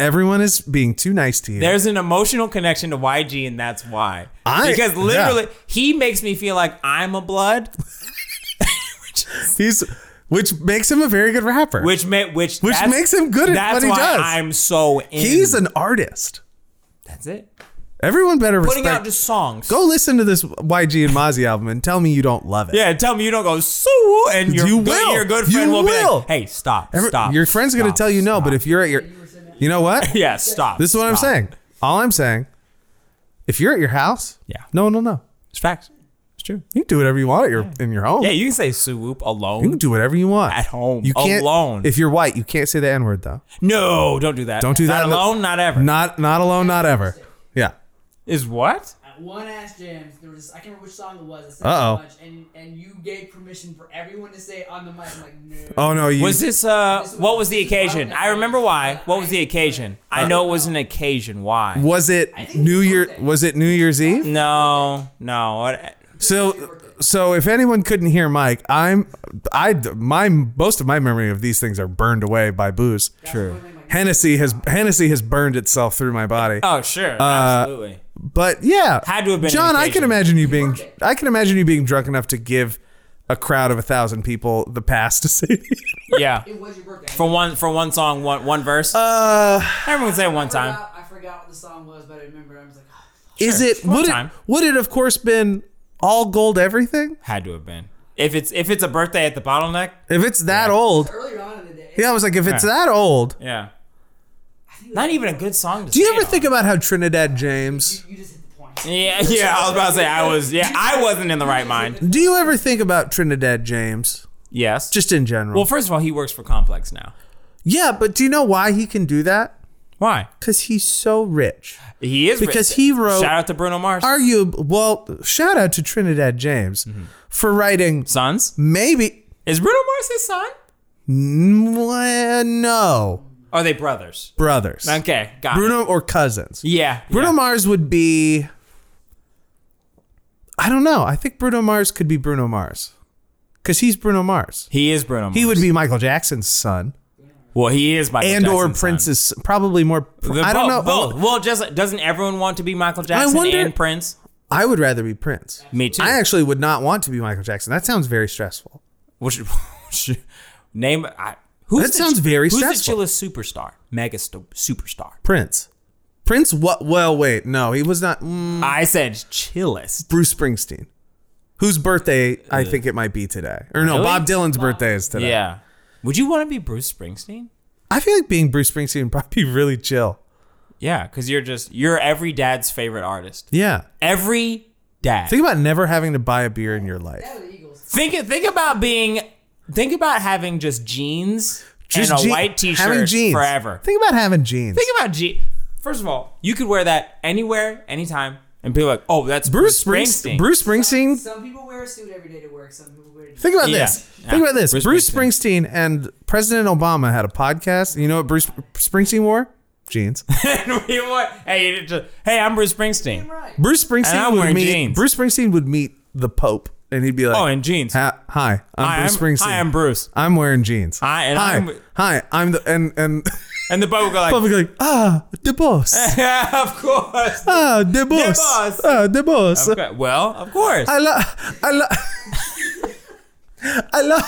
Speaker 1: everyone is being too nice to you.
Speaker 2: There's an emotional connection to YG, and that's why.
Speaker 1: I-
Speaker 2: because
Speaker 1: yeah.
Speaker 2: literally, he makes me feel like I'm a blood,
Speaker 1: He's which makes him a very good rapper.
Speaker 2: which ma- which
Speaker 1: Which
Speaker 2: that's-
Speaker 1: makes him good at
Speaker 2: that's
Speaker 1: what he
Speaker 2: why
Speaker 1: does.
Speaker 2: I'm so in.
Speaker 1: he's an artist.
Speaker 2: that's it.
Speaker 1: Everyone better
Speaker 2: Putting
Speaker 1: respect.
Speaker 2: out just songs.
Speaker 1: Go listen to this YG and Mozzie album and tell me you don't love it.
Speaker 2: yeah, tell me you don't go so, and your
Speaker 1: You
Speaker 2: good,
Speaker 1: will.
Speaker 2: your good
Speaker 1: You
Speaker 2: friend will, be
Speaker 1: will.
Speaker 2: like, hey, stop,
Speaker 1: Every-
Speaker 2: stop.
Speaker 1: Your friend's gonna
Speaker 2: stop,
Speaker 1: tell you no, but if you're at your, you know what?
Speaker 2: stop. yeah, stop.
Speaker 1: This is what I'm
Speaker 2: stop.
Speaker 1: saying. All I'm saying, if you're at your house,
Speaker 2: Yeah.
Speaker 1: no one will know.
Speaker 2: It's facts. It's true.
Speaker 1: You can do whatever you want at your in your home.
Speaker 2: Yeah, you can say swoop
Speaker 1: You can
Speaker 2: alone.
Speaker 1: do whatever you want
Speaker 2: At home,
Speaker 1: You can't
Speaker 2: alone.
Speaker 1: If you're white, you can't say the N word though.
Speaker 2: No, don't do that.
Speaker 1: Don't do that.
Speaker 2: Not alone, not ever.
Speaker 1: Not not alone, not ever. Yeah.
Speaker 2: Is what?
Speaker 3: At one ass jam, there was I can't remember which song it was. It said
Speaker 1: Uh-oh.
Speaker 3: so much, and and you gave permission for everyone to say it on the mic. I'm like, no.
Speaker 1: Oh no, you.
Speaker 2: Was this uh what was the occasion? I remember why. What was the occasion? I know it was an occasion. Why?
Speaker 1: was it
Speaker 3: think
Speaker 1: New
Speaker 3: it's
Speaker 1: Year?
Speaker 3: birthday.
Speaker 1: Was it New Year's Eve?
Speaker 2: No, no. what-
Speaker 1: So, so if anyone couldn't hear Mike, I'm, I, my most of my memory of these things are burned away by booze.
Speaker 2: True.
Speaker 1: Hennessy has Hennessy has burned itself through my body.
Speaker 2: Oh
Speaker 1: Uh,
Speaker 2: sure, absolutely.
Speaker 1: But yeah,
Speaker 2: Had to have been an
Speaker 1: John. I can
Speaker 2: occasion.
Speaker 1: imagine you being, I can imagine you being drunk enough to give a crowd of a thousand people the pass to see.
Speaker 2: Yeah.
Speaker 3: It was your birthday.
Speaker 2: For one for one song, one one verse.
Speaker 1: Uh,
Speaker 2: Everyone say it one
Speaker 3: I
Speaker 2: time.
Speaker 3: forgot, I forgot what the song was, but I remember. I was like, oh, fuck.
Speaker 1: is it
Speaker 2: one
Speaker 1: would
Speaker 2: time.
Speaker 1: it would it of course been all gold everything?
Speaker 2: Had to have been. If it's if it's a birthday at the bottleneck,
Speaker 1: If it's that old,
Speaker 3: earlier on in the day.
Speaker 1: yeah. I was like, if it's
Speaker 2: Yeah.
Speaker 1: that old,
Speaker 2: yeah. Not even a good song to
Speaker 1: do you ever think about how Trinidad James?
Speaker 3: You just hit the point.
Speaker 2: Yeah, yeah, I was about to say I was yeah, I wasn't in the right mind.
Speaker 1: Do you ever think about Trinidad James?
Speaker 2: Yes.
Speaker 1: Just in general.
Speaker 2: Well, first of all, he works for Complex now.
Speaker 1: yeah, but do you know why he can do that?
Speaker 2: Why?
Speaker 1: Because he's so rich.
Speaker 2: He is
Speaker 1: Because he wrote-
Speaker 2: Shout out to Bruno Mars.
Speaker 1: Argue well. Shout out to Trinidad James for writing.
Speaker 2: Sons?
Speaker 1: Maybe
Speaker 2: Is Bruno Mars his son?
Speaker 1: mwah, no
Speaker 2: Are they brothers?
Speaker 1: brothers.
Speaker 2: Okay, got it.
Speaker 1: Bruno or cousins.
Speaker 2: Yeah.
Speaker 1: Bruno Mars would be. I don't know. I think Bruno Mars could be Bruno Mars, because he's Bruno Mars.
Speaker 2: He is Bruno Mars.
Speaker 1: He would be Michael Jackson's son,
Speaker 2: Well, he is Michael
Speaker 1: and or
Speaker 2: Jackson's son.
Speaker 1: Prince's. son. Probably more.
Speaker 2: The-
Speaker 1: I don't know.
Speaker 2: both, Both. Well, just doesn't everyone want to be Michael Jackson
Speaker 1: wonder-
Speaker 2: and Prince?
Speaker 1: I would rather be Prince.
Speaker 2: Me too.
Speaker 1: I actually would not want to be Michael Jackson. That sounds very stressful.
Speaker 2: Which, which- name? I, who's
Speaker 1: That
Speaker 2: the-
Speaker 1: sounds very
Speaker 2: Who's
Speaker 1: stressful.
Speaker 2: the chillest superstar? Mega stu- superstar.
Speaker 1: Prince. Prince. What? Well, wait. No, he was not. mm,
Speaker 2: I said chillest.
Speaker 1: Bruce Springsteen, whose birthday I think it might be today, or no,
Speaker 2: Really?
Speaker 1: Bob Dylan's birthday is today.
Speaker 2: Yeah. Would you want to be Bruce Springsteen?
Speaker 1: I feel like being Bruce Springsteen would probably be really chill.
Speaker 2: Yeah, because you're just you're every dad's favorite artist.
Speaker 1: Yeah.
Speaker 2: Every dad.
Speaker 1: Think about never having to buy a beer in your life.
Speaker 3: That was the Eagles.
Speaker 2: Think think about being think about having just jeans and a
Speaker 1: je-
Speaker 2: white t-shirt
Speaker 1: having jeans.
Speaker 2: forever.
Speaker 1: Think about having jeans.
Speaker 2: Think about jeans. First of all, you could wear that anywhere, anytime, and be like, "Oh, that's
Speaker 1: Bruce
Speaker 2: Bruce,
Speaker 1: Springsteen.
Speaker 2: Springsteen."
Speaker 1: Bruce Springsteen.
Speaker 3: Some people wear a suit every day to work. Some people wear.
Speaker 1: Think about
Speaker 2: Yeah.
Speaker 1: this. Think about this. Bruce,
Speaker 2: Bruce
Speaker 1: Springsteen. and President Obama had a podcast. You know what Bruce Springsteen wore? Jeans.
Speaker 2: And we want- hey, it just- hey, I'm Bruce Springsteen.
Speaker 3: Right.
Speaker 1: Bruce
Speaker 2: And I'm
Speaker 1: Springsteen would
Speaker 2: wearing
Speaker 1: meet.
Speaker 2: jeans.
Speaker 1: Bruce Springsteen would meet the Pope, and he'd be like,
Speaker 2: Oh, and jeans.
Speaker 1: "Ha- "Hi, I'm
Speaker 2: Hi,
Speaker 1: Bruce
Speaker 2: I'm-
Speaker 1: Springsteen.
Speaker 2: hi, I'm Bruce.
Speaker 1: I'm wearing jeans.
Speaker 2: Hi, and
Speaker 1: hi,
Speaker 2: I'm-
Speaker 1: hi, I'm the and and."
Speaker 2: And the Pope go like,
Speaker 1: Public like ah the boss
Speaker 2: "Yeah, of course."
Speaker 1: ah the boss
Speaker 2: boss.
Speaker 1: ah the boss
Speaker 2: Okay, Well, of course.
Speaker 1: I love, I love, I love,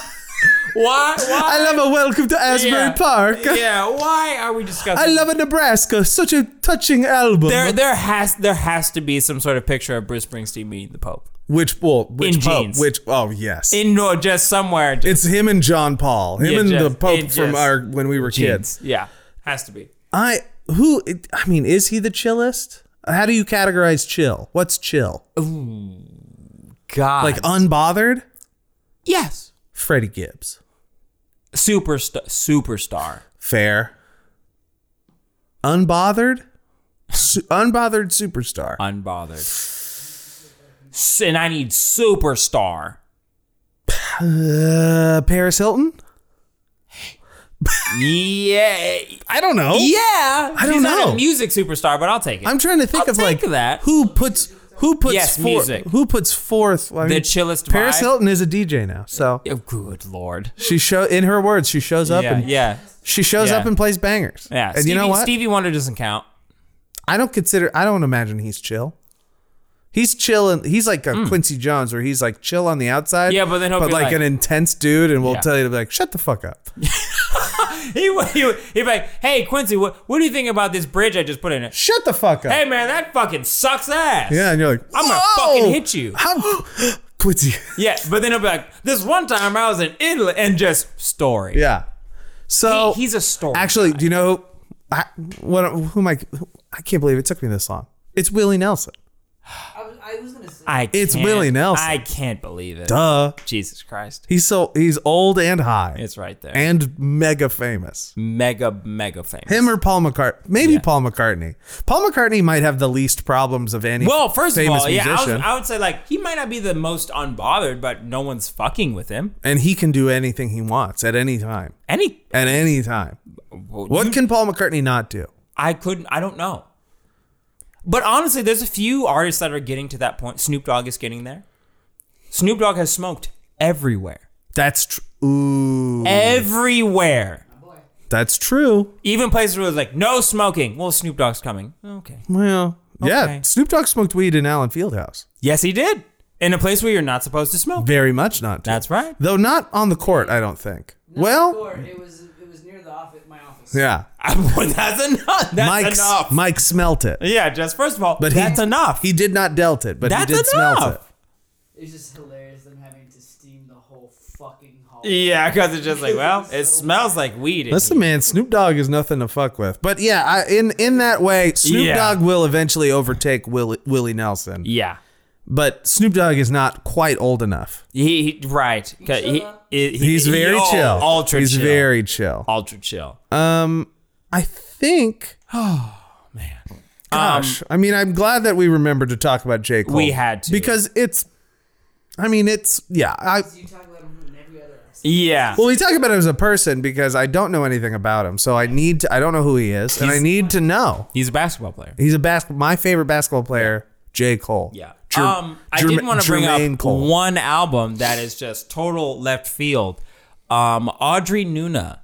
Speaker 2: Why? Why?
Speaker 1: I love a welcome to Asbury
Speaker 2: Yeah.
Speaker 1: Park.
Speaker 2: Yeah. Why are we discussing?
Speaker 1: I love a Nebraska, such a touching album.
Speaker 2: There, there has there has to be some sort of picture of Bruce Springsteen meeting the Pope
Speaker 1: which well, which
Speaker 2: In
Speaker 1: Pope?
Speaker 2: jeans.
Speaker 1: Which oh yes,
Speaker 2: in or just somewhere. Just
Speaker 1: it's him and John Paul, him
Speaker 2: Yeah,
Speaker 1: and
Speaker 2: just-
Speaker 1: the Pope
Speaker 2: it
Speaker 1: from
Speaker 2: just-
Speaker 1: our when we were kids.
Speaker 2: jeans. Yeah, has to be.
Speaker 1: I who it- I mean, is he the chillest? How do you categorize chill? What's chill?
Speaker 2: God.
Speaker 1: Like um, unbothered?
Speaker 2: yes.
Speaker 1: Freddie Gibbs,
Speaker 2: Superstar. Superstar.
Speaker 1: fair. Unbothered, Su- unbothered superstar.
Speaker 2: Unbothered. S- And I need superstar.
Speaker 1: Uh, Paris Hilton?
Speaker 2: Yeah.
Speaker 1: I don't know.
Speaker 2: Yeah.
Speaker 1: I don't
Speaker 2: She's not
Speaker 1: know.
Speaker 2: a music superstar, but I'll take it.
Speaker 1: I'm trying to think
Speaker 2: I'll
Speaker 1: of like
Speaker 2: take that.
Speaker 1: who puts who puts
Speaker 2: Yes,
Speaker 1: forth
Speaker 2: music.
Speaker 1: who puts forth I
Speaker 2: the
Speaker 1: mean,
Speaker 2: chillest
Speaker 1: Paris
Speaker 2: vibe.
Speaker 1: Hilton is a DJ now, so
Speaker 2: Oh, good lord.
Speaker 1: she show in her words she shows up
Speaker 2: Yeah.
Speaker 1: and
Speaker 2: Yeah.
Speaker 1: she shows
Speaker 2: Yeah.
Speaker 1: up and plays bangers.
Speaker 2: Yeah.
Speaker 1: and you know
Speaker 2: Stevie-
Speaker 1: what?
Speaker 2: Stevie Wonder doesn't count.
Speaker 1: I don't consider I don't imagine he's chill. He's chill and he's like a Quincy Jones where he's like chill on the outside.
Speaker 2: Hmm. Yeah, but then he'll
Speaker 1: but
Speaker 2: be
Speaker 1: like,
Speaker 2: like-
Speaker 1: an intense dude and we'll
Speaker 2: Yeah.
Speaker 1: tell you to be like shut the fuck up.
Speaker 2: He would, he would, he'd be like, hey, Quincy, what, what do you think about this bridge I just put in it?
Speaker 1: Shut the fuck up.
Speaker 2: Hey, man, that fucking sucks ass.
Speaker 1: yeah, and you're like
Speaker 2: I'm gonna
Speaker 1: "Whoa!
Speaker 2: fucking hit you."
Speaker 1: How- Quincy.
Speaker 2: Yeah, but then he'll be like, this one time I was in Italy and just story.
Speaker 1: Yeah. So
Speaker 2: He- he's a story
Speaker 1: Actually,
Speaker 2: guy.
Speaker 1: do you know I, what? Who am I? I can't believe it took me this long. It's Willie Nelson.
Speaker 3: I was, I was gonna say.
Speaker 2: I
Speaker 1: It's
Speaker 2: can't-
Speaker 1: Willie Nelson.
Speaker 2: I can't believe it.
Speaker 1: Duh.
Speaker 2: Jesus Christ.
Speaker 1: He's so he's old and high.
Speaker 2: It's right there.
Speaker 1: and mega famous.
Speaker 2: mega, mega famous.
Speaker 1: Him or Paul McCartney? Maybe Paul McCartney. Paul MCartney might have the least problems of any.
Speaker 2: well, first of
Speaker 1: famous
Speaker 2: all, yeah, I, was,
Speaker 1: musician,
Speaker 2: I would say like he might not be the most unbothered, but no one's fucking with him.
Speaker 1: and he can do anything he wants at any time.
Speaker 2: Any,
Speaker 1: At any time. What can Paul McCartney not do?
Speaker 2: I couldn't. I don't know. But honestly, there's a few artists that are getting to that point. Snoop Dogg is getting there. Snoop Dogg has smoked everywhere,
Speaker 1: That's true. Ooh,
Speaker 2: everywhere.
Speaker 1: that's true.
Speaker 2: Even places where it's like no smoking. Well, Snoop Dogg's coming. Okay.
Speaker 1: Well, yeah.
Speaker 2: Okay.
Speaker 1: Snoop Dogg smoked weed in Allen Fieldhouse.
Speaker 2: Yes, he did. In a place where you're not supposed to smoke.
Speaker 1: Very much not. To.
Speaker 2: That's right.
Speaker 1: Though not on the court, I don't think.
Speaker 3: Not
Speaker 1: well,
Speaker 3: before, it was it was near the office, my office.
Speaker 1: yeah.
Speaker 2: that's enough. That's
Speaker 1: Mike,
Speaker 2: enough.
Speaker 1: Mike smelt it.
Speaker 2: Yeah, just first of all,
Speaker 1: But
Speaker 2: but
Speaker 1: he-
Speaker 2: that's enough.
Speaker 1: He did not dealt it, but
Speaker 2: That's
Speaker 1: he did smelt it.
Speaker 2: enough.
Speaker 3: It was just hilarious them having to steam the whole fucking hall.
Speaker 2: yeah, because it's just like, well, it smells like weed. in
Speaker 1: Listen,
Speaker 2: here.
Speaker 1: man, Snoop Dogg is nothing to fuck with. But yeah, I, in in that way, Snoop
Speaker 2: Yeah.
Speaker 1: Dogg will eventually overtake Willie, Willie Nelson.
Speaker 2: Yeah.
Speaker 1: But Snoop Dogg is not quite old enough.
Speaker 2: He, he right. 'Cause He, he- he-
Speaker 1: He's very
Speaker 2: yo,
Speaker 1: chill.
Speaker 2: Ultra
Speaker 1: He's
Speaker 2: chill.
Speaker 1: very chill.
Speaker 2: ultra chill.
Speaker 1: Um, I think
Speaker 2: Oh, man. Um,
Speaker 1: Gosh, I mean, I'm glad that we remembered to talk about Jake.
Speaker 2: We had to.
Speaker 1: because it's. I mean, it's yeah. I
Speaker 3: You talk about him in every other episode.
Speaker 2: Yeah.
Speaker 1: well, we talk about him as a person because I don't know anything about him, so I need to. I don't know who he is, and I
Speaker 2: He's-
Speaker 1: need to know.
Speaker 2: He's a basketball player.
Speaker 1: He's a bas- My favorite basketball player, J. Cole.
Speaker 2: Yeah.
Speaker 1: Jer-
Speaker 2: um, I
Speaker 1: Jerma-
Speaker 2: did want to bring
Speaker 1: Jermaine
Speaker 2: up
Speaker 1: Cole.
Speaker 2: one album that is just total left field. Um, Audrey Nuna,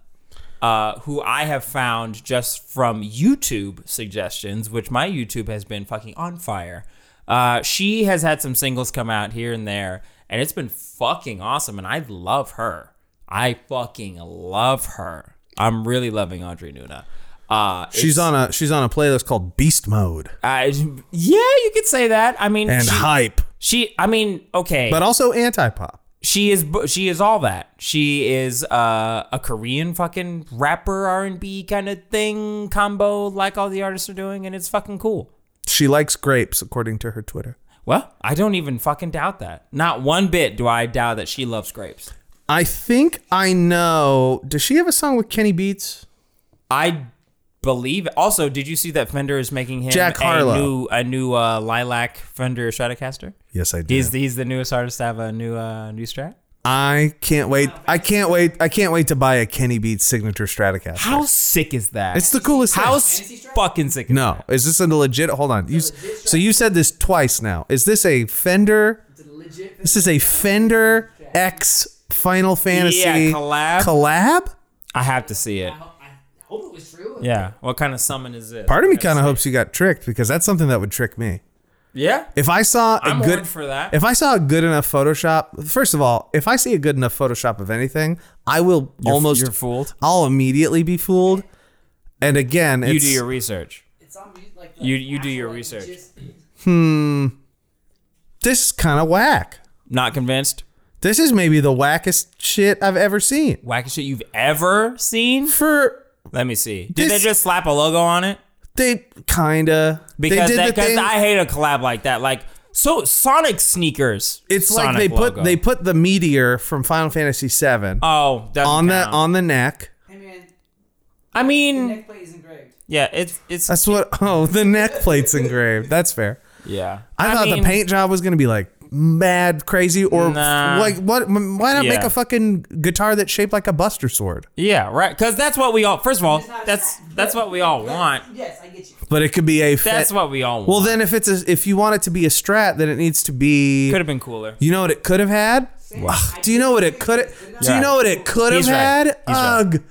Speaker 2: uh, who I have found just from YouTube suggestions, which my YouTube has been fucking on fire. Uh, she has had some singles come out here and there, and it's been fucking awesome. And I love her. I fucking love her. I'm really loving Audrey Nuna. Uh,
Speaker 1: She's on a she's on a playlist called Beast Mode
Speaker 2: I, yeah, you could say that. I mean,
Speaker 1: and
Speaker 2: she-
Speaker 1: hype,
Speaker 2: she, I mean, okay.
Speaker 1: but also anti pop.
Speaker 2: she is bu- she is all that. She is uh, a Korean fucking rapper R and B kind of thing combo, like all the artists are doing, and it's fucking cool.
Speaker 1: She likes grapes, according to her Twitter.
Speaker 2: Well, I don't even fucking doubt that. Not one bit do I doubt that she loves grapes.
Speaker 1: I think I know. Does she have a song with Kenny Beats?
Speaker 2: I believe. Also, did you see that Fender is making him
Speaker 1: Jack Harlow.
Speaker 2: a new a new uh, lilac Fender Stratocaster?
Speaker 1: Yes, I do.
Speaker 2: He's he's the newest artist to have a new uh, new Strat.
Speaker 1: I can't wait. I can't wait. I can't wait to buy a Kenny Beats signature Stratocaster.
Speaker 2: How sick is that?
Speaker 1: It's the coolest
Speaker 2: how
Speaker 1: thing.
Speaker 2: s- fucking sick. Is
Speaker 1: No, is this a legit? Hold on. You, s- so you said this twice now. Is this a Fender?
Speaker 3: It's a legit.
Speaker 1: This is a Fender X Final Fantasy
Speaker 2: collab.
Speaker 1: collab?
Speaker 2: I have to see it.
Speaker 3: I, hope, I hope it was true.
Speaker 2: Yeah. What kind of summon is this?
Speaker 1: Part of me kind of hopes you got tricked because that's something that would trick me.
Speaker 2: Yeah.
Speaker 1: If I saw a
Speaker 2: I'm
Speaker 1: good
Speaker 2: good for that.
Speaker 1: If I saw a good enough Photoshop, first of all, if I see a good enough Photoshop of anything, I will almost
Speaker 2: you're fooled.
Speaker 1: I'll immediately be fooled. And again, it's,
Speaker 2: you do your research.
Speaker 3: It's on mu- like the
Speaker 2: You- you do your
Speaker 3: actual, like,
Speaker 2: research.
Speaker 3: gist-
Speaker 1: this is kind of whack.
Speaker 2: Not convinced.
Speaker 1: This is maybe the wackest shit I've ever seen.
Speaker 2: Wacky shit you've ever seen?
Speaker 1: For
Speaker 2: Let me see. Did
Speaker 1: This-
Speaker 2: they just slap a logo on it?
Speaker 1: they kinda
Speaker 2: Because
Speaker 1: they did
Speaker 2: that-
Speaker 1: the
Speaker 2: 'cause
Speaker 1: thing.
Speaker 2: I hate a collab like that. Like so Sonic sneakers.
Speaker 1: it's like
Speaker 2: Sonic
Speaker 1: they put
Speaker 2: logo.
Speaker 1: they put the meteor from Final Fantasy VII
Speaker 2: Oh, doesn't
Speaker 1: on the
Speaker 2: count.
Speaker 1: on the neck.
Speaker 3: Hey man,
Speaker 2: I
Speaker 3: the
Speaker 2: mean,
Speaker 3: neck plate is engraved.
Speaker 2: yeah, it's it's
Speaker 1: That's what. Oh, the neck plate's engraved. That's fair.
Speaker 2: yeah.
Speaker 1: I, thought
Speaker 2: mean,
Speaker 1: the paint job was gonna be like mad crazy or
Speaker 2: Nah.
Speaker 1: like what? m- Why not make
Speaker 2: Yeah.
Speaker 1: a fucking guitar that's shaped like a Buster sword?
Speaker 2: Yeah, right. Cuz that's what we all First of all,
Speaker 3: It's not a
Speaker 2: that's
Speaker 3: fact,
Speaker 2: that's
Speaker 3: but-
Speaker 2: what we all
Speaker 3: but-
Speaker 2: want.
Speaker 3: Yes, I get you.
Speaker 1: But it could be a. fe-
Speaker 2: That's what we all want.
Speaker 1: well, then if it's a, if you want it to be a strat, then it needs to be.
Speaker 2: could have been cooler.
Speaker 1: You know what it could have had? Ugh, do you know what it could? Do you
Speaker 2: Yeah.
Speaker 1: know what it could have
Speaker 2: He's right.
Speaker 1: had?
Speaker 2: He's right.
Speaker 1: Ugh.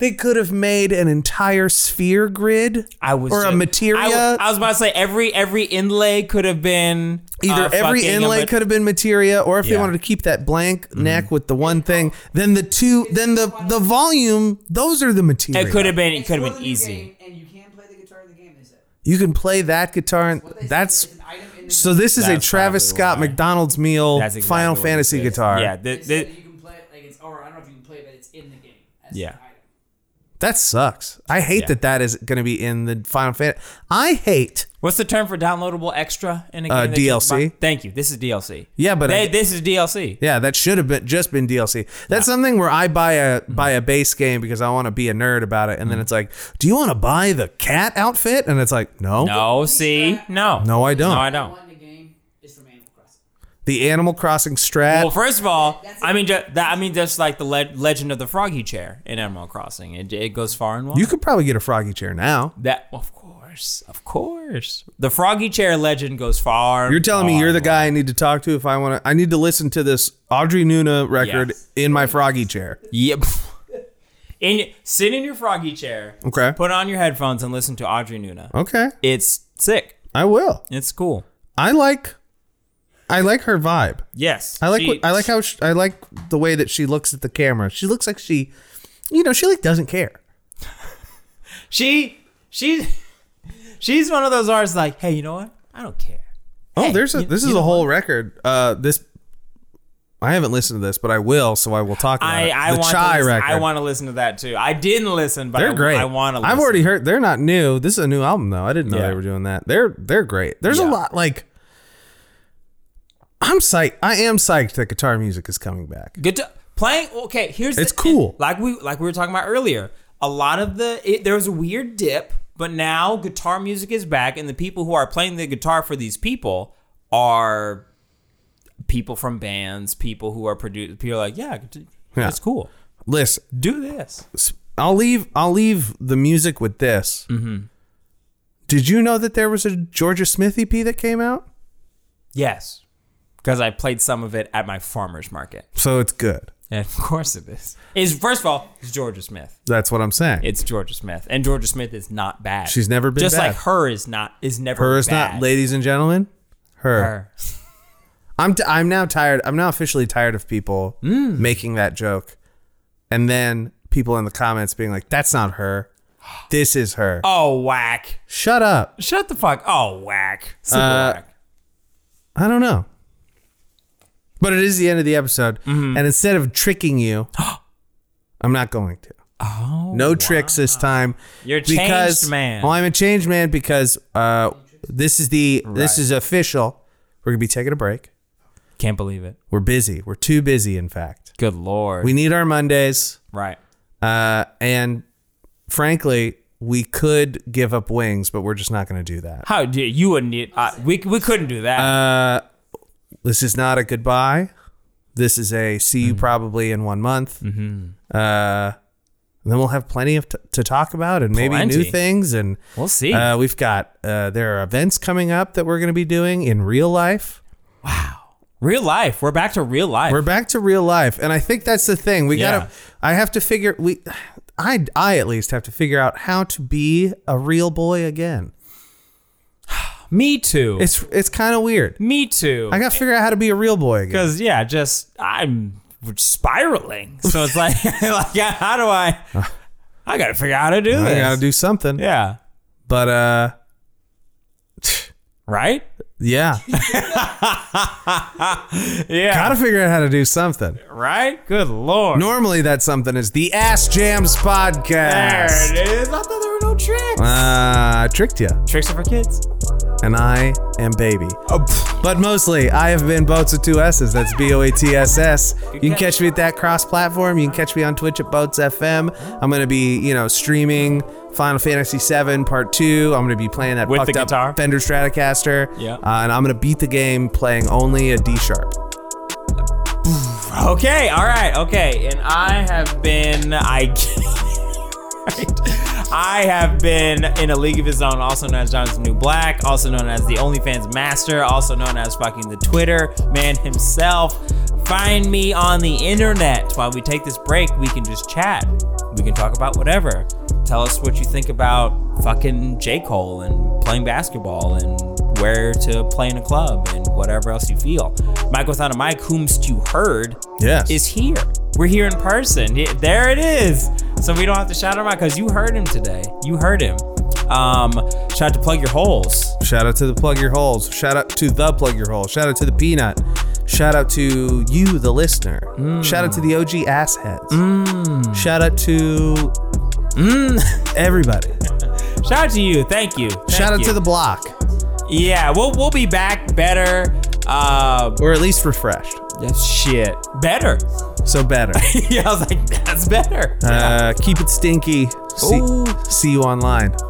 Speaker 1: They could have made an entire sphere grid.
Speaker 2: I was
Speaker 1: or
Speaker 2: just-
Speaker 1: a material.
Speaker 2: I, wa- I was about to say every every inlay could have been
Speaker 1: Either
Speaker 2: uh,
Speaker 1: every
Speaker 2: fucking a
Speaker 1: inlay
Speaker 2: mat-
Speaker 1: could have been materia, or if they
Speaker 2: Yeah. Mm-hmm.
Speaker 1: wanted to keep that blank neck with the one thing, then the two, then the the volume. Those are the
Speaker 2: it
Speaker 1: material.
Speaker 2: could have been it
Speaker 3: It's
Speaker 2: could
Speaker 3: still
Speaker 2: have
Speaker 3: in
Speaker 2: been
Speaker 3: the
Speaker 2: easy.
Speaker 3: game, and you can play the guitar in the game. They said.
Speaker 1: You can play that guitar, and
Speaker 3: What they said
Speaker 1: that's
Speaker 3: is an item in the
Speaker 1: so. This is a
Speaker 2: That's
Speaker 1: Travis
Speaker 2: probably
Speaker 1: Scott
Speaker 2: why.
Speaker 1: McDonald's meal
Speaker 2: That's exactly
Speaker 1: Final
Speaker 2: what it
Speaker 1: Fantasy
Speaker 2: is.
Speaker 1: guitar.
Speaker 2: Yeah,
Speaker 3: They
Speaker 2: th-
Speaker 3: said
Speaker 2: th-
Speaker 3: that you can play it, like it's or I don't know if you can play, it, but it's in the game. As
Speaker 2: Yeah.
Speaker 3: An item.
Speaker 1: that sucks. I hate
Speaker 2: Yeah.
Speaker 1: that that is going to be in the Final Fantasy. I hate.
Speaker 2: what's the term for downloadable extra in a game?
Speaker 1: Uh,
Speaker 2: that you
Speaker 1: DLC?
Speaker 2: buy? Thank you. This is DLC.
Speaker 1: Yeah, but
Speaker 2: They-
Speaker 1: I-
Speaker 2: this is DLC.
Speaker 1: Yeah, that should have been just been DLC. That's something where I buy a
Speaker 2: Mm-hmm.
Speaker 1: buy a base game because I want to be a nerd about it, and then it's like, do you want to buy the cat outfit? And it's like,
Speaker 2: No, see, no,
Speaker 1: No, I don't.
Speaker 2: No, I
Speaker 3: The
Speaker 2: don't.
Speaker 3: one in the game is from Animal Crossing.
Speaker 1: The Animal Crossing strat.
Speaker 2: Well, first of all,
Speaker 3: That's
Speaker 2: I
Speaker 3: it.
Speaker 2: mean ju- that. I mean, just like the le- legend of the Froggy Chair in Animal Crossing, it, it goes far and wide.
Speaker 1: you could probably get a froggy chair now.
Speaker 2: that of course, of course, the Froggy Chair legend goes far.
Speaker 1: You're telling me
Speaker 2: far
Speaker 1: you're the
Speaker 2: and
Speaker 1: guy I need to talk to if I want to. I need to listen to this Audrey Nuna record
Speaker 2: Yes.
Speaker 1: in my froggy chair.
Speaker 2: Yep. In sit in your froggy chair.
Speaker 1: Okay.
Speaker 2: Put on your headphones and listen to Audrey Nuna.
Speaker 1: Okay,
Speaker 2: It's sick.
Speaker 1: I will.
Speaker 2: It's cool.
Speaker 1: I like, I like her vibe.
Speaker 2: Yes.
Speaker 1: I like
Speaker 2: She-
Speaker 1: what, I like how she, I like the way that she looks at the camera. She looks like she, you know, she like doesn't care.
Speaker 2: she she she's one of those artists like, hey, you know what? I don't care.
Speaker 1: Oh,
Speaker 2: Hey,
Speaker 1: there's a
Speaker 2: you-
Speaker 1: this
Speaker 2: you
Speaker 1: is a
Speaker 2: know
Speaker 1: whole record. Uh, this I haven't listened to this, but I will, so I will talk about
Speaker 2: I
Speaker 1: it.
Speaker 2: I
Speaker 1: the
Speaker 2: want
Speaker 1: Chai
Speaker 2: to listen,
Speaker 1: record.
Speaker 2: I want to listen to that too. I didn't listen, but
Speaker 1: They're
Speaker 2: I,
Speaker 1: great.
Speaker 2: I want to. listen.
Speaker 1: I've already heard they're not new. This is a new album though. I didn't know
Speaker 2: Yeah.
Speaker 1: they were doing that. They're they're great. There's a
Speaker 2: Yeah.
Speaker 1: lot like I'm psyched. I am psyched that guitar music is coming back.
Speaker 2: Good to playing. Okay, here's
Speaker 1: It's
Speaker 2: the-
Speaker 1: cool.
Speaker 2: like we like we were talking about earlier. A lot of the it, there was a weird dip But now guitar music is back, and the people who are playing the guitar for these people are people from bands, people who are produced. People are like, yeah, guit- that's cool.
Speaker 1: Listen,
Speaker 2: Do this.
Speaker 1: I'll leave. I'll leave the music with this. Mm-hmm. Did you know that there was a Georgia Smith EP that came out?
Speaker 2: Yes, because I played some of it at my farmer's market.
Speaker 1: So it's good.
Speaker 2: And of course it is. Is first of all, it's Georgia Smith.
Speaker 1: That's what I'm saying.
Speaker 2: It's Georgia Smith, and Georgia Smith is not bad.
Speaker 1: She's never been
Speaker 2: just
Speaker 1: bad.
Speaker 2: like her is not is never
Speaker 1: Her is
Speaker 2: bad.
Speaker 1: not, ladies and gentlemen. Her.
Speaker 2: Her.
Speaker 1: I'm. T- I'm now tired. I'm now officially tired of people
Speaker 2: Mm.
Speaker 1: making that joke, and then people in the comments being like, "That's not her. This is her."
Speaker 2: Oh whack!
Speaker 1: Shut up.
Speaker 2: Shut the fuck! Oh whack! Super
Speaker 1: Uh,
Speaker 2: whack.
Speaker 1: I don't know. But it is the end of the episode,
Speaker 2: Mm-hmm.
Speaker 1: and instead of tricking you, I'm not going to.
Speaker 2: Oh,
Speaker 1: No tricks this time.
Speaker 2: You're a changed man.
Speaker 1: Well, I'm a changed man because uh, this is the this
Speaker 2: Right.
Speaker 1: is official. We're gonna be taking a break.
Speaker 2: can't believe it.
Speaker 1: We're busy. We're too busy, in fact.
Speaker 2: Good lord!
Speaker 1: We need our Mondays,
Speaker 2: right.
Speaker 1: uh, and frankly, we could give up wings, but we're just not gonna do that.
Speaker 2: How do you wouldn't need? Uh, we we couldn't do that.
Speaker 1: Uh, this is not a goodbye. This is a see
Speaker 2: Mm-hmm.
Speaker 1: you probably in one month. Mm-hmm. Uh, and then we'll have plenty of t- to talk about and maybe new
Speaker 2: Plenty.
Speaker 1: things. And
Speaker 2: We'll see.
Speaker 1: Uh, we've got uh, there are events coming up that we're going to be doing in real life.
Speaker 2: real life. We're back to real life.
Speaker 1: We're back to real life, and I think that's the thing. We
Speaker 2: Yeah.
Speaker 1: gotta. I have to figure we. I I at least have to figure out how to be a real boy again.
Speaker 2: Me too.
Speaker 1: It's it's kind of weird.
Speaker 2: me too.
Speaker 1: I got to figure out how to be a real boy again.
Speaker 2: Because yeah, just I'm spiraling. So it's like, like how do I? I gotta figure out how to do
Speaker 1: I
Speaker 2: this.
Speaker 1: got to do something.
Speaker 2: yeah,
Speaker 1: But uh,
Speaker 2: right.
Speaker 1: yeah,
Speaker 2: Yeah,
Speaker 1: got to figure out how to do something.
Speaker 2: right. Good lord.
Speaker 1: Normally, that something is the Ass Jams
Speaker 2: there
Speaker 1: podcast.
Speaker 2: it is. I thought there were no tricks.
Speaker 1: Ah, I tricked you,
Speaker 2: tricks are for kids.
Speaker 1: and I am baby.
Speaker 2: Oh, pff.
Speaker 1: But mostly, I have been Boats with two S's. That's B O A T S S. You can catch me at that cross platform. You can catch me on Twitch at Boats FM. I'm going to be, you know, streaming Final Fantasy VII Part 2. I'm going to be playing that
Speaker 2: With the
Speaker 1: fucked
Speaker 2: guitar?
Speaker 1: up Fender Stratocaster.
Speaker 2: Yeah.
Speaker 1: Uh, and I'm going to beat the game playing only a D sharp.
Speaker 2: Okay. All right. Okay. And I have been. I. I have been in a league of his own, also known as Jonathan New Black, also known as the OnlyFans Master, also known as fucking the Twitter man himself. Find me on the internet. While we take this break, we can just chat. We can talk about whatever. Tell us what you think about fucking J. Cole and playing basketball and where to play in a club and whatever else you feel. Mike without a mic, whomst you heard
Speaker 1: Yes.
Speaker 2: is here. We're here in person. Yeah, There it is. So we don't have to shout him out because you heard him today. You heard him. Um, shout out to plug your holes.
Speaker 1: Shout out to the Plug Your Holes. Shout out to the Plug Your Hole. Shout out to the Peanut. Shout out to you, the listener.
Speaker 2: Mm.
Speaker 1: Shout out to the OG Assheads. Shout out to
Speaker 2: Mm.
Speaker 1: everybody.
Speaker 2: Shout out to you. Thank you.
Speaker 1: Shout out to the block,
Speaker 2: yeah. We'll we'll be back better. Uh,
Speaker 1: or at least refreshed.
Speaker 2: shit. Better.
Speaker 1: So better.
Speaker 2: yeah, I was like, that's better.
Speaker 1: Uh, keep it stinky. See,
Speaker 2: Ooh.
Speaker 1: see you online.